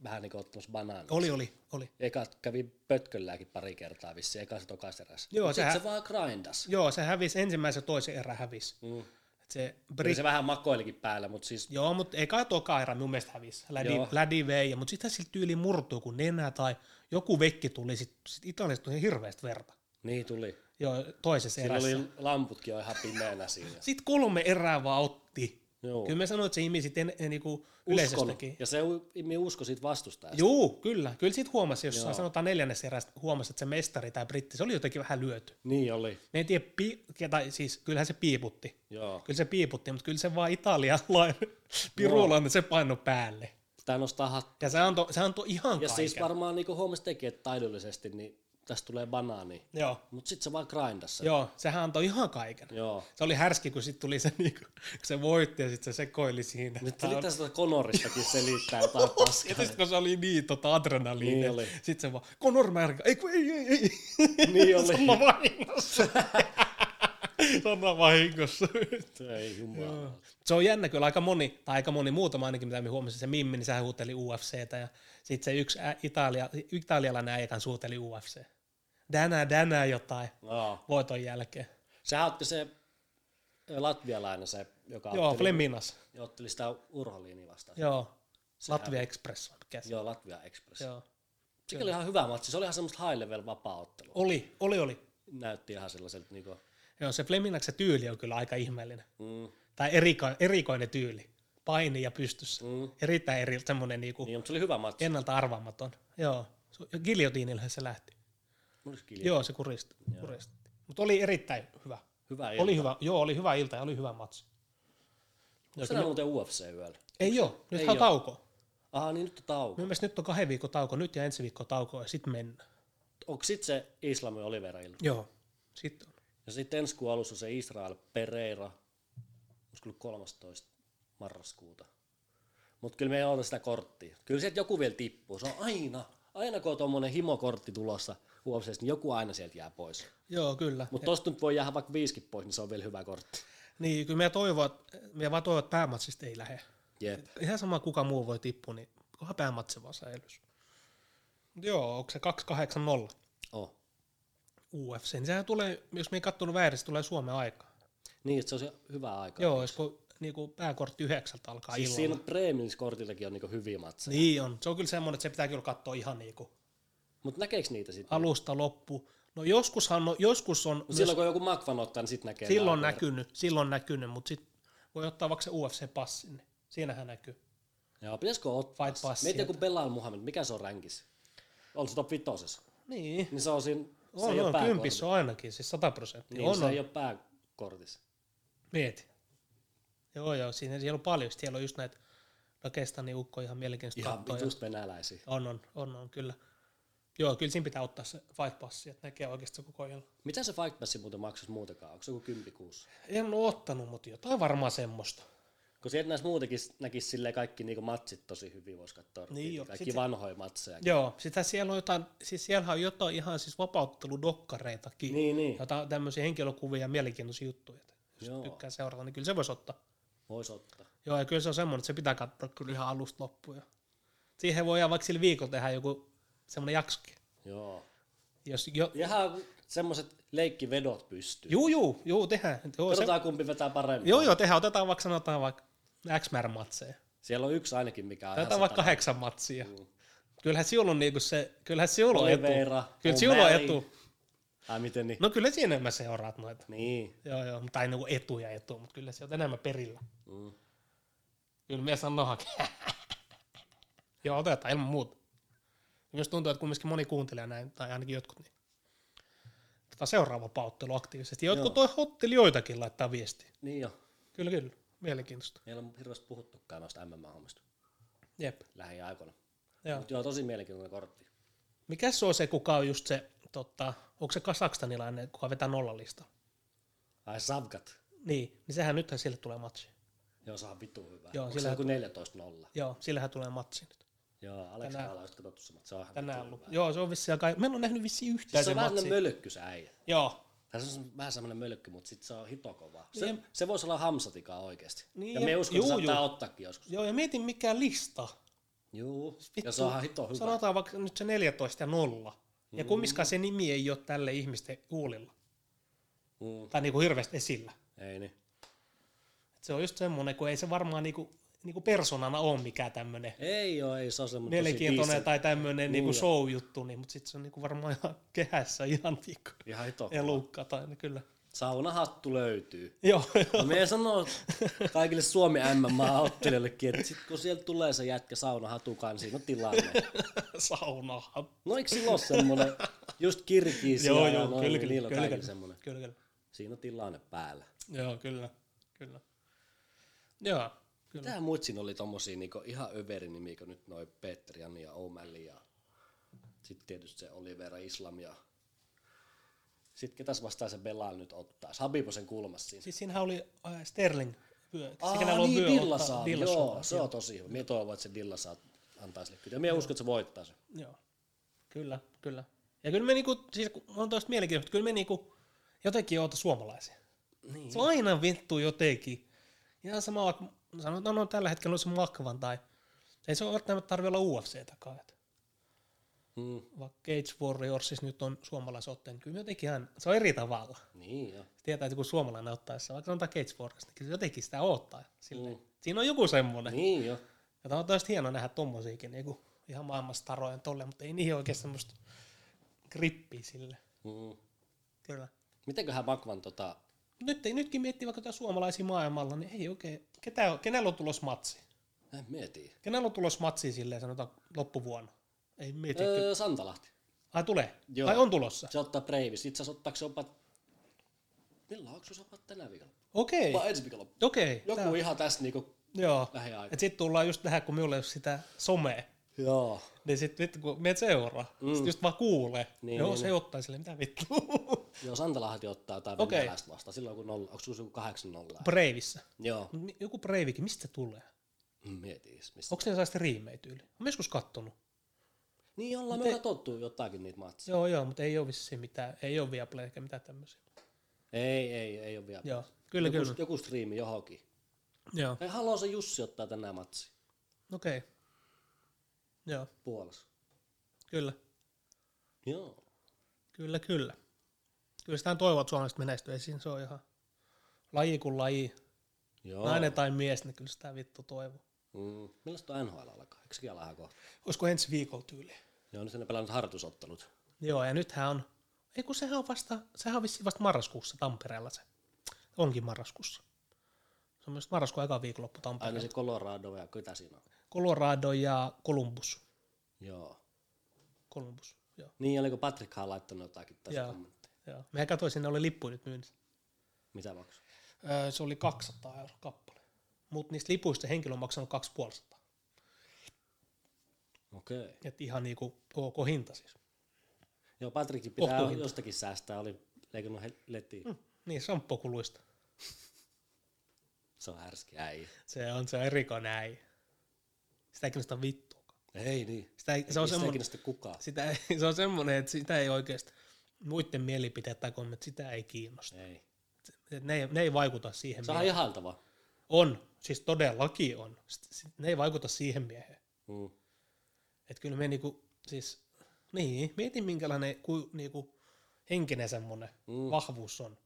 [SPEAKER 2] vähän niinku ottamassa banaania.
[SPEAKER 1] Oli, oli, oli.
[SPEAKER 2] Eka kävi pötkölläkin pari kertaa vissiin, eka se tokas eräs.
[SPEAKER 1] Joo,
[SPEAKER 2] Mut sit
[SPEAKER 1] sehän-
[SPEAKER 2] se vaan grindas.
[SPEAKER 1] Joo, se hävisi ensimmäisen ja toisen erän hävisi.
[SPEAKER 2] Mm.
[SPEAKER 1] Et se
[SPEAKER 2] Eli
[SPEAKER 1] Brit...
[SPEAKER 2] se vähän makoilikin päällä, mutta siis
[SPEAKER 1] Joo, mutta eka toka erä mun mielestä hävisi. Lädi,
[SPEAKER 2] Joo.
[SPEAKER 1] lädi vei, mutta sitten sillä tyyli murtuu, kun nenä tai joku vekki tuli, sit, sit Italiasta tuli hirveästi verta.
[SPEAKER 2] niin tuli.
[SPEAKER 1] Joo, toisessa
[SPEAKER 2] Sillä
[SPEAKER 1] erässä.
[SPEAKER 2] oli lamputkin jo ihan pimeänä siinä.
[SPEAKER 1] Sitten kolme erää vaan otti.
[SPEAKER 2] Joo.
[SPEAKER 1] Kyllä mä sanoin, että se imi sitten en, niinku
[SPEAKER 2] Uskon.
[SPEAKER 1] yleisöstäkin.
[SPEAKER 2] Ja se u- imi usko siitä vastustajasta.
[SPEAKER 1] Joo, kyllä. Kyllä siitä huomasi, jos
[SPEAKER 2] Joo.
[SPEAKER 1] sanotaan neljännessä erästä, huomasi, että se mestari tai britti, se oli jotenkin vähän lyöty.
[SPEAKER 2] Niin oli.
[SPEAKER 1] Ne ei tiedä, pi- tai siis kyllähän se piiputti.
[SPEAKER 2] Joo.
[SPEAKER 1] Kyllä se piiputti, mutta kyllä se vaan italialainen pirulainen, se paino päälle.
[SPEAKER 2] Tää nostaa hattua.
[SPEAKER 1] Ja se antoi, se antoi ihan
[SPEAKER 2] Ja
[SPEAKER 1] kaiken.
[SPEAKER 2] siis varmaan niinku huomasi teki, että taidollisesti, niin tästä tulee banaani.
[SPEAKER 1] Joo,
[SPEAKER 2] Mut sit se vaan grindas sen.
[SPEAKER 1] joo, sehän antoi ihan kaiken.
[SPEAKER 2] Joo.
[SPEAKER 1] Se oli härski, kun sitten tuli se, niinku, kun se voitti ja sitten se sekoili siinä.
[SPEAKER 2] Nyt
[SPEAKER 1] Tää on-
[SPEAKER 2] tuli tästä Conoristakin selittää jotain paskaa.
[SPEAKER 1] Ja sitten kun se oli niin tota adrenaliinia,
[SPEAKER 2] Niin oli.
[SPEAKER 1] sit se vaan, Conor märkä, ei kun ei, ei, ei.
[SPEAKER 2] Niin oli.
[SPEAKER 1] Sama vahingossa. Sama vahingossa.
[SPEAKER 2] Ei jumala.
[SPEAKER 1] se on jännä kyllä aika moni, tai aika moni muutama ainakin, mitä me huomasin, se Mimmi, niin sehän huuteli UFCtä, ja sitten se yksi ä- Italia, italialainen äijä kanssa huuteli UFC. Dänää, dänää jotain
[SPEAKER 2] Joo.
[SPEAKER 1] voiton jälkeen.
[SPEAKER 2] Sehän otti se latvialainen se, joka
[SPEAKER 1] Joo,
[SPEAKER 2] otteli,
[SPEAKER 1] Fleminas.
[SPEAKER 2] otteli sitä urholiiniä vastaan.
[SPEAKER 1] Joo. Latvia Express. Mikä se?
[SPEAKER 2] Joo, Latvia Express.
[SPEAKER 1] Joo.
[SPEAKER 2] Se oli ihan hyvä matsi. Se oli ihan semmoista high level vapaa
[SPEAKER 1] Oli, oli, oli.
[SPEAKER 2] Näytti ihan sellaiselta niinku,
[SPEAKER 1] Joo, se Fleminaksen tyyli on kyllä aika ihmeellinen.
[SPEAKER 2] mm,
[SPEAKER 1] tai eriko, erikoinen tyyli, paini ja pystyssä. Mm.
[SPEAKER 2] mm.
[SPEAKER 1] Erittäin eri, semmoinen niinku
[SPEAKER 2] Niin, mutta se oli hyvä matsi. En...
[SPEAKER 1] ennalta arvaamaton. Joo, Su- ja giljotiinillähän se lähti.
[SPEAKER 2] Murskili.
[SPEAKER 1] Joo, se kuristi. kuristi. Mutta oli erittäin hyvä.
[SPEAKER 2] Hyvä
[SPEAKER 1] Oli hyvä, joo, oli hyvä ilta ja oli hyvä matsi.
[SPEAKER 2] Onko se muuten UFC yöllä?
[SPEAKER 1] Ei joo, nyt
[SPEAKER 2] Ei
[SPEAKER 1] on
[SPEAKER 2] oo.
[SPEAKER 1] tauko.
[SPEAKER 2] Aha, niin nyt on tauko.
[SPEAKER 1] Mun mielestä nyt on kahden viikon tauko, nyt ja ensi viikko tauko ja sitten mennään.
[SPEAKER 2] Onko sit se Islami Olivera ilta?
[SPEAKER 1] Joo, sitten on.
[SPEAKER 2] Ja sitten ensi kuun alussa on se Israel Pereira. Olisiko ollut 13 marraskuuta. Mutta kyllä me ei odota sitä korttia. Kyllä sieltä joku vielä tippuu. Se on aina. Aina kun on tuommoinen himokortti tulossa UFCstä, niin joku aina sieltä jää pois.
[SPEAKER 1] Joo, kyllä.
[SPEAKER 2] Mutta tosta nyt voi jäädä vaikka viisikin pois, niin se on vielä hyvä kortti.
[SPEAKER 1] Niin, kyllä me toivoo, että, me vaan toivoo, että päämatsista ei lähde.
[SPEAKER 2] Jep.
[SPEAKER 1] Ihan sama kuka muu voi tippua, niin kunhan päämatsi vaan säilys. Mut Joo, onko se 280
[SPEAKER 2] Oh.
[SPEAKER 1] UFC? Niin sehän tulee, jos me ei kattonut väärin, se tulee Suomen aikaa.
[SPEAKER 2] Niin, että se on se hyvä aika.
[SPEAKER 1] Joo, olisiko niinku pääkortti yhdeksältä alkaa
[SPEAKER 2] Siis
[SPEAKER 1] siis
[SPEAKER 2] siinä
[SPEAKER 1] illalla.
[SPEAKER 2] premiumskortillakin on niinku hyviä matseja.
[SPEAKER 1] Niin on. Se on kyllä semmoinen, että se pitää kyllä katsoa ihan niinku
[SPEAKER 2] Mutta näkeekö niitä sitten?
[SPEAKER 1] alusta loppu. No joskushan on, joskus on,
[SPEAKER 2] No
[SPEAKER 1] myös,
[SPEAKER 2] Silloin kun joku makvan ottaa, niin sitten näkee.
[SPEAKER 1] silloin
[SPEAKER 2] nää.
[SPEAKER 1] näkynyt, silloin näkynyt, mutta sit voi ottaa vaikka se UFC-passin. niin Siinähän näkyy.
[SPEAKER 2] Joo, pitäisikö ottaa?
[SPEAKER 1] Fight pass
[SPEAKER 2] Mietin
[SPEAKER 1] sieltä.
[SPEAKER 2] joku Belal Muhammed, mikä se on ränkis? On se top vitosessa.
[SPEAKER 1] Niin.
[SPEAKER 2] Niin se on siinä, se
[SPEAKER 1] On,
[SPEAKER 2] ei ole
[SPEAKER 1] on,
[SPEAKER 2] pääkortis.
[SPEAKER 1] kympissä on ainakin, siis 100 prosenttia.
[SPEAKER 2] Niin,
[SPEAKER 1] on,
[SPEAKER 2] se
[SPEAKER 1] on.
[SPEAKER 2] ei ole pääkortis.
[SPEAKER 1] Mieti. Joo, joo, siinä siellä on paljon. Siellä on just näitä Dagestanin ukkoja ihan mielenkiintoista
[SPEAKER 2] Ihan
[SPEAKER 1] katsoa.
[SPEAKER 2] just venäläisiä.
[SPEAKER 1] On, on, on, on, kyllä. Joo, kyllä siinä pitää ottaa se fight passi, että näkee oikeastaan koko ajan.
[SPEAKER 2] Mitä se Fight Pass muuten maksaisi muutenkaan? Onko se joku kympi kuussa?
[SPEAKER 1] En oo ottanut, mutta jotain varmaan semmoista.
[SPEAKER 2] Kun sieltä näissä muutenkin näkisi silleen kaikki niinku matsit tosi hyvin, voisi katsoa.
[SPEAKER 1] Niin jo,
[SPEAKER 2] kaikki
[SPEAKER 1] sit se- Niin.
[SPEAKER 2] vanhoja matseja.
[SPEAKER 1] Joo, sitä siellä on jotain, siis siellä on jotain ihan siis vapautteludokkareitakin.
[SPEAKER 2] Niin, niin.
[SPEAKER 1] Jotain tämmöisiä henkilökuvia ja mielenkiintoisia juttuja. että Jos
[SPEAKER 2] Joo.
[SPEAKER 1] tykkää seurata, niin kyllä se voisi ottaa.
[SPEAKER 2] Voisi ottaa.
[SPEAKER 1] Joo, ja kyllä se on semmoinen, että se pitää katsoa kyllä ihan alusta loppuun. ja Siihen voi ihan vaikka sillä viikolla tehdä joku semmoinen jaksokin.
[SPEAKER 2] Joo.
[SPEAKER 1] Jos jo,
[SPEAKER 2] Ihan semmoiset leikkivedot pystyy.
[SPEAKER 1] Juu, juu, juu, tehdään. Joo, se,
[SPEAKER 2] Katsotaan kumpi vetää paremmin.
[SPEAKER 1] joo, joo, tehdään. Otetaan vaikka sanotaan vaikka X määrä matseja.
[SPEAKER 2] Siellä on yksi ainakin, mikä on ihan
[SPEAKER 1] Otetaan vaikka
[SPEAKER 2] sata.
[SPEAKER 1] kahdeksan matsia. Kyllähän sinulla on niinku se, kyllähän sinulla on etu.
[SPEAKER 2] Oliveira,
[SPEAKER 1] Kyllä sinulla on
[SPEAKER 2] O'Malley.
[SPEAKER 1] etu.
[SPEAKER 2] Ai miten niin?
[SPEAKER 1] No kyllä siinä mä seuraat noita.
[SPEAKER 2] Niin.
[SPEAKER 1] Joo, joo, tai niinku etuja etu, mutta kyllä se on enemmän perillä.
[SPEAKER 2] Mm.
[SPEAKER 1] Kyllä mies on nohake. joo, otetaan ilman muuta. Myös tuntuu, että kumminkin moni kuuntelee näin, tai ainakin jotkut, niin tota seuraava pauttelu aktiivisesti. Ja Jotkut ottelijoitakin laittaa viestiä.
[SPEAKER 2] Niin jo.
[SPEAKER 1] Kyllä, kyllä. Mielenkiintoista.
[SPEAKER 2] Meillä on hirveästi puhuttukaan noista MMA-hommista
[SPEAKER 1] Jep.
[SPEAKER 2] lähiaikoina.
[SPEAKER 1] Joo.
[SPEAKER 2] Mutta joo, tosi mielenkiintoinen kortti.
[SPEAKER 1] Mikä se on se, kuka on just se, tota, onko se kasakstanilainen, kuka vetää nollalista?
[SPEAKER 2] Ai Savkat.
[SPEAKER 1] Niin, niin sehän nythän sille tulee matsi.
[SPEAKER 2] Joo, se on vitu hyvä.
[SPEAKER 1] Joo,
[SPEAKER 2] Joo, sillä
[SPEAKER 1] sillä-
[SPEAKER 2] on kuin 14 0.
[SPEAKER 1] Joo, sillähän tulee matsi nyt.
[SPEAKER 2] Joo, Alex
[SPEAKER 1] Tänään-
[SPEAKER 2] Haala just katsottu se, mutta se on ihan
[SPEAKER 1] Tänään
[SPEAKER 2] vitu
[SPEAKER 1] ollut.
[SPEAKER 2] hyvä.
[SPEAKER 1] Joo, se on vissiin aika... Mä en ole nähnyt vissiin yhtään
[SPEAKER 2] Siis se on
[SPEAKER 1] sen
[SPEAKER 2] vähän
[SPEAKER 1] matsia.
[SPEAKER 2] sellainen mölkky se äijä.
[SPEAKER 1] Joo.
[SPEAKER 2] Tai se on vähän semmoinen mölkky, mutta sitten se on hitokova. Se,
[SPEAKER 1] Niin.
[SPEAKER 2] se voisi olla hamsatika oikeasti.
[SPEAKER 1] Niin,
[SPEAKER 2] ja me
[SPEAKER 1] ja-
[SPEAKER 2] uskon, että
[SPEAKER 1] juu,
[SPEAKER 2] saattaa
[SPEAKER 1] juu.
[SPEAKER 2] ottaakin joskus.
[SPEAKER 1] Joo, ja mietin mikä lista.
[SPEAKER 2] Juu,
[SPEAKER 1] Vittu,
[SPEAKER 2] ja se on ihan hito hyvä.
[SPEAKER 1] Sanotaan vaikka nyt se 14 ja nolla. Ja kumminkaan se nimi ei ole tälle ihmisten huulilla.
[SPEAKER 2] Mm,
[SPEAKER 1] Tai niinku hirveästi esillä.
[SPEAKER 2] ei niin.
[SPEAKER 1] Et se on just semmoinen, kun ei se varmaan niinku, niinku persoonana ole mikään tämmöinen
[SPEAKER 2] Ei oo, ei se on semmoinen
[SPEAKER 1] mielenkiintoinen
[SPEAKER 2] tosi
[SPEAKER 1] tai tämmöinen niinku
[SPEAKER 2] Niin joo.
[SPEAKER 1] show-juttu, niin, mutta sitten se on niinku varmaan ihan kehässä ihan niinku
[SPEAKER 2] decent. Ihan hito.
[SPEAKER 1] elukka tai niin kyllä.
[SPEAKER 2] Saunahattu löytyy.
[SPEAKER 1] Joo,
[SPEAKER 2] No me sanoo kaikille Suomi MMA-ottelijoillekin, että sit kun sieltä tulee se jätkä saunahatu kansiin, no tilanne.
[SPEAKER 1] saunahan.
[SPEAKER 2] No eikö sillä ole semmoinen, just kirkiisiä
[SPEAKER 1] Joo,
[SPEAKER 2] ja
[SPEAKER 1] joo,
[SPEAKER 2] noin,
[SPEAKER 1] kyllä,
[SPEAKER 2] niin
[SPEAKER 1] kyllä,
[SPEAKER 2] niillä on
[SPEAKER 1] kyllä,
[SPEAKER 2] kaikilla
[SPEAKER 1] kyllä,
[SPEAKER 2] semmoinen.
[SPEAKER 1] kyllä, kyllä.
[SPEAKER 2] Siinä on tilanne päällä.
[SPEAKER 1] Joo, kyllä, kyllä. Joo, kyllä.
[SPEAKER 2] Tää muut siinä oli tommosia niinku ihan överinimiä, kun nyt noi Petrian ja O'Malley ja sitten tietysti se Olivera Islam ja sitten ketäs vastaan se Belal nyt ottaa? Habibosen kulmassa siinä.
[SPEAKER 1] Siis siinähän oli äh, Sterling. Pyö.
[SPEAKER 2] Aa, niin, Dillasaan, joo, se on tosi hyvä. Mie toivon, että se Dillasaan antaa sille kyllä. Mie uskon, että se voittaa sen.
[SPEAKER 1] Joo. Kyllä, kyllä. Ja kyllä me niinku, siis kun on toista mielenkiintoista, kyllä me niinku jotenkin oota suomalaisia.
[SPEAKER 2] Niin.
[SPEAKER 1] Se on aina vittu jotenkin. Ihan sama, vaikka sanotaan, no tällä hetkellä olisi Makvan tai ei se ole välttämättä tarvi olla UFC takaa. että
[SPEAKER 2] Mm.
[SPEAKER 1] Vaikka Cage Warriors siis nyt on suomalaisotteen, niin kyllä me jotenkin ihan, se on eri tavalla.
[SPEAKER 2] Niin joo.
[SPEAKER 1] Tietää, että kun suomalainen ottaessa, vaikka sanotaan Cage Warriors, niin kyllä jotenkin sitä ottaa.
[SPEAKER 2] Mm.
[SPEAKER 1] Siinä on joku semmoinen.
[SPEAKER 2] Niin joo.
[SPEAKER 1] Ja tää on tästä hieno nähdä tommosiakin niinku ihan maailmastaroja tolle, mutta ei niihin oikein semmoista grippiä sille.
[SPEAKER 2] Mm.
[SPEAKER 1] Kyllä.
[SPEAKER 2] Mitenköhän Makvan tota...
[SPEAKER 1] Nyt ei nytkin miettii vaikka jotain suomalaisia maailmalla, niin ei oikein. Ketä, on- kenellä on tulos matsi?
[SPEAKER 2] En mieti.
[SPEAKER 1] Kenellä on tulos matsi silleen sanotaan loppuvuonna? Ei mieti. Öö.
[SPEAKER 2] Öö, Santalahti.
[SPEAKER 1] Ai tulee?
[SPEAKER 2] Joo.
[SPEAKER 1] Joo. Tai on tulossa?
[SPEAKER 2] Se ottaa Bravis. Itse asiassa ottaako se jopa... Milloin onko se jopa tänä viikolla?
[SPEAKER 1] Okei.
[SPEAKER 2] Vai ensi viikolla?
[SPEAKER 1] Okei.
[SPEAKER 2] Joku
[SPEAKER 1] tää-
[SPEAKER 2] ihan tässä niinku
[SPEAKER 1] Joo.
[SPEAKER 2] lähiaikoina.
[SPEAKER 1] Et sit tullaan just tähän, kun minulla ei ole sitä somea.
[SPEAKER 2] Joo.
[SPEAKER 1] Niin sit vittu, kun meet seuraa, mm. sit just vaan kuulee.
[SPEAKER 2] Niin,
[SPEAKER 1] Niin, Joo,
[SPEAKER 2] niin,
[SPEAKER 1] niin, se
[SPEAKER 2] niin.
[SPEAKER 1] niin. ottaa sille, mitä vittu.
[SPEAKER 2] Joo, Santalahti ottaa jotain
[SPEAKER 1] Okei.
[SPEAKER 2] okay. vastaan. Silloin kun nolla, onko se joku kahdeksan nollaa?
[SPEAKER 1] Breivissä.
[SPEAKER 2] Joo.
[SPEAKER 1] Mut mi- Joku Breivikin, mistä se tulee?
[SPEAKER 2] Mm, Mieti is, mistä.
[SPEAKER 1] Onko ne sellaista riimeityli? Olen joskus kattonut.
[SPEAKER 2] Niin ollaan me
[SPEAKER 1] Miten-
[SPEAKER 2] katsottu jotakin niitä matseja.
[SPEAKER 1] Joo, joo, mutta ei ole vissiin mitään, ei ole Viaplay eikä mitään tämmöisiä.
[SPEAKER 2] Ei, ei, ei ole vielä.
[SPEAKER 1] Joo, kyllä,
[SPEAKER 2] joku,
[SPEAKER 1] kyllä.
[SPEAKER 2] Joku striimi johonkin.
[SPEAKER 1] Joo,
[SPEAKER 2] Ei haloo se Jussi ottaa tänään matsi
[SPEAKER 1] okei. Okay. Joo,
[SPEAKER 2] Puolassa.
[SPEAKER 1] kyllä,
[SPEAKER 2] Joo.
[SPEAKER 1] kyllä, kyllä. Kyllä sitä toivoo, että suomalaiset menestyy esiin, se on ihan laji kuin laji.
[SPEAKER 2] Joo.
[SPEAKER 1] Oh. Nainen tai mies, niin kyllä sitä vittu toivoo.
[SPEAKER 2] Mm. Milloin tuo NHL alkaa? Eikö sekin alkaa kohta?
[SPEAKER 1] Olisiko ensi viikolla tyyli?
[SPEAKER 2] Joo, nyt ne pelannut harjoitusottelut.
[SPEAKER 1] Joo, ja nythän on, ei kun sehän on vasta, sehän on vissiin vasta marraskuussa Tampereella se. Onkin marraskuussa. Se on myös marraskuun eka viikonloppu Tampereella.
[SPEAKER 2] Aina se Colorado ja ketä siinä on.
[SPEAKER 1] Colorado ja Columbus.
[SPEAKER 2] Joo.
[SPEAKER 1] Columbus, joo.
[SPEAKER 2] Niin, oliko Patrikkaan laittanut jotakin tässä
[SPEAKER 1] Joo.
[SPEAKER 2] kommentteja?
[SPEAKER 1] joo. Mä katsoin, sinne oli lippu nyt myynnissä.
[SPEAKER 2] Mitä maksaa?
[SPEAKER 1] Öö, se oli 200 euroa kappale. Mutta niistä lipuista henkilö on maksanut 250.
[SPEAKER 2] Okei. Okay.
[SPEAKER 1] Et ihan niinku ok hinta siis.
[SPEAKER 2] Joo, Patrikki pitää
[SPEAKER 1] Kohtuuhinta.
[SPEAKER 2] jostakin säästää. Oli leikannut he- letiin. Mm.
[SPEAKER 1] Niin, samppokuluista.
[SPEAKER 2] Se on härski äijä.
[SPEAKER 1] Se on se erikoinen äijä. Sitä ei kiinnosta vittuakaan.
[SPEAKER 2] Ei niin.
[SPEAKER 1] Sitä ei, se on semmoinen,
[SPEAKER 2] Sitä kukaan.
[SPEAKER 1] sitä ei, se on semmoinen, että sitä ei oikeasti muiden mielipiteet tai kommentit, sitä ei kiinnosta.
[SPEAKER 2] Ei.
[SPEAKER 1] Et ne, ei, ne ei vaikuta siihen
[SPEAKER 2] Se on
[SPEAKER 1] mieheen.
[SPEAKER 2] ihaltava.
[SPEAKER 1] On, siis todellakin on. Sit- sit- Ne ei vaikuta siihen mieheen.
[SPEAKER 2] Mm.
[SPEAKER 1] Että kyllä me niinku, siis, niin, mietin minkälainen ku, niinku, henkinen semmoinen
[SPEAKER 2] Mm.
[SPEAKER 1] mm. vahvuus on.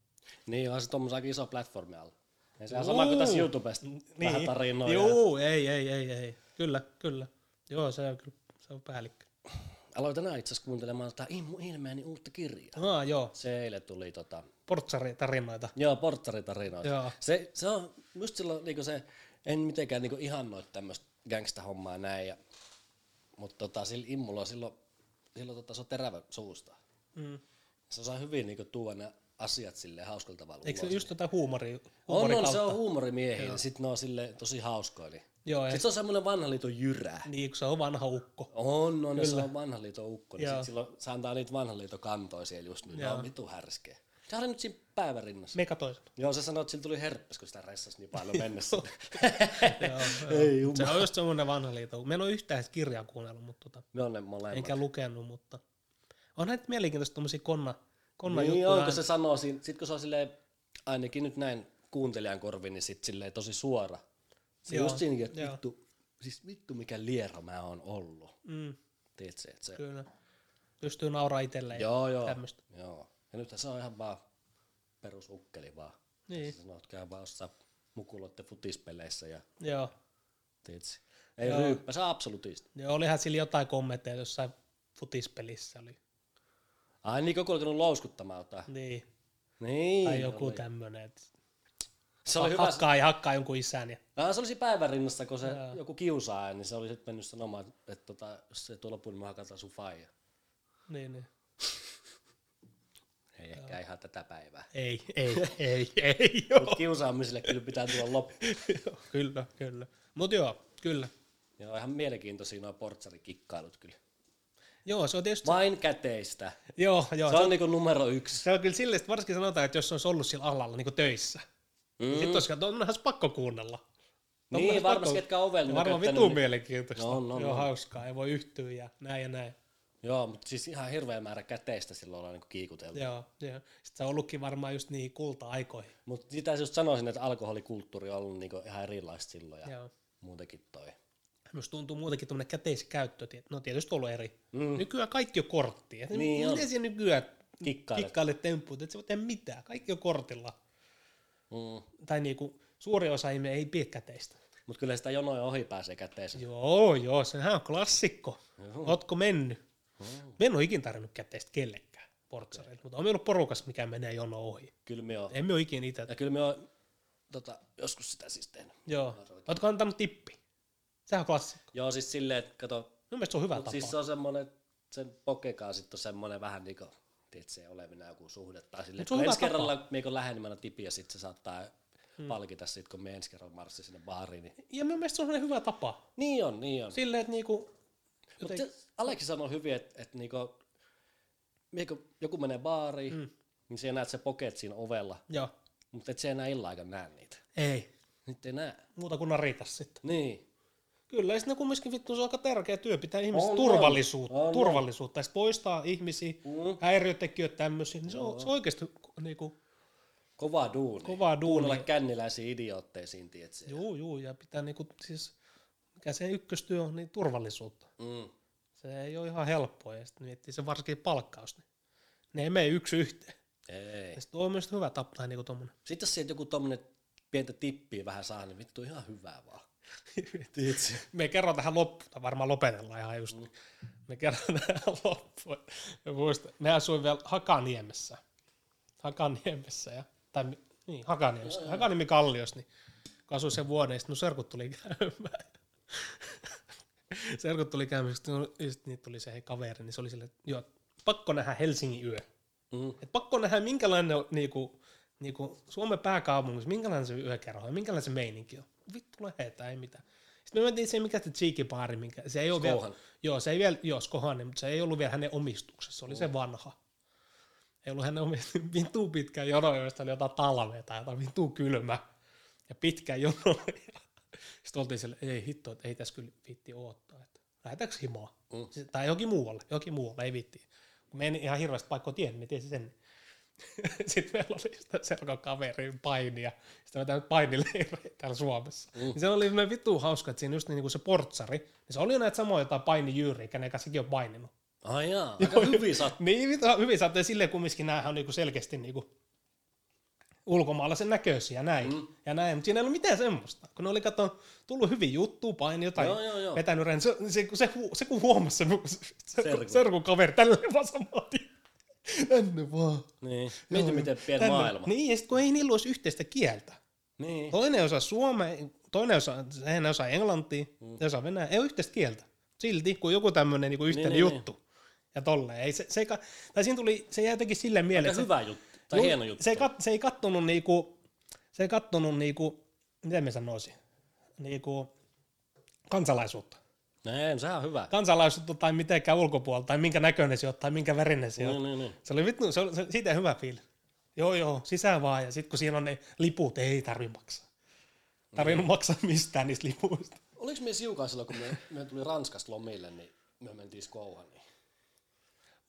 [SPEAKER 2] Niin, on se tuommoisen aika iso platformi alla. Ja se on sama kuin tässä YouTubesta niin. vähän tarinoja.
[SPEAKER 1] Joo, ei, ei, ei, ei. Kyllä, kyllä. Joo, se on, kyllä, se on päällikkö. Aloin.
[SPEAKER 2] Aloin tänään itse asiassa kuuntelemaan tätä Immu Ilmeeni uutta kirjaa.
[SPEAKER 1] Aa, joo,
[SPEAKER 2] Se eilen tuli tota,
[SPEAKER 1] portsaritarinoita.
[SPEAKER 2] joo, porttaritarinoita.
[SPEAKER 1] Joo.
[SPEAKER 2] Se, se on just silloin niinku se, en mitenkään niinku ihannoi tämmöistä gangsta-hommaa näin, ja, mutta tota, sillä Immulla on silloin, silloin tota, se on terävä suusta.
[SPEAKER 1] Mm.
[SPEAKER 2] Se osaa hyvin niinku tuoda ne asiat sille hauskalla tavalla
[SPEAKER 1] Eikö se
[SPEAKER 2] ulos.
[SPEAKER 1] just tota tätä huumoria?
[SPEAKER 2] on, on, se
[SPEAKER 1] huumorikautta?
[SPEAKER 2] on huumorimiehiä, ja sit ne on sille tosi hauskoja. Niin.
[SPEAKER 1] Joo,
[SPEAKER 2] Sit
[SPEAKER 1] ei,
[SPEAKER 2] se on semmoinen vanha liiton jyrää.
[SPEAKER 1] niin, kun se on vanha ukko.
[SPEAKER 2] On, on, ja se on vanhan liiton ukko, niin
[SPEAKER 1] Joo.
[SPEAKER 2] sit silloin se antaa niitä vanhan liiton kantoja siellä just nyt, ne
[SPEAKER 1] Joo.
[SPEAKER 2] on vitu härskeä. Se oli nyt siinä päivän rinnassa.
[SPEAKER 1] Me katoin sen.
[SPEAKER 2] Joo, sä sanoit, että sillä tuli herppes, kun sitä ressasi niin paljon mennessä.
[SPEAKER 1] Joo, joo.
[SPEAKER 2] Ei jumala.
[SPEAKER 1] Se on just semmoinen vanha liito. Mä en ole yhtään edes kirjaa kuunnellut, mutta tota,
[SPEAKER 2] Ne on ne molemmat.
[SPEAKER 1] enkä lukenut, mutta on näitä mielenkiintoista tommosia konna, konna
[SPEAKER 2] niin,
[SPEAKER 1] juttuja.
[SPEAKER 2] onko se sanoo siinä, sit kun se on silleen, ainakin nyt näin kuuntelijan korviin, niin sit silleen tosi suora. Se
[SPEAKER 1] Joo,
[SPEAKER 2] just siinäkin, että
[SPEAKER 1] joo.
[SPEAKER 2] vittu, siis vittu mikä liero mä oon ollut.
[SPEAKER 1] Mm,
[SPEAKER 2] Tiedätkö, että se,
[SPEAKER 1] kyllä. Pystyy nauraa itselleen
[SPEAKER 2] Joo, joo.
[SPEAKER 1] tämmöistä.
[SPEAKER 2] joo. Ja nythän se on ihan vaan perusukkeli vaan.
[SPEAKER 1] Niin.
[SPEAKER 2] Se sanoo, että käy vaan jossain mukulotte futispeleissä ja
[SPEAKER 1] Joo.
[SPEAKER 2] tiedätkö. Ei
[SPEAKER 1] Joo.
[SPEAKER 2] ryyppä, se on absolutisti.
[SPEAKER 1] Ja olihan sillä jotain kommentteja jossain futispelissä. Oli.
[SPEAKER 2] Ai niin, joku on alkanut louskuttamaan jotain.
[SPEAKER 1] Niin.
[SPEAKER 2] Niin.
[SPEAKER 1] Tai joku
[SPEAKER 2] oli.
[SPEAKER 1] tämmönen. Että
[SPEAKER 2] Se oli hyvä,
[SPEAKER 1] hakkaa ja hakkaa jonkun isän. Ja...
[SPEAKER 2] Ah, se oli siinä päivän rinnassa, kun se joku kiusaaja, niin se oli sitten mennyt sanomaan, että tota, jos se tuolla niin mä hakataan sun faija.
[SPEAKER 1] Niin, niin.
[SPEAKER 2] Ei ehkä ihan tätä päivää.
[SPEAKER 1] Ei, ei, ei, ei. Joo.
[SPEAKER 2] Mutta kiusaamiselle kyllä pitää tulla loppu.
[SPEAKER 1] kyllä, kyllä. Mut joo, kyllä.
[SPEAKER 2] Joo, ihan mielenkiintoisia nuo portsarikikkailut kyllä.
[SPEAKER 1] Joo, se on tietysti...
[SPEAKER 2] Vain käteistä.
[SPEAKER 1] Joo, joo.
[SPEAKER 2] Se on niinku numero yksi.
[SPEAKER 1] Se on kyllä silleen, että varsinkin sanotaan, että jos olisi ollut sillä alalla niin töissä, mm. niin sitten olisi katsottu, onhan se pakko kuunnella. No,
[SPEAKER 2] Niin,
[SPEAKER 1] onhan se
[SPEAKER 2] varmasti
[SPEAKER 1] pakko-
[SPEAKER 2] ketkä ovella
[SPEAKER 1] Ja varmaan
[SPEAKER 2] nököttänyt,
[SPEAKER 1] vitun
[SPEAKER 2] niin-
[SPEAKER 1] mielenkiintoista.
[SPEAKER 2] No, no,
[SPEAKER 1] Joo,
[SPEAKER 2] no.
[SPEAKER 1] hauskaa, ei voi yhtyä ja näin ja näin.
[SPEAKER 2] Joo, mutta siis ihan hirveä määrä käteistä silloin ollaan niinku kiikuteltu.
[SPEAKER 1] Joo, joo. Sitten se on ollutkin varmaan just niihin kulta-aikoihin.
[SPEAKER 2] Mutta sitä just sanoisin, että alkoholikulttuuri on ollut niinku ihan erilaista silloin ja
[SPEAKER 1] Joo.
[SPEAKER 2] muutenkin toi.
[SPEAKER 1] Myös tuntuu muutenkin tämmöinen käteiskäyttö, tiet- no tietysti ollut eri. Mm. Nykyään kaikki on kortti. Et
[SPEAKER 2] Niin
[SPEAKER 1] niin miten siellä nykyään
[SPEAKER 2] Kikkailet.
[SPEAKER 1] kikkaille temppuut, että se voi tehdä mitään. Kaikki on kortilla.
[SPEAKER 2] Mm.
[SPEAKER 1] Tai niinku, suuri osa ihmisiä ei pidä käteistä.
[SPEAKER 2] Mutta kyllä sitä jonoja ohi pääsee käteessä.
[SPEAKER 1] Joo, joo, sehän on klassikko. Joo. Ootko mennyt?
[SPEAKER 2] Mm.
[SPEAKER 1] Mä en ole ikinä tarjonnut käteistä kellekään portsareille, mutta on meillä ollut porukas, mikä menee jono ohi.
[SPEAKER 2] Kyllä me on.
[SPEAKER 1] Emme ole ikinä itse.
[SPEAKER 2] Ja kyllä me on tota, joskus sitä siis tehnyt.
[SPEAKER 1] Joo. Ootko antanut tippi? Sehän on klassikko.
[SPEAKER 2] Joo, siis silleen, että kato,
[SPEAKER 1] Mun mielestä se on hyvä
[SPEAKER 2] mut
[SPEAKER 1] tapa.
[SPEAKER 2] siis se on semmonen, sen pokekaan sitten on semmonen vähän niinku, tiedät, se ei ole minä joku suhde. Tai silleen,
[SPEAKER 1] Mut se on
[SPEAKER 2] kun
[SPEAKER 1] hyvä
[SPEAKER 2] ensi
[SPEAKER 1] tapa. Mm.
[SPEAKER 2] kerralla me kun lähden, niin mä annan tipin ja sit se saattaa hmm. palkita sit, kun me ensi kerralla marssi sinne baariin. Niin,
[SPEAKER 1] Ja mun mielestä se on sellainen hyvä tapa.
[SPEAKER 2] niin on, niin on.
[SPEAKER 1] Silleen, että niinku...
[SPEAKER 2] Mutta
[SPEAKER 1] Joten,
[SPEAKER 2] Aleksi sanoi hyvin, että et niinku, mie kun joku menee baariin,
[SPEAKER 1] Mm.
[SPEAKER 2] hmm. niin sä näet se poket siinä ovella,
[SPEAKER 1] joo.
[SPEAKER 2] mutta et sä enää illalla aika näe niitä.
[SPEAKER 1] Ei.
[SPEAKER 2] Nyt ei näe.
[SPEAKER 1] Muuta kuin narita sitten.
[SPEAKER 2] Niin.
[SPEAKER 1] Kyllä, ja sitten kumminkin vittu se on aika tärkeä työ, pitää ihmiset
[SPEAKER 2] On,
[SPEAKER 1] turvallisuutta,
[SPEAKER 2] on. On,
[SPEAKER 1] turvallisuutta, ja sit poistaa ihmisiä, mm. häiriötekijöitä tämmöisiä, niin se on, se on oikeasti niinku,
[SPEAKER 2] Kova duuni.
[SPEAKER 1] Kova duuni.
[SPEAKER 2] Kuunnella känniläisiä idiootteisiin, tietsä.
[SPEAKER 1] Joo, joo, ja pitää niinku, siis, mikä se ykköstyö on, niin turvallisuutta.
[SPEAKER 2] Mm.
[SPEAKER 1] Se ei ole ihan helppoa, ja sitten miettii se varsinkin palkkaus, niin ne ei mene yksi yhteen.
[SPEAKER 2] Ei.
[SPEAKER 1] Ja sit on myös hyvä tapa, tai niinku tommonen.
[SPEAKER 2] Sitten jos sieltä joku tommonen pientä tippiä vähän saa, niin vittu ihan hyvää vaan. Tietsä.
[SPEAKER 1] Me ei kerro tähän loppuun, tai varmaan lopetellaan ihan just. Mm. Me kerrotaan tähän loppuun. Ja muista, me asuin vielä Hakaniemessä. Hakaniemessä, ja, tai mi- niin, Hakaniemessä. Hakaniemi Kallios, niin kun asuin sen vuoden, sitten mun serkut tuli käymään. serkut tuli käymään, sitten sit niitä tuli se kaveri, niin se oli silleen, että joo, pakko nähdä Helsingin yö.
[SPEAKER 2] Mm.
[SPEAKER 1] Et pakko nähdä, minkälainen on niinku, niinku Suomen pääkaupungissa, minkälainen se yökerho on, minkälainen se meininki on. Vittu lähetään, ei mitään. Sitten me mentiin siihen, mikä se Cheeky-baari, minkä, se ei ole vielä,
[SPEAKER 2] Skohan.
[SPEAKER 1] joo, se ei vielä, joo, Skohanen, mutta se ei ollut vielä hänen omistuksessa, se oli se vanha. Ei ollut hänen omistuksessa, vittu pitkään jono, josta oli jotain talvea tai jotain vittu kylmä. Ja pitkä jono. Sitten oltiin sille, ei hitto, että ei tässä kyllä viitti oottaa, että lähdetäänkö himaa?
[SPEAKER 2] Mm.
[SPEAKER 1] Se- Tai johonkin muualle, johonkin muualle, ei viitti. Kun me en ihan hirveästi paikkoa tiennyt, niin tiesin sen. Sitten meillä oli sitä selkan kaverin painia, sitten mä tämmöinen painileirejä täällä Suomessa. Mm. Niin se oli semmoinen vittu hauska, että siinä just niin kuin se portsari, niin se oli näitä samoja jotain painijyyriä, kenen kanssa sekin on paininut.
[SPEAKER 2] Ai jaa, aika hyvin sattuu.
[SPEAKER 1] Niin, vittu, hyvin saatte silleen kumminkin, näähän on niinku selkeästi niinku ulkomaalaisen näköisiä näin. Mm. Ja näin, mutta siinä ei ollut mitään semmoista. Kun ne oli kato, tullut hyvin juttu, paini jotain,
[SPEAKER 2] Joo, joo, joo.
[SPEAKER 1] vetänyt ren, se, se, se, hu- se, kun huomasi se, se, se,
[SPEAKER 2] Serkku.
[SPEAKER 1] se serkun kaveri, tälle vaan samaan tien. Tänne vaan.
[SPEAKER 2] Niin. Mieti
[SPEAKER 1] Joo,
[SPEAKER 2] miten
[SPEAKER 1] joo.
[SPEAKER 2] pieni
[SPEAKER 1] Tänne.
[SPEAKER 2] maailma.
[SPEAKER 1] Niin, ja sitten kun ei niillä olisi yhteistä kieltä.
[SPEAKER 2] Niin.
[SPEAKER 1] Toinen osaa suomea, toinen osaa, toinen osaa englantia, mm. osaa venäjää, ei ole yhteistä kieltä. Silti, kun joku tämmöinen niin yhteinen
[SPEAKER 2] niin,
[SPEAKER 1] niin, juttu. Niin. Ja tolleen. Ei, se, se, ei, ka- tai siinä tuli, se jäi jotenkin silleen mieleen.
[SPEAKER 2] Aika
[SPEAKER 1] että se-
[SPEAKER 2] hyvä juttu. Tai
[SPEAKER 1] Juu,
[SPEAKER 2] hieno juttu.
[SPEAKER 1] Se ei, kat, se ei kattonut niinku, se ei kattonut niinku, miten me sanoisin, niinku kansalaisuutta.
[SPEAKER 2] Näin, sehän on hyvä.
[SPEAKER 1] Kansalaisuutta tai mitenkään ulkopuolta, tai minkä näköinen se on, tai minkä värinen se on.
[SPEAKER 2] Niin, niin, niin.
[SPEAKER 1] Se oli vittu, se oli, se, siitä hyvä fiilis. Joo, joo, sisään vaan. Ja sitten kun siellä on ne liput, ei tarvi maksaa.
[SPEAKER 2] Niin.
[SPEAKER 1] Tarvinnut maksaa mistään niistä lipuista.
[SPEAKER 2] Oliko me siukaan silloin, kun me, me tuli Ranskasta lomille, niin me mentiin niin. Skouhaniin.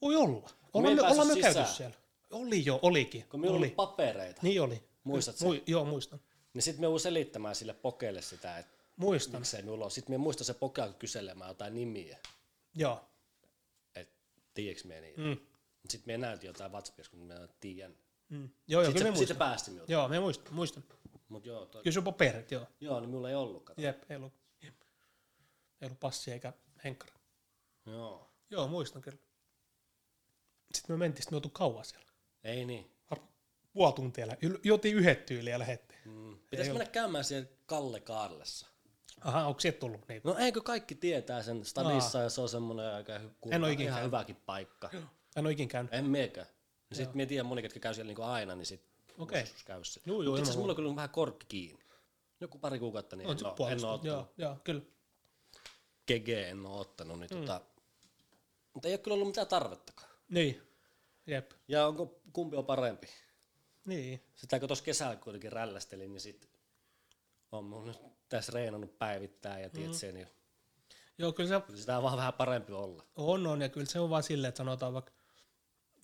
[SPEAKER 1] Voi olla.
[SPEAKER 2] me ei
[SPEAKER 1] Ollaan me,
[SPEAKER 2] pääse
[SPEAKER 1] ollaan me
[SPEAKER 2] sisään.
[SPEAKER 1] käyty siellä. Oli jo, olikin.
[SPEAKER 2] Kun meillä oli
[SPEAKER 1] oli.
[SPEAKER 2] papereita, niin,
[SPEAKER 1] Niin oli.
[SPEAKER 2] Muistat
[SPEAKER 1] Kyllä, Mui, joo, muistan.
[SPEAKER 2] niin sitten me uusi selittämään sille pokeelle sitä, että
[SPEAKER 1] Muistan,
[SPEAKER 2] miksei me ulos. Sitten me muista se poke alkoi kyselemään jotain nimiä, Niin.
[SPEAKER 1] joo.
[SPEAKER 2] että tiedätkö me niitä.
[SPEAKER 1] Mm.
[SPEAKER 2] Sitten me näytin jotain WhatsAppissa, kun me en tiedän.
[SPEAKER 1] Mm. Joo, joo, kyllä me
[SPEAKER 2] Sitten se, sit
[SPEAKER 1] muistan.
[SPEAKER 2] se päästi minulta.
[SPEAKER 1] Joo, me muistan, muistan.
[SPEAKER 2] Mutta joo, toi,
[SPEAKER 1] Kyllä se on paperit, joo.
[SPEAKER 2] joo, niin mulla ei ollut. Kato.
[SPEAKER 1] Jep, ei ollut, jep. Ei ollut passia eikä henkkari.
[SPEAKER 2] Joo.
[SPEAKER 1] Joo, muistan kyllä. Sitten me mentiin, sitten me oltu kauan siellä.
[SPEAKER 2] Ei niin.
[SPEAKER 1] Varmaan Puoli tuntia lä- yl- Jotiin yhdet tyyliä ja lähettiin.
[SPEAKER 2] Mm. Pitäisi mennä käymään siellä Kalle Kaarlessa.
[SPEAKER 1] Aha, onko sieltä tullut niitä?
[SPEAKER 2] No eikö kaikki tietää sen stadissa ja se on semmoinen aika hy-
[SPEAKER 1] En
[SPEAKER 2] kuulemma,
[SPEAKER 1] oo
[SPEAKER 2] ihan
[SPEAKER 1] ikinä käynyt.
[SPEAKER 2] hyväkin paikka.
[SPEAKER 1] En ole ikin käynyt.
[SPEAKER 2] En miekään. No sit mä tiedän moni, ketkä käy siellä niinku aina, niin sit
[SPEAKER 1] Okei.
[SPEAKER 2] joskus käy se.
[SPEAKER 1] Juu, juu,
[SPEAKER 2] Mut
[SPEAKER 1] ilman
[SPEAKER 2] itse asiassa mulla
[SPEAKER 1] muuta.
[SPEAKER 2] on kyllä vähän korkki kiinni. Joku pari kuukautta, niin
[SPEAKER 1] On
[SPEAKER 2] en
[SPEAKER 1] se
[SPEAKER 2] oo, en oo
[SPEAKER 1] puolesta.
[SPEAKER 2] ottanut.
[SPEAKER 1] Joo, joo, kyllä.
[SPEAKER 2] Kege en oo ottanut,
[SPEAKER 1] Mm.
[SPEAKER 2] niin tota... Mutta ei oo kyllä ollut mitään tarvettakaan.
[SPEAKER 1] Niin. Jep.
[SPEAKER 2] Ja onko, kumpi on parempi?
[SPEAKER 1] Niin.
[SPEAKER 2] Sitä kun tuossa kesällä kuitenkin rällästelin, niin sit on mun nyt tässä reenannut päivittäin ja
[SPEAKER 1] Mm.
[SPEAKER 2] tiedät sen, niin
[SPEAKER 1] Joo, kyllä se
[SPEAKER 2] kyllä sitä on vaan vähän parempi olla.
[SPEAKER 1] On, on, ja kyllä se on vaan silleen, että sanotaan vaikka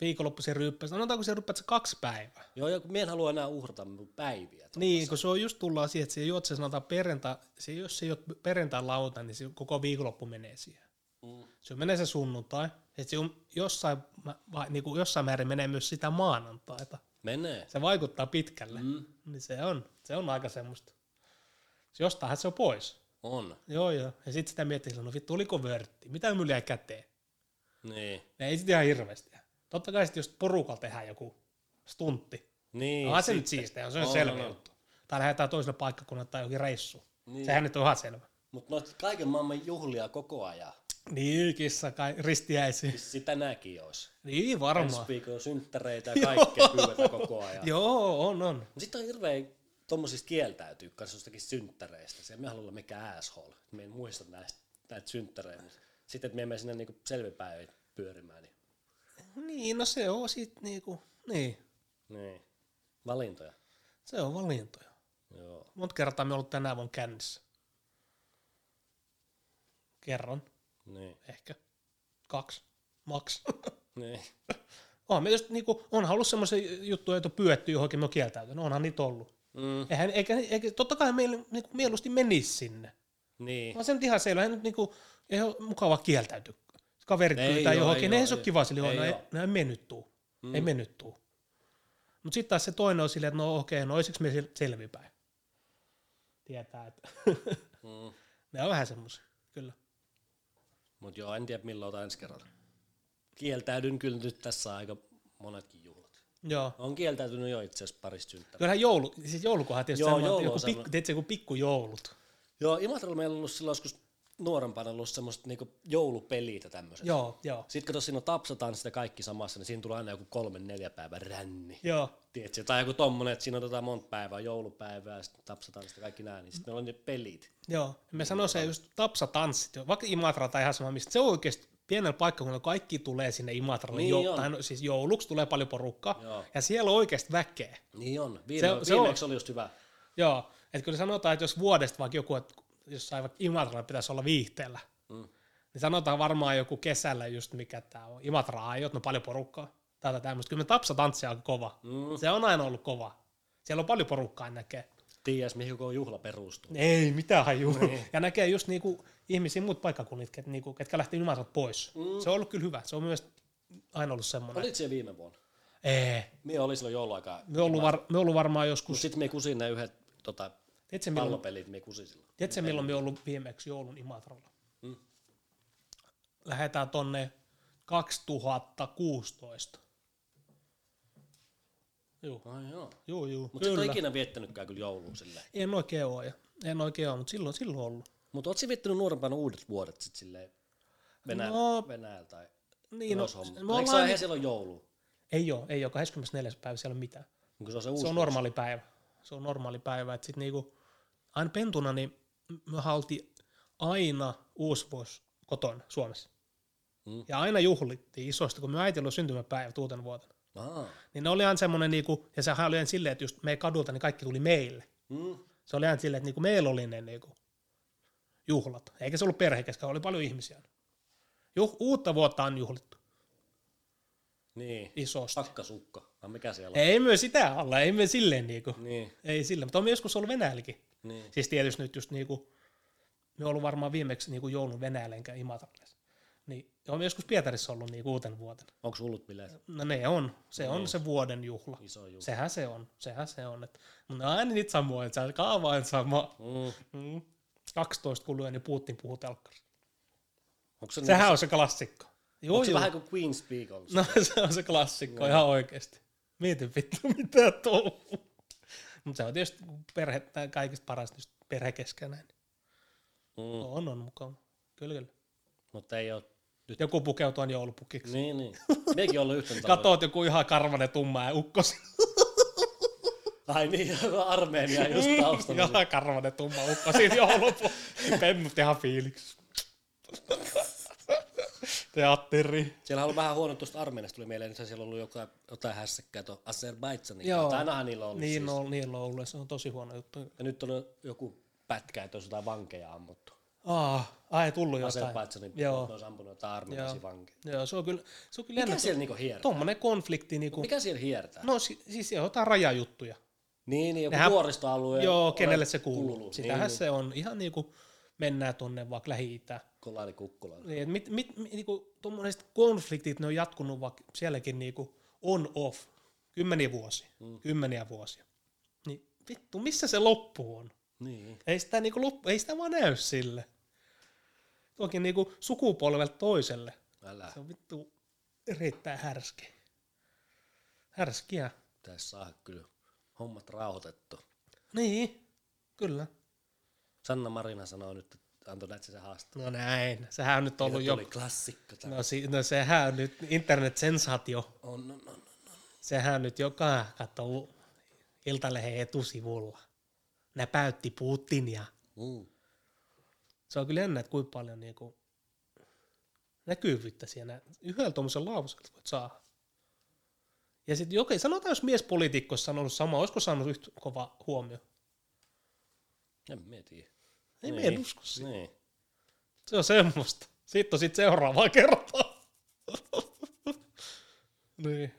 [SPEAKER 1] viikonloppuisin ryppäs, sanotaanko se ryppäät se kaksi päivää.
[SPEAKER 2] Joo, ja kun mie en halua enää uhrata mun päiviä.
[SPEAKER 1] Niin, kun se on just tullaan siihen, että se juot se sanotaan perjantai, se, jos se juot perjantai lauta, niin se koko viikonloppu menee siihen.
[SPEAKER 2] Mm.
[SPEAKER 1] Se menee se sunnuntai, että se on jossain, mä- vai, niin kuin jossain määrin menee myös sitä maanantaita.
[SPEAKER 2] Menee.
[SPEAKER 1] Se vaikuttaa pitkälle. Mm.
[SPEAKER 2] Mm.
[SPEAKER 1] Niin se on, se on aika semmoista. Se Jostainhan se on pois.
[SPEAKER 2] On.
[SPEAKER 1] Joo, joo. Ja sitten sitä miettii, no vittu, oliko vörtti? Mitä myliä käteen?
[SPEAKER 2] Niin.
[SPEAKER 1] Ne ei sitä ihan hirveästi. Totta kai sit, jos porukalla tehdään joku stuntti,
[SPEAKER 2] Niin.
[SPEAKER 1] niin, onhan se
[SPEAKER 2] sit-
[SPEAKER 1] nyt siistiä, se on
[SPEAKER 2] On,
[SPEAKER 1] selvä
[SPEAKER 2] on, on.
[SPEAKER 1] juttu. Tai lähdetään toiselle paikkakunnalle tai jokin reissu.
[SPEAKER 2] Niin.
[SPEAKER 1] Niin. Sehän nyt on ihan selvä.
[SPEAKER 2] Mutta noita kaiken maailman juhlia koko ajan.
[SPEAKER 1] Niin, kissa kai ristiäisiin.
[SPEAKER 2] Siis Sitä näki olisi.
[SPEAKER 1] Niin,
[SPEAKER 2] Ensi
[SPEAKER 1] varmaan.
[SPEAKER 2] viikolla synttäreitä ja kaikkea pyydetään koko ajan.
[SPEAKER 1] Joo, on, on.
[SPEAKER 2] Sitten on hirveä tuommoisista kieltäytyy kans jostakin synttäreistä. Se me halua olla mikään asshole. Me en muista näistä, näitä synttäreitä. Mut Sitten, että me emme sinne niinku selvipäivät pyörimään. Niin.
[SPEAKER 1] Niin, no se on sit niinku, niin,
[SPEAKER 2] niin. Valintoja.
[SPEAKER 1] se on valintoja.
[SPEAKER 2] Joo.
[SPEAKER 1] Monta kertaa me ollut tänään vuonna kännissä. Kerran,
[SPEAKER 2] Niin.
[SPEAKER 1] ehkä. Kaksi. Maks.
[SPEAKER 2] Niin.
[SPEAKER 1] on, me just, niinku, onhan ollut semmoisia juttuja, joita on pyötty johonkin, me on kieltäytynyt. Onhan niitä ollut.
[SPEAKER 2] Mm.
[SPEAKER 1] Eihän, eikä, eikä, totta kai meillä niinku, mieluusti menisi sinne.
[SPEAKER 2] Niin.
[SPEAKER 1] On se nyt ihan selvä. Eihän nyt niinku, ei ole mukava kieltäytyä. Kaverit
[SPEAKER 2] Ei
[SPEAKER 1] ei pyytää
[SPEAKER 2] oo, ei
[SPEAKER 1] johonkin,
[SPEAKER 2] oo,
[SPEAKER 1] ne se ole
[SPEAKER 2] ei-
[SPEAKER 1] kiva sille,
[SPEAKER 2] ei
[SPEAKER 1] ei,
[SPEAKER 2] oo.
[SPEAKER 1] no, ei me nyt tuu. Mm. Ei me nyt tuu. Mutta sitten taas se toinen on silleen, että no okei, no olisiko me sel- selvipäin. Tietää, että
[SPEAKER 2] Mm.
[SPEAKER 1] ne on vähän semmoisia, kyllä.
[SPEAKER 2] Mutta joo, en tiedä milloin tai ensi kerralla. Kieltäydyn kyllä nyt tässä aika monetkin juhlat.
[SPEAKER 1] Joo.
[SPEAKER 2] On kieltäytynyt jo itse asiassa parista synttäreistä.
[SPEAKER 1] Kyllähän joulu, siis joulukohan tietysti
[SPEAKER 2] Joo,
[SPEAKER 1] semmoinen,
[SPEAKER 2] joulu
[SPEAKER 1] joulu
[SPEAKER 2] on
[SPEAKER 1] joku, pikku,
[SPEAKER 2] semmoinen.
[SPEAKER 1] teet joku pikkujoulut.
[SPEAKER 2] Joo, Imatralla meillä on ollut silloin joskus nuorempana ollut semmoiset niinku joulupelit ja tämmöiset.
[SPEAKER 1] Joo, joo.
[SPEAKER 2] Sitten kato, siinä on tapsataan sitä kaikki samassa, niin siinä tulee aina joku kolmen neljä päivän ränni.
[SPEAKER 1] Joo.
[SPEAKER 2] Tiedätkö? Tai joku tommonen, että siinä on tota monta päivää, joulupäivää, ja sitten tapsataan sitä kaikki näin, niin sitten meillä on ne pelit.
[SPEAKER 1] Joo, me sanoo se just tapsatanssit, jo, vaikka Imatra tai ihan sama mistä, se on oikeasti pienellä paikkakunnalla kaikki tulee sinne Imatralle,
[SPEAKER 2] Niin
[SPEAKER 1] niin jo,
[SPEAKER 2] on.
[SPEAKER 1] tai no, siis jouluksi tulee paljon porukkaa,
[SPEAKER 2] Joo.
[SPEAKER 1] ja siellä on oikeasti väkeä.
[SPEAKER 2] Niin on. Viime, se,
[SPEAKER 1] Se- se
[SPEAKER 2] viimeksi oli just hyvä.
[SPEAKER 1] Joo, että kyllä sanotaan, että jos vuodesta vaikka joku, että jossain vaikka Imatralla pitäisi olla viihteellä,
[SPEAKER 2] Mm.
[SPEAKER 1] niin sanotaan varmaan joku kesällä just mikä tämä on, Imatra aiot, no paljon porukkaa, tai tämmöistä, kyllä me tapsatanssi on kova,
[SPEAKER 2] Mm.
[SPEAKER 1] se on aina ollut kova, siellä on paljon porukkaa näkee.
[SPEAKER 2] Tiedäs, mihin koko juhla perustuu.
[SPEAKER 1] Ei mitään hajua.
[SPEAKER 2] Niin.
[SPEAKER 1] Ja näkee just niinku ihmisiä muut paikkakunnit, ket, niinku, ketkä lähti ymmärrät pois. Mm. Se on ollut kyllä hyvä. Se on myös aina ollut semmoinen.
[SPEAKER 2] Olit siellä viime vuonna?
[SPEAKER 1] Ei.
[SPEAKER 2] Mie oli silloin jouluaikaa.
[SPEAKER 1] Me ollut, var, me ollut varmaan
[SPEAKER 2] Mut
[SPEAKER 1] joskus,
[SPEAKER 2] sit me kusin ne yhdet tota,
[SPEAKER 1] tiedätkö milloin,
[SPEAKER 2] pallopelit, me kusin silloin.
[SPEAKER 1] tiedätkö, milloin me ollut viimeksi joulun Imatralla?
[SPEAKER 2] Mm.
[SPEAKER 1] Lähdetään tonne 2016. Joo,
[SPEAKER 2] Ai joo.
[SPEAKER 1] joo, joo.
[SPEAKER 2] Mut sit on
[SPEAKER 1] kyllä.
[SPEAKER 2] ikinä viettänytkään kyllä joulua silleen.
[SPEAKER 1] En oikein oo, ja en oikein oo, mutta silloin, silloin on ollut.
[SPEAKER 2] Mut oot sä viettänyt nuorempana uudet vuodet sit silleen Venäjällä, no,
[SPEAKER 1] No,
[SPEAKER 2] Venäjällä tai
[SPEAKER 1] Niin, no,
[SPEAKER 2] Eikö
[SPEAKER 1] me
[SPEAKER 2] se ole
[SPEAKER 1] ollaan,
[SPEAKER 2] eihän siellä ole joulu?
[SPEAKER 1] ei ole, ei ole, 24. päivä siellä on mitään.
[SPEAKER 2] Kun se on se uusi
[SPEAKER 1] se on normaali päivä. Se on normaali päivä. Et sit niinku, aina pentuna niin me halti aina uusi vuosi kotona Suomessa.
[SPEAKER 2] Mm.
[SPEAKER 1] Mm. Ja aina juhlittiin isosti, kun me äiti oli syntymäpäivät uutena vuotena.
[SPEAKER 2] Aa.
[SPEAKER 1] Niin ne oli aina semmoinen, niinku, ja sehän oli aina silleen, että just me kadulta, niin kaikki tuli meille.
[SPEAKER 2] Mm.
[SPEAKER 1] Se oli aina silleen, että niinku meillä oli ne niinku juhlat. Eikä se ollut perhe kesken, oli paljon ihmisiä. Juh, uutta vuotta on juhlittu
[SPEAKER 2] Niin.
[SPEAKER 1] isosti.
[SPEAKER 2] Pakkasukka. Vai mikä siellä on?
[SPEAKER 1] Ei myö sitä alla, ei myö silleen niinku.
[SPEAKER 2] Niin.
[SPEAKER 1] Ei sillä, mutta on joskus ollut Venäjälläkin.
[SPEAKER 2] niin.
[SPEAKER 1] Siis tietysti nyt just niinku, me on ollut varmaan viimeksi niinku joulun Venäjällä enkä Imatrallessa. Niin, on joskus Pietarissa ollut niinku uuten vuoten.
[SPEAKER 2] Onko hullut bileet?
[SPEAKER 1] No ne on, se on
[SPEAKER 2] Niin.
[SPEAKER 1] se vuoden juhla.
[SPEAKER 2] Iso juttu.
[SPEAKER 1] Sehän se on, sehän se on. Et, mutta aina niitä samoja, että se kaava on sama.
[SPEAKER 2] Mm.
[SPEAKER 1] Mm. 12 kun lyö, niin Putin puhuu telkkarissa.
[SPEAKER 2] Onko se,
[SPEAKER 1] Sehän on se klassikko.
[SPEAKER 2] niinku,
[SPEAKER 1] Joo,
[SPEAKER 2] onko Niin. se
[SPEAKER 1] joo.
[SPEAKER 2] vähän kuin Queen's Speak on?
[SPEAKER 1] No se on se klassikko ihan oikeasti. Mietin vittu mitä touhu. Mutta se on tietysti perhe, tai kaikista paras niin just perhe keskenään.
[SPEAKER 2] Mm.
[SPEAKER 1] On, on mukava. Kyllä, kyllä.
[SPEAKER 2] Mutta ei ole. Nyt.
[SPEAKER 1] Joku pukeutuu aina joulupukiksi.
[SPEAKER 2] Niin, niin. Mekin ollut yhten talven.
[SPEAKER 1] Katoot joku ihan karvanen tumma ja ukkos.
[SPEAKER 2] Ai niin, Armeenia just
[SPEAKER 1] Niin,
[SPEAKER 2] taustalla.
[SPEAKER 1] Ihan karvanen tumma ukko siinä joulupu. Pemmut ihan fiiliksi. Teatteri.
[SPEAKER 2] Siellä on ollut vähän huono tuosta Armeenista tuli mieleen, että siellä on ollut jotain, jotain hässäkkää tuon Azerbaidsanin.
[SPEAKER 1] Joo.
[SPEAKER 2] Tai ainahan niillä on ollut
[SPEAKER 1] Niin
[SPEAKER 2] siis.
[SPEAKER 1] on, niillä on ollut, ja se on tosi huono juttu.
[SPEAKER 2] Ja nyt on joku pätkä, että olisi jotain vankeja ammuttu.
[SPEAKER 1] Ah, ai, tullut jotain.
[SPEAKER 2] Azerbaidsanin
[SPEAKER 1] Joo.
[SPEAKER 2] Joo. olisi ampunut jotain armeilaisia
[SPEAKER 1] Joo.
[SPEAKER 2] vankeja.
[SPEAKER 1] Joo, se on kyllä, se on kyllä
[SPEAKER 2] Mikä
[SPEAKER 1] jännä.
[SPEAKER 2] siellä niinku hiertää?
[SPEAKER 1] Tuommoinen konflikti, niinku,
[SPEAKER 2] Mikä siellä hiertää?
[SPEAKER 1] no si- siis jotain rajajuttuja.
[SPEAKER 2] Niin, niin joku
[SPEAKER 1] Nehän-
[SPEAKER 2] vuoristoalue.
[SPEAKER 1] Joo, kenelle se kuuluu. Sitähän
[SPEAKER 2] Sitähän niin, se...
[SPEAKER 1] se on. Ihan niinku mennään tonne vaikka Lähi-Itään.
[SPEAKER 2] Kolari Kukkulan.
[SPEAKER 1] Niin, et mit, mit, mit, niinku, tuommoiset konfliktit, ne on jatkunut vaikka sielläkin niinku on-off, kymmeniä vuosia, mm. kymmeniä vuosia. Niin vittu, missä se loppu on?
[SPEAKER 2] Niin.
[SPEAKER 1] Ei sitä, niinku, loppu, ei sitä vaan näy sille. Toki niinku sukupolvelta toiselle.
[SPEAKER 2] Älä
[SPEAKER 1] Se on vittu erittäin härski. Härskiä.
[SPEAKER 2] tässä saa kyllä hommat rauhoitettu.
[SPEAKER 1] Niin, kyllä.
[SPEAKER 2] Sanna Marina sanoo nyt, että antoi näitä se haastattelun.
[SPEAKER 1] No näin, sehän on nyt ollut jo...
[SPEAKER 2] Tuli klassikko. tämä.
[SPEAKER 1] No, si- no sehän on nyt internetsensaatio.
[SPEAKER 2] On, on, on.
[SPEAKER 1] Sehän nyt joka katsoo Iltalehen etusivulla. Näpäytti Putinia.
[SPEAKER 2] Mm.
[SPEAKER 1] Se on kyllä jännä, että kuinka paljon niinku näkyvyyttä siellä yhdellä tuommoisen lauselta voit saada. Ja sitten jokin, sanotaan jos miespoliitikko olisi sanonut sama, olisiko saanut yhtä kova huomio?
[SPEAKER 2] En mieti.
[SPEAKER 1] Ei niin. me en usko siihen.
[SPEAKER 2] Niin.
[SPEAKER 1] Se on semmoista. Sitten on sitten seuraavaa kertaa. niin.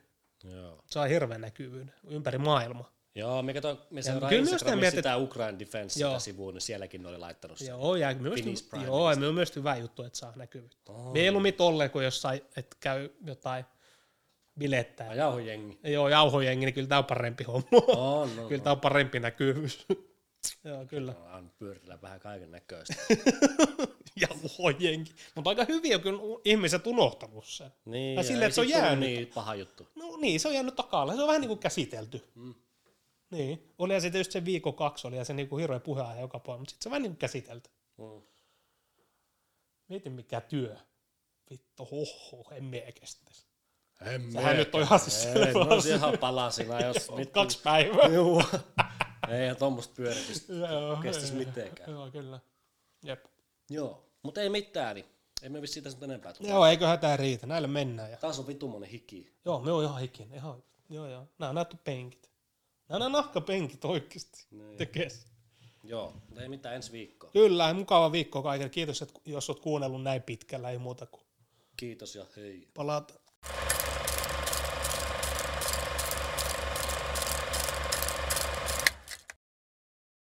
[SPEAKER 2] Joo.
[SPEAKER 1] Saa hirveän näkyvyyden ympäri maailmaa.
[SPEAKER 2] Joo, me kato, me seuraa
[SPEAKER 1] kyllä myös
[SPEAKER 2] Instagramissa
[SPEAKER 1] mietit-
[SPEAKER 2] sitä Ukraine Defense
[SPEAKER 1] Joo.
[SPEAKER 2] sivuun, niin sielläkin ne oli laittanut sen.
[SPEAKER 1] Joo, ja myös,
[SPEAKER 2] Finnish Prime
[SPEAKER 1] joo, ja myös hyvä juttu, että saa näkyvyyttä. Oh. Mieluummin tolleen kuin jossain, että käy jotain bilettää.
[SPEAKER 2] Ai jauho jengi.
[SPEAKER 1] Joo, jauhojengi, niin kyllä tämä on parempi homma.
[SPEAKER 2] On, on,
[SPEAKER 1] kyllä tämä on parempi näkyvyys. joo, kyllä.
[SPEAKER 2] on. on. pyörillä vähän kaiken näköistä.
[SPEAKER 1] Jauhojengi. Mutta aika hyvin on kyllä u- ihmiset unohtanut sen.
[SPEAKER 2] niin,
[SPEAKER 1] Tai
[SPEAKER 2] ja
[SPEAKER 1] silleen,
[SPEAKER 2] ei
[SPEAKER 1] että se on
[SPEAKER 2] sit tullut
[SPEAKER 1] jäänyt.
[SPEAKER 2] Niin, paha juttu.
[SPEAKER 1] No niin, se on jäänyt takaalle. Se on vähän niin kuin käsitelty. Mm. Niin. Olihan se tietysti se viikko kaksi, oli ja se niinku hirveä puheenaihe joka puolella, mutta sitten se on vähän niin kuin käsitelty.
[SPEAKER 2] Mm.
[SPEAKER 1] Mieti mikä työ. Vittu, hoho, en mie kestä.
[SPEAKER 2] En
[SPEAKER 1] Sehän nyt on ihan siis
[SPEAKER 2] Ei,
[SPEAKER 1] selvä
[SPEAKER 2] no se
[SPEAKER 1] asia.
[SPEAKER 2] ihan palasina, jos
[SPEAKER 1] Nyt
[SPEAKER 2] nyt...
[SPEAKER 1] kaksi päivää.
[SPEAKER 2] Juu. Eihän tuommoista pyöritystä
[SPEAKER 1] Joo,
[SPEAKER 2] kestäisi
[SPEAKER 1] joo,
[SPEAKER 2] mitenkään.
[SPEAKER 1] Joo, kyllä. Jep.
[SPEAKER 2] Joo, mutta ei mitään, niin ei me vissi tästä enempää tule.
[SPEAKER 1] Joo, eiköhän tää riitä. Näillä mennään. Ja...
[SPEAKER 2] Taas on vitumonen hiki.
[SPEAKER 1] Joo, me on ihan hikin. Ihan... Joo, joo. Nää on näytty penkit. Nää on nää nahkapenkit oikeesti.
[SPEAKER 2] Niin.
[SPEAKER 1] Tekes.
[SPEAKER 2] Joo, mutta ei mitään ensi viikkoa.
[SPEAKER 1] Kyllä, ja mukava viikko kaikille. Kiitos, että jos oot kuunnellut näin pitkällä, ei muuta kuin
[SPEAKER 2] Kiitos ja hei.
[SPEAKER 1] palaat